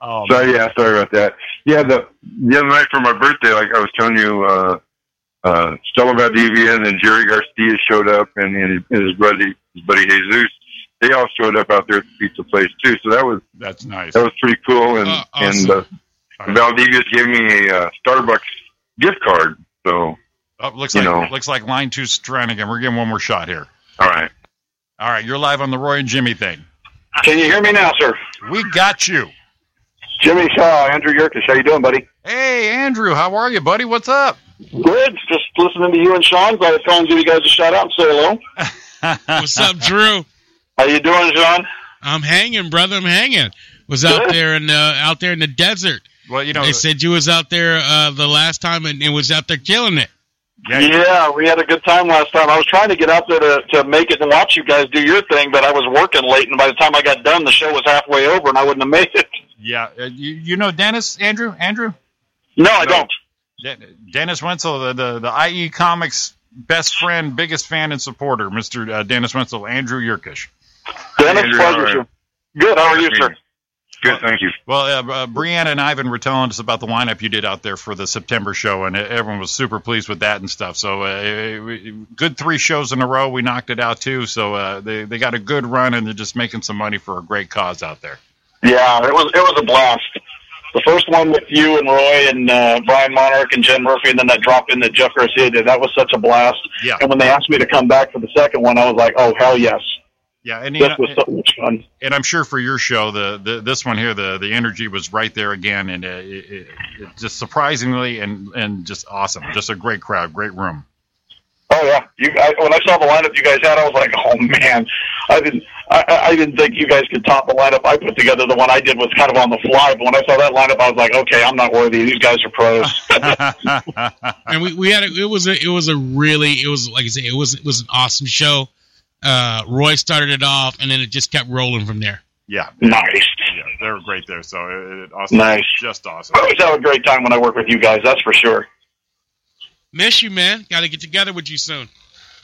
Speaker 1: Oh,
Speaker 9: so
Speaker 1: man.
Speaker 9: yeah, sorry about that. Yeah, the the other night for my birthday, like I was telling you, uh, uh, Stella Valdivia and then Jerry Garcia showed up, and, and his buddy, his buddy Jesus, they all showed up out there at the pizza place too. So that was
Speaker 1: that's nice.
Speaker 9: that was pretty cool, and
Speaker 2: Uh, awesome.
Speaker 9: and uh, Valdivia gave me a uh, Starbucks gift card. So
Speaker 1: Oh, looks
Speaker 9: you
Speaker 1: like
Speaker 9: know.
Speaker 1: looks like line two's trying again. We're getting one more shot here.
Speaker 9: all right.
Speaker 1: All right, you're live on the Roy and Jimmy thing.
Speaker 10: Can you hear me now, sir?
Speaker 1: We got you.
Speaker 10: Jimmy Shaw, Andrew Yerkes. How you doing, buddy?
Speaker 1: Hey, Andrew, how are you, buddy? What's up?
Speaker 10: Good. Just listening to you and Sean. Glad I phone and give you guys a shout out and say hello.
Speaker 2: What's up, Drew?
Speaker 10: How you doing, Sean?
Speaker 2: I'm hanging, brother. I'm hanging. Was out there in the out there in the desert.
Speaker 1: well, you know,
Speaker 2: They said you was out there uh, the last time and, and was out there killing it.
Speaker 1: yeah,
Speaker 10: Yeah, we had a good time last time. I was trying to get out there to, to make it and watch you guys do your thing, but I was working late, and by the time I got done, the show was halfway over, and I wouldn't have made it.
Speaker 1: yeah. Uh, You, you know Dennis, Andrew, Andrew,
Speaker 10: No, I don't.
Speaker 1: De- Dennis Wenzel, the, the the IE Comics best friend, biggest fan and supporter, Mister uh, Dennis Wenzel, Andrew Yerkish.
Speaker 10: Dennis,
Speaker 9: Andrew,
Speaker 10: pleasure,
Speaker 9: how are
Speaker 10: sir. Good. How are you, sir?
Speaker 9: Good, thank you.
Speaker 1: Well, uh, uh, Brianna and Ivan were telling us about the lineup you did out there for the September show, and everyone was super pleased with that and stuff. So, uh, it- it- good three shows in a row. We knocked it out too. So uh, they they got a good run, and they're just making some money for a great cause out there.
Speaker 10: Yeah, it was it was a blast. The first one with you and Roy and uh, Brian Monarch and Jen Murphy, and then that drop in that Jeff Garcia did. That was such a blast.
Speaker 1: Yeah,
Speaker 10: And when they asked me to come back for the second one, I was like, "Oh hell yes,
Speaker 1: yeah, and you
Speaker 10: this
Speaker 1: know,
Speaker 10: was so much fun."
Speaker 1: and I'm sure for your show, the, the this one here, the the energy was right there again, and uh, it, it, it just surprisingly and and just awesome, just a great crowd, great room.
Speaker 10: Oh yeah, you. I, when I saw the lineup you guys had, I was like, "Oh man, I didn't, I- I, I didn't think you guys could top the lineup I put together." The one I did was kind of on the fly, but when I saw that lineup, I was like, "Okay, I'm not worthy. These guys are pros."
Speaker 2: and we, we had a, it was a, it was a really it was like I say it was it was an awesome show. Uh, Roy started it off, and then it just kept rolling from there.
Speaker 1: yeah,
Speaker 10: nice.
Speaker 1: yeah, they were great there. So it, it awesome,
Speaker 10: Nice.
Speaker 1: just awesome.
Speaker 10: I always have a great time when I work with you guys. That's for sure.
Speaker 2: Miss you, man. Got to get together with you soon.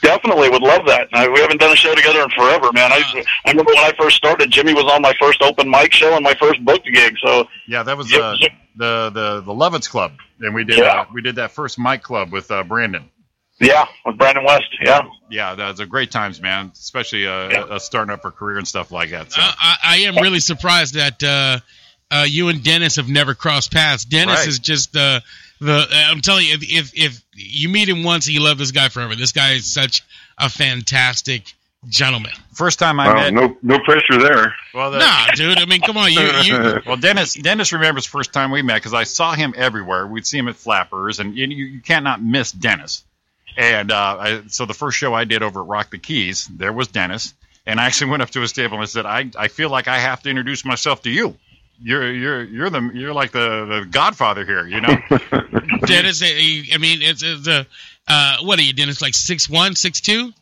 Speaker 10: Definitely would love that. I, we haven't done a show together in forever, man. I, I remember when I first started, Jimmy was on my first open mic show and my first booked gig. So
Speaker 1: Yeah, that was
Speaker 10: Yep,
Speaker 1: uh,
Speaker 10: yep.
Speaker 1: the the the Lovitz Club, and we did
Speaker 10: Yeah.
Speaker 1: uh, we did that first mic club with uh, Brandon.
Speaker 10: Yeah, with Brandon West. Yeah.
Speaker 1: Yeah, that's a great times, man. Especially uh, uh, starting up her career and stuff like that. So.
Speaker 2: I, I am really surprised that uh, uh, you and Dennis have never crossed paths. Dennis
Speaker 1: Right.
Speaker 2: is just uh, the. I'm telling you, if, if if you meet him once, you love this guy forever. This guy is such a fantastic gentleman.
Speaker 1: First time I
Speaker 9: Wow,
Speaker 1: met.
Speaker 9: no, no pressure there.
Speaker 1: Well, the-
Speaker 2: Nah, dude. I mean, come on. You, you
Speaker 1: well, Dennis. Dennis remembers first time we met because I saw him everywhere. We'd see him at Flappers, and you, you can't not miss Dennis. And uh, I, so the first show I did over at Rock the Keys, there was Dennis, and I actually went up to his table and I said, "I, I feel like I have to introduce myself to you. You're you're you're the you're like the, the Godfather here, you know."
Speaker 9: Uh,
Speaker 2: Dennis. he- I mean, it's, it's a. Uh, what are you, Dennis? Like six one, six two?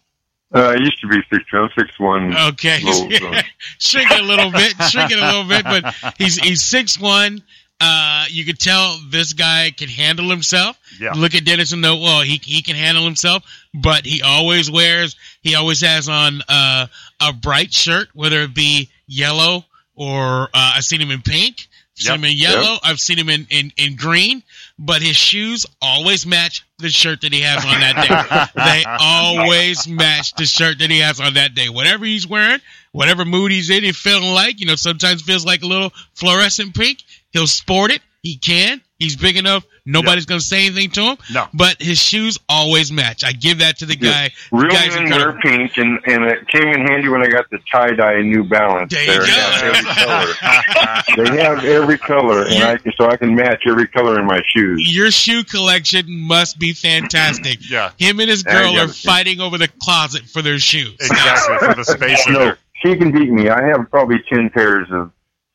Speaker 9: Uh, I used to be six, I'm six
Speaker 2: Oh,
Speaker 9: one.
Speaker 2: Okay,
Speaker 9: Little, so-
Speaker 2: shrink it a little bit, shrink it a little bit, but he's he's six one. Uh, you could tell this guy can handle himself.
Speaker 1: Yeah.
Speaker 2: Look at Dennis and know well he he can handle himself, but he always wears he always has on uh, a bright shirt, whether it be yellow or uh, I've seen him in pink, I've seen
Speaker 1: Yep.
Speaker 2: him in yellow, I've seen him in, in in green, but his shoes always match the shirt that he has on that day they always match the shirt that he has on that day. Whatever he's wearing, whatever mood he's in, he feeling like, you know, sometimes feels like a little fluorescent pink. He'll sport it. He can. He's big enough. Nobody's gonna say anything to him.
Speaker 1: No.
Speaker 2: But his shoes always match. I give that to the
Speaker 9: Yeah.
Speaker 2: guy. The
Speaker 9: Real
Speaker 2: guy's
Speaker 9: men wear
Speaker 2: incredible.
Speaker 9: pink, and, and it came in handy when I got the tie dye New Balance.
Speaker 2: There you
Speaker 9: They're-
Speaker 2: go.
Speaker 9: They have every color, and I so I can match every color in my shoes.
Speaker 2: Your shoe collection must be fantastic.
Speaker 1: yeah,
Speaker 2: Him and his
Speaker 9: Yeah, I
Speaker 2: girl
Speaker 9: got
Speaker 2: are
Speaker 9: it.
Speaker 2: fighting over the closet for their shoes.
Speaker 1: exactly for the space. in
Speaker 9: No,
Speaker 1: there.
Speaker 9: she can beat me. I have probably ten pairs of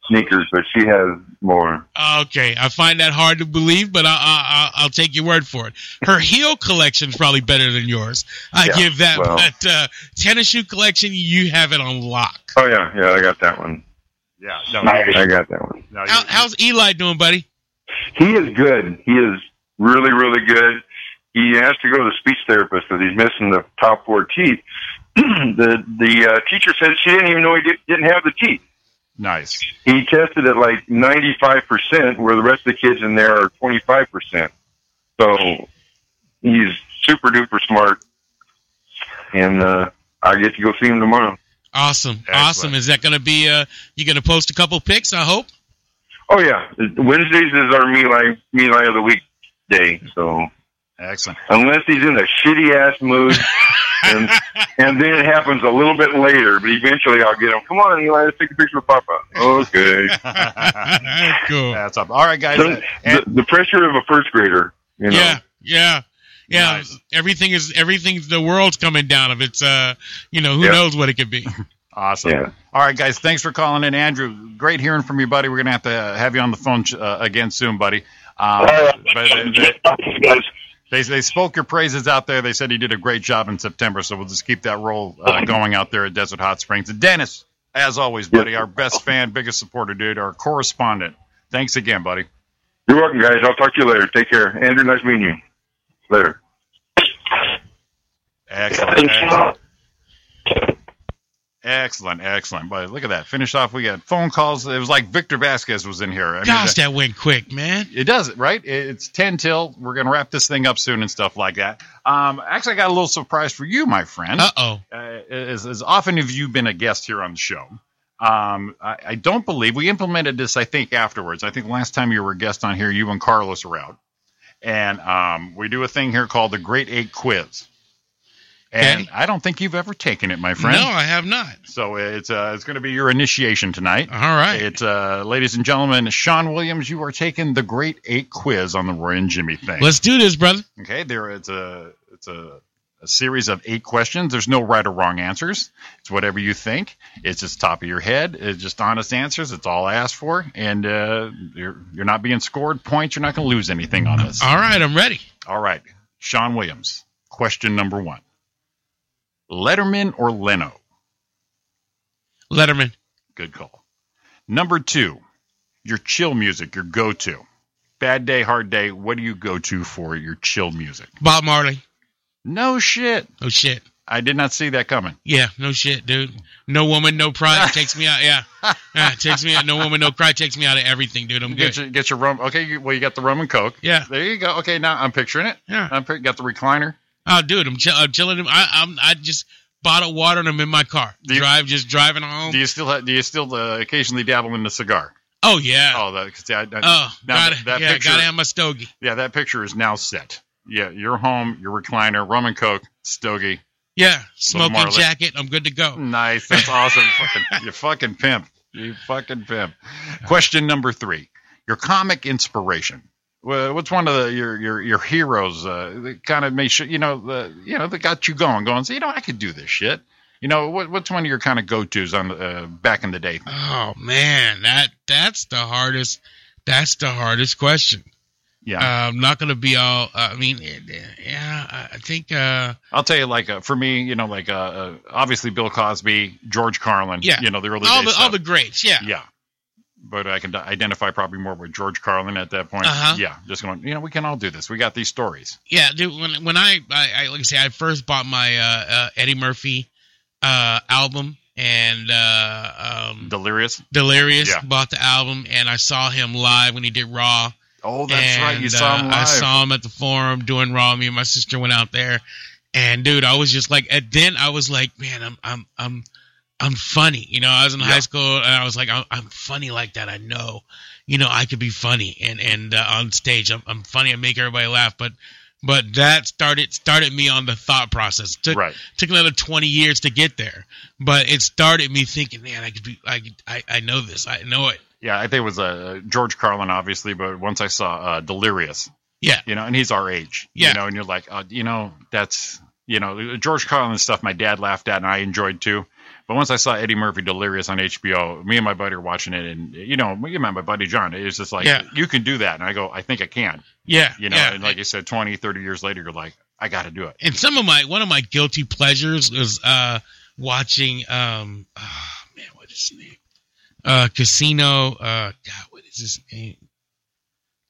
Speaker 9: sneakers, but she has more.
Speaker 2: Okay, I find that hard to believe, but I, I, I- I'll take your word for it. Her heel collection's probably better than yours. I
Speaker 9: Yeah,
Speaker 2: give that,
Speaker 9: well.
Speaker 2: but uh, tennis shoe collection, you have it on lock.
Speaker 9: Oh yeah, yeah, I got that one.
Speaker 1: Yeah, no,
Speaker 9: I got that one.
Speaker 1: no,
Speaker 2: How,
Speaker 1: you-
Speaker 2: how's Eli doing, buddy?
Speaker 9: He is good. He is really, really good. He has to go to the speech therapist because he's missing the top four teeth. the the uh, teacher said she didn't even know he did, didn't have the teeth.
Speaker 1: nice.
Speaker 9: He tested at like ninety five percent, where the rest of the kids in there are twenty five percent. So he's super duper smart, and uh, I get to go see him tomorrow.
Speaker 2: Awesome, awesome. Is that going to be? Uh, you going to post a couple pics? I hope.
Speaker 9: Oh yeah, Wednesdays is our Meli Meli of the week day. So
Speaker 1: Excellent.
Speaker 9: unless he's in a shitty ass mood. and, and then it happens a little bit later, but eventually I'll get him. Come on, Eli, let's take a picture with Papa. Okay.
Speaker 2: cool.
Speaker 1: That's up. All right, guys.
Speaker 9: So the, the pressure of a first grader, you know.
Speaker 2: Yeah, yeah, yeah.
Speaker 1: Nice.
Speaker 2: Everything is everything's the world's coming down. If it's uh, you know, who
Speaker 9: Yeah.
Speaker 2: knows what it could be.
Speaker 1: Awesome.
Speaker 9: Yeah.
Speaker 1: All right, guys. Thanks for calling in, Andrew. Great hearing from you, buddy. We're gonna have to have you on the phone uh, again soon, buddy. Um, but they, they-
Speaker 10: guys.
Speaker 1: they, they spoke your praises out there. They said he did a great job in September, so we'll just keep that role uh, going out there at Desert Hot Springs. And Dennis, as always, buddy, our best fan, biggest supporter, dude, our correspondent. Thanks again, buddy.
Speaker 9: You're welcome, guys. I'll talk to you later. Take care. Andrew, nice meeting you. Later.
Speaker 1: Excellent. Excellent. Excellent, excellent. But look at that. Finish off. We got phone calls. It was like Victor Vasquez was in here. I mean,
Speaker 2: Gosh,
Speaker 1: that-
Speaker 2: that went quick, man.
Speaker 1: it does it, right? It- It's 10 till. We're going to wrap this thing up soon and stuff like that. Um, actually, I got a little surprise for you, my friend.
Speaker 2: Uh oh.
Speaker 1: Uh, as, as often as you've been a guest here on the show, um, I, I don't believe we implemented this, I think, afterwards. I think last time you were a guest on here, you and Carlos were out. And um, we do a thing here called the Great Eight Quiz. And
Speaker 2: Okay.
Speaker 1: I don't think you've ever taken it, my friend.
Speaker 2: No, I have not.
Speaker 1: So it's uh, it's going to be your initiation tonight.
Speaker 2: All right.
Speaker 1: It's uh, ladies and gentlemen, Sean Williams. You are taking the Great Eight quiz on the Roy and Jimmy thing.
Speaker 2: Let's do this, brother.
Speaker 1: okay, there it's a it's a, a series of eight questions. There's no right or wrong answers. It's whatever you think. It's just top of your head. It's just honest answers. It's all I asked for, and uh, you're you're not being scored points. You're not going to lose anything on this.
Speaker 2: All right, I'm ready.
Speaker 1: All right, Sean Williams. Question number one: Letterman or Leno?
Speaker 2: Letterman,
Speaker 1: Good call. Number two, your chill music, your go to. Bad day, hard day. What do you go to for your chill music?
Speaker 2: Bob Marley.
Speaker 1: No shit.
Speaker 2: Oh shit.
Speaker 1: I did not see that coming.
Speaker 2: Yeah, no shit, dude. No woman, no pride takes me out. Yeah, yeah takes me out. No woman, no pride takes me out of everything, dude. I'm
Speaker 1: Get
Speaker 2: good.
Speaker 1: your, get your rum. Okay, you, well, you got the rum and coke.
Speaker 2: Yeah,
Speaker 1: There you go. Okay, now I'm picturing it.
Speaker 2: yeah.
Speaker 1: I'm pic- got the recliner.
Speaker 2: Oh, dude, I'm, chill, I'm chilling. I, I'm I just bottled water and I'm in my car. Drive, just driving home.
Speaker 1: Do you still ha- do you still uh, occasionally dabble in the cigar?
Speaker 2: Oh yeah.
Speaker 1: Oh, that, 'cause that, that-
Speaker 2: Oh,
Speaker 1: now
Speaker 2: gotta,
Speaker 1: that
Speaker 2: yeah,
Speaker 1: picture-
Speaker 2: gotta have my stogie.
Speaker 1: yeah, that picture is now set. Yeah, your home, your recliner, rum and coke, stogie,
Speaker 2: Yeah,
Speaker 1: Little
Speaker 2: smoking
Speaker 1: Marley. Mm.
Speaker 2: jacket. I'm good to go.
Speaker 1: Nice. That's awesome. fucking, you fucking pimp. You fucking pimp. Question number three: Your comic inspiration. Wha- What's one of the, your your your heroes? Uh, that kind of made sure you know the you know that got you going, going. So you know I could do this shit. You know what, what's one of your kind of go tos on the, uh, back in the day?
Speaker 2: Oh man, that that's the hardest. That's the hardest question.
Speaker 1: Yeah.
Speaker 2: Uh, I'm not gonna be all. Uh, I mean, eh, eh, yeah, I- I think. Uh,
Speaker 1: I'll tell you, like uh, for me, you know, like uh, uh, obviously Bill Cosby, George Carlin.
Speaker 2: yeah,
Speaker 1: You know the early
Speaker 2: all
Speaker 1: days.
Speaker 2: the all the greats. Yeah,
Speaker 1: yeah. But I can d- identify probably more with George Carlin at that point.
Speaker 2: Uh-huh.
Speaker 1: Yeah, just going. You know, we can all do this. We got these stories.
Speaker 2: Yeah, dude. When when I, I, I like I say, I first bought my uh, uh, Eddie Murphy uh, album and uh, um,
Speaker 1: Delirious.
Speaker 2: Delirious
Speaker 1: Yeah.
Speaker 2: bought the album, and I saw him live when he did Raw.
Speaker 1: Oh, that's right. You saw him
Speaker 2: uh, I
Speaker 1: live.
Speaker 2: saw him at the Forum doing Raw. Me and my sister went out there, and dude, I was just like, and then I was like, man, I'm I'm I'm I'm funny. You know, I was in high school, and I was like, I'm, I'm funny like that. I know, you know, I could be funny, and and uh, on stage, I'm I'm funny. I make everybody laugh, but. But that started started me on the thought process. Took took another twenty years to get there, but it started me thinking, man, I could be, I could, I, I know this, I know it.
Speaker 1: Yeah, I think it was uh, George Carlin, obviously, but once I saw uh, Delirious.
Speaker 2: Yeah.
Speaker 1: You know, and he's our age.
Speaker 2: Yeah.
Speaker 1: You know, and you're like, uh, you know, that's, you know, George Carlin stuff my dad laughed at and I enjoyed too. But once I saw Eddie Murphy Delirious on HBO, me and my buddy are watching it, and, you know, me and my buddy John, it's just like,
Speaker 2: Yeah.
Speaker 1: you can do that. And I go, I think I can.
Speaker 2: Yeah,
Speaker 1: You know,
Speaker 2: yeah.
Speaker 1: and like you said, 20, 30 years later, you're like, I got to do it.
Speaker 2: and some of my one of my guilty pleasures was uh watching um oh, man what is his name uh casino uh god what is his name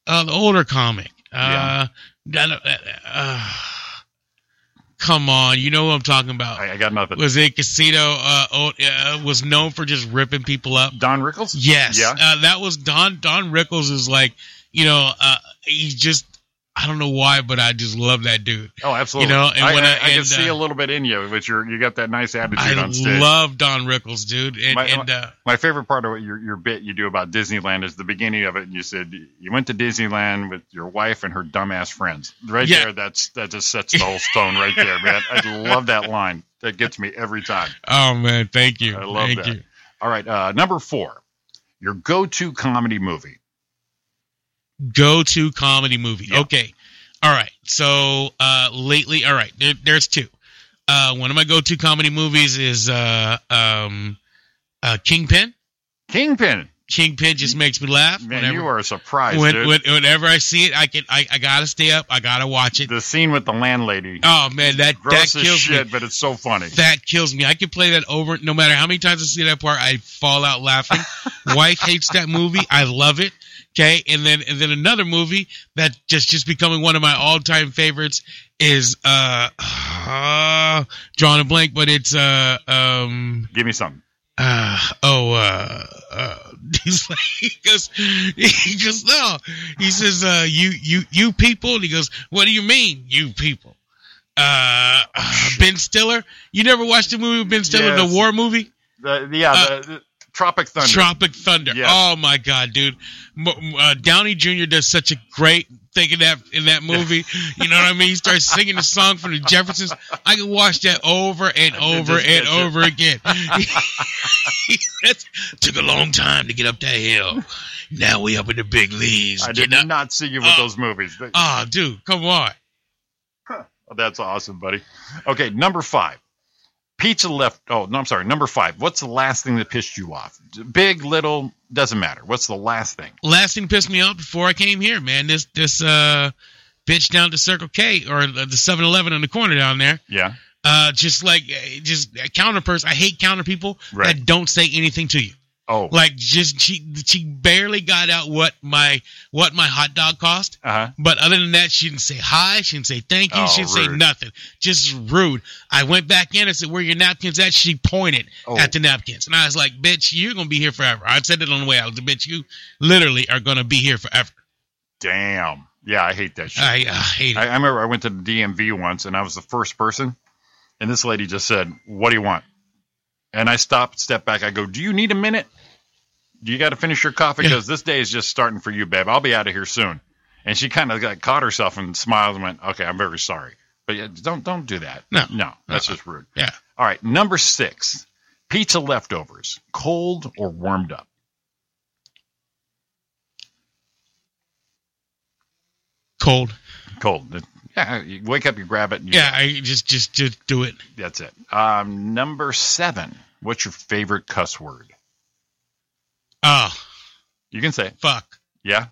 Speaker 2: uh the older comic uh, that- uh, uh, come on you know what i'm talking about
Speaker 1: i, got nothing
Speaker 2: was it casino uh, oh, uh was known for just ripping people up
Speaker 1: don rickles
Speaker 2: yes
Speaker 1: Yeah.
Speaker 2: uh, that was don don rickles is like you know uh he's just i don't know why but i just love that dude
Speaker 1: Oh, absolutely.
Speaker 2: You know, and
Speaker 1: I,
Speaker 2: when
Speaker 1: I,
Speaker 2: I-
Speaker 1: I can
Speaker 2: and,
Speaker 1: see
Speaker 2: uh,
Speaker 1: a little bit in you, but you're, you got that nice attitude
Speaker 2: I
Speaker 1: on stage.
Speaker 2: love Don Rickles, dude. And,
Speaker 1: My-
Speaker 2: and uh,
Speaker 1: My favorite part of your your bit you do about Disneyland is the beginning of it, and you said you went to Disneyland with your wife and her dumbass friends. Right
Speaker 2: Yeah.
Speaker 1: there, that's that just sets the whole stone right there, man. I love that line. That gets me every time.
Speaker 2: oh man, thank you.
Speaker 1: I love
Speaker 2: thank
Speaker 1: that.
Speaker 2: you.
Speaker 1: All right, uh, number four, your go-to comedy movie.
Speaker 2: Go to comedy movie. Okay. All right. So uh lately, all right, there, there's two. Uh one of my go to comedy movies is uh um uh Kingpin.
Speaker 1: Kingpin.
Speaker 2: Kingpin just makes me laugh.
Speaker 1: Man,
Speaker 2: whenever-
Speaker 1: you are a surprise,
Speaker 2: when-
Speaker 1: dude.
Speaker 2: when- whenever I see it, I can I, I gotta stay up. I gotta watch it.
Speaker 1: the scene with the landlady.
Speaker 2: Oh man, that
Speaker 1: Gross
Speaker 2: that
Speaker 1: as
Speaker 2: kills me.
Speaker 1: shit, but it's so funny.
Speaker 2: That kills me. I can play that over no matter how many times I see that part, I fall out laughing. Wife hates that movie. I love it. Okay, and then and then another movie that just just becoming one of my all time favorites is uh, uh drawing a blank, but it's uh um
Speaker 1: Give me something.
Speaker 2: uh oh uh, uh he's like he goes he goes no he says uh you you you people and he goes what do you mean you people uh, uh, Ben Stiller you never watched the movie with Ben Stiller
Speaker 1: Yes.
Speaker 2: the war movie
Speaker 1: The, yeah,
Speaker 2: Uh,
Speaker 1: the, the Tropic Thunder.
Speaker 2: Tropic Thunder
Speaker 1: Yes.
Speaker 2: oh my god dude M- m- uh, Downey Jr does such a great thing in that in that movie you know what I mean he starts singing the song from the Jeffersons I can watch that over and over
Speaker 3: just
Speaker 2: and
Speaker 3: gets you.
Speaker 2: over again That's- took a long time to get up that hill. Now we up in the big leagues.
Speaker 1: I
Speaker 2: You
Speaker 1: did
Speaker 2: know-
Speaker 1: not see you with
Speaker 2: Uh,
Speaker 1: those movies. oh,
Speaker 2: Ah, dude, come on.
Speaker 1: That's awesome, buddy. Okay, number five. Pizza left. Oh, no, I'm sorry. Number five. What's the last thing that pissed you off? Big, little, doesn't matter. What's the last thing?
Speaker 2: Last thing pissed me off before I came here, man. This this uh bitch down to Circle K or the 7-Eleven in the corner down there.
Speaker 1: Yeah.
Speaker 2: Uh, just like uh, just a counter person. I hate counter people
Speaker 1: Right.
Speaker 2: that don't say anything to you.
Speaker 1: Oh.
Speaker 2: like just she she barely got out what my what my hot dog cost.
Speaker 1: Uh-huh.
Speaker 2: But other than that, she didn't say hi. She didn't say thank you.
Speaker 1: Oh,
Speaker 2: she didn't say
Speaker 1: rude.
Speaker 2: nothing. Just rude. I went back in and said, "Where are your napkins at?" She pointed
Speaker 1: Oh.
Speaker 2: at the napkins, and I was like, "Bitch, you're gonna be here forever." I said it on the way out. I was like, "Bitch, you literally are gonna be here forever."
Speaker 1: Damn. Yeah, I hate that shit.
Speaker 2: I uh, hate it.
Speaker 1: I, remember I went to the DMV once and I was the first person, and this lady just said, "What do you want?" And I stopped, stepped back. I go, "Do you need a minute? Do you got to finish your coffee? Because this day is just starting for you, babe. I'll be out of here soon." And she kind of like caught herself and smiled and went, "Okay, I'm very sorry, but yeah, don't don't do that.
Speaker 2: No.
Speaker 1: no, that's just rude."
Speaker 2: Yeah.
Speaker 1: All right, number six, pizza leftovers, cold or warmed up.
Speaker 2: Cold.
Speaker 1: Cold. Yeah, you wake up, you grab it. And you
Speaker 2: Yeah, I just just just do it.
Speaker 1: That's it. Um, number seven. What's your favorite cuss word?
Speaker 2: Oh,
Speaker 1: You can say it.
Speaker 2: fuck.
Speaker 1: yeah.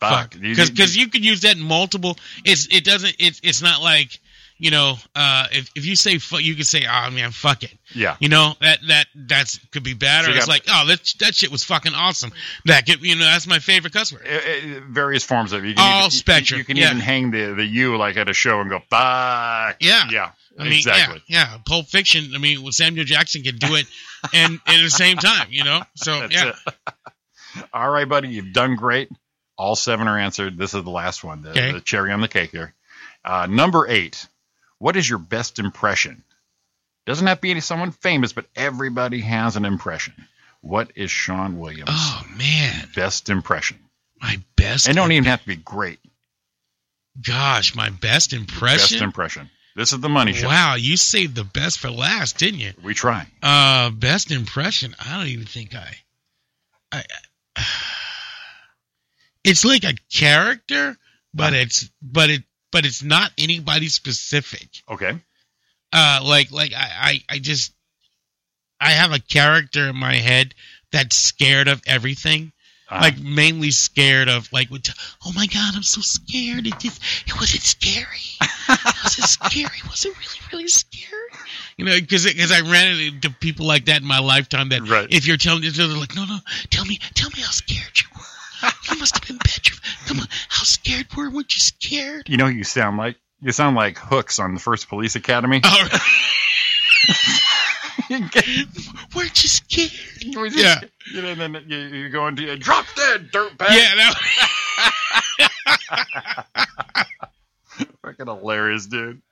Speaker 2: Fuck.
Speaker 1: Fuck. You- you-
Speaker 2: Because you could use that in multiple. It's it doesn't. It's it's not like you know. Uh, if if you say fuck, you could say, oh man, fuck it.
Speaker 1: yeah.
Speaker 2: You know that that that's could be bad.
Speaker 1: So
Speaker 2: Or
Speaker 1: you
Speaker 2: it's
Speaker 1: got-
Speaker 2: like, oh, that that shit was fucking awesome. That could, you know, that's my favorite cuss word.
Speaker 1: It- it- Uh, various forms of it. You
Speaker 2: All
Speaker 1: even, you-
Speaker 2: spectrum,
Speaker 1: You, can
Speaker 2: yeah.
Speaker 1: even hang the the U like at a show and go fuck.
Speaker 2: Yeah.
Speaker 1: Yeah.
Speaker 2: I mean,
Speaker 1: exactly.
Speaker 2: yeah, yeah. Pulp Fiction. I mean, well, Samuel Jackson could do it, and, and at the same time, you know. So
Speaker 1: That's
Speaker 2: yeah,
Speaker 1: it. All right, buddy. You've done great. All seven are answered. This is the last one. The,
Speaker 2: Okay.
Speaker 1: the cherry on the cake here. Uh, number eight. What is your best impression? Doesn't have to be any- someone famous, but everybody has an impression. What is Sean Williams'
Speaker 2: Oh man,
Speaker 1: best impression?
Speaker 2: my best.
Speaker 1: And don't even have to be great.
Speaker 2: gosh, my best impression.
Speaker 1: Best impression. This is the money show.
Speaker 2: Wow, you saved the best for last, didn't you?
Speaker 1: We try.
Speaker 2: Uh, best impression. I don't even think I. I, I- it's like a character, but it's but it but it's not anybody specific.
Speaker 1: Okay.
Speaker 2: Uh, like like I I, I just I have a character in my head that's scared of everything.
Speaker 1: Uh,
Speaker 2: Like mainly scared of like, what- oh my god, I'm so scared. It just, it wasn't scary. was it scary? Was it really really scary? You know, because because I ran into people like that in my lifetime. That
Speaker 1: Right.
Speaker 2: if you're telling they're like, no, no, tell me, tell me how scared you were. You must have been petrified. Come on, how scared were? Weren't you scared?
Speaker 1: you know who you sound like? You sound like Hooks on the first Police Academy.
Speaker 2: All right.
Speaker 1: You
Speaker 2: Weren't you scared?
Speaker 1: was
Speaker 2: Yeah.
Speaker 1: just- You know, and then you, you go into you drop dead dirtbag.
Speaker 2: Yeah, that,
Speaker 1: Fucking hilarious, dude.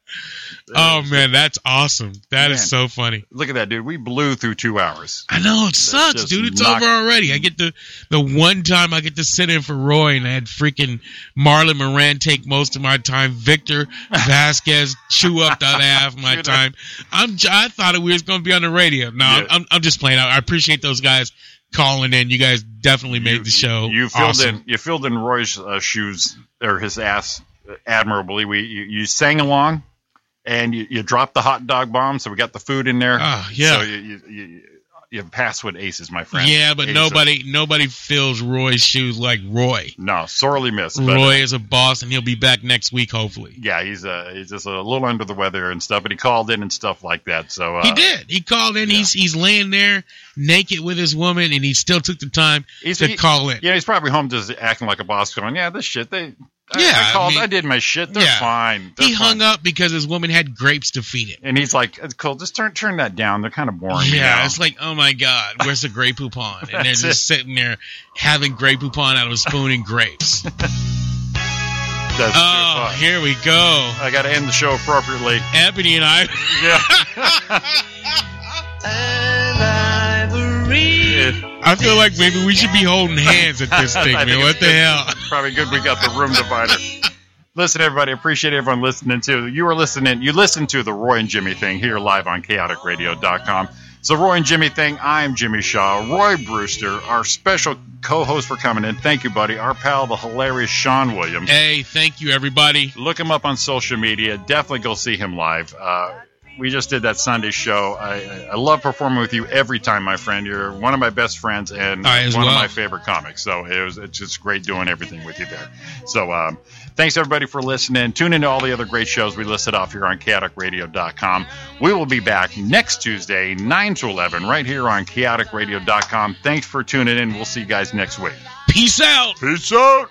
Speaker 2: oh man, that's awesome. That is
Speaker 1: Man.
Speaker 2: so funny.
Speaker 1: Look at that, dude. We blew through two hours.
Speaker 2: I know it sucks,
Speaker 1: just
Speaker 2: dude. It's
Speaker 1: knocked-
Speaker 2: over already. I get the the one time I get to sit in for Roy, and I had freaking Marlon Moran take most of my time. Victor Vasquez chew up the other half of my
Speaker 1: Dude,
Speaker 2: time. I'm j- I thought it was going to be on the radio. No, I'm,
Speaker 1: Yeah.
Speaker 2: I'm I'm just playing. I, I appreciate those guys calling in. You guys definitely made
Speaker 1: You-
Speaker 2: the show.
Speaker 1: You filled
Speaker 2: awesome.
Speaker 1: in. You filled in Roy's uh, shoes or his ass uh, admirably. We you, you sang along, and you, you dropped the hot dog bomb, so we got the food in there.
Speaker 2: Ah, yeah.
Speaker 1: So you you, you, you passed with aces, my friend.
Speaker 2: Yeah, but
Speaker 1: Aces.
Speaker 2: nobody nobody fills Roy's shoes like Roy.
Speaker 1: No, sorely missed. But,
Speaker 2: Roy is a boss, and he'll be back next week, hopefully.
Speaker 1: yeah, he's uh, he's just a little under the weather and stuff, but he called in and stuff like that. So uh,
Speaker 2: he did. He called in. He's he's laying there naked with his woman, and he still took the time
Speaker 1: He's,
Speaker 2: to
Speaker 1: he-
Speaker 2: call in.
Speaker 1: yeah, he's probably home just acting like a boss, going, "Yeah, this shit. They, I,
Speaker 2: Yeah,
Speaker 1: I called.
Speaker 2: I
Speaker 1: I,
Speaker 2: mean-
Speaker 1: did my shit. They're
Speaker 2: Yeah.
Speaker 1: fine. They're
Speaker 2: he hung
Speaker 1: fine."
Speaker 2: up because his woman had grapes to feed him.
Speaker 1: and he's like, "It's cool. Just turn turn that down. They're kind of boring." you
Speaker 2: Yeah,
Speaker 1: know?
Speaker 2: it's like, oh my God, where's the grape poupon? And they're
Speaker 1: That's
Speaker 2: just sitting there having grape poupon out of a spoon and grapes.
Speaker 1: That's too
Speaker 2: oh,
Speaker 1: fun.
Speaker 2: here we go.
Speaker 1: I got to end the show appropriately.
Speaker 2: Ebony and I.
Speaker 1: Yeah.
Speaker 2: I feel like maybe we should be holding hands at this thing,
Speaker 1: I
Speaker 2: man.
Speaker 1: think
Speaker 2: What
Speaker 1: it's
Speaker 2: the
Speaker 1: good.
Speaker 2: hell?
Speaker 1: Probably good we got the room divider. Listen, everybody, appreciate everyone listening to. You are listening. You listen to the Roy and Jimmy thing here live on chaoticradio.com. It's the Roy and Jimmy thing. I'm Jimmy Shaw. Roy Brewster, our special co-host, for coming in. Thank you, buddy. Our pal, the hilarious Sean Williams.
Speaker 2: Hey, thank you, everybody.
Speaker 1: Look him up on social media. Definitely go see him live. Uh, we just did that Sunday show. I, I love performing with you every time, my friend. You're one of my best friends and
Speaker 2: I
Speaker 1: one
Speaker 2: as
Speaker 1: of
Speaker 2: well.
Speaker 1: my favorite comics. So it was it's just great doing everything with you there. So um, thanks everybody for listening. Tune into all the other great shows we listed off here on chaoticradio.com. We will be back next Tuesday, 9 to 11, right here on chaoticradio.com. Thanks for tuning in. We'll see you guys next week.
Speaker 2: Peace out.
Speaker 1: Peace out.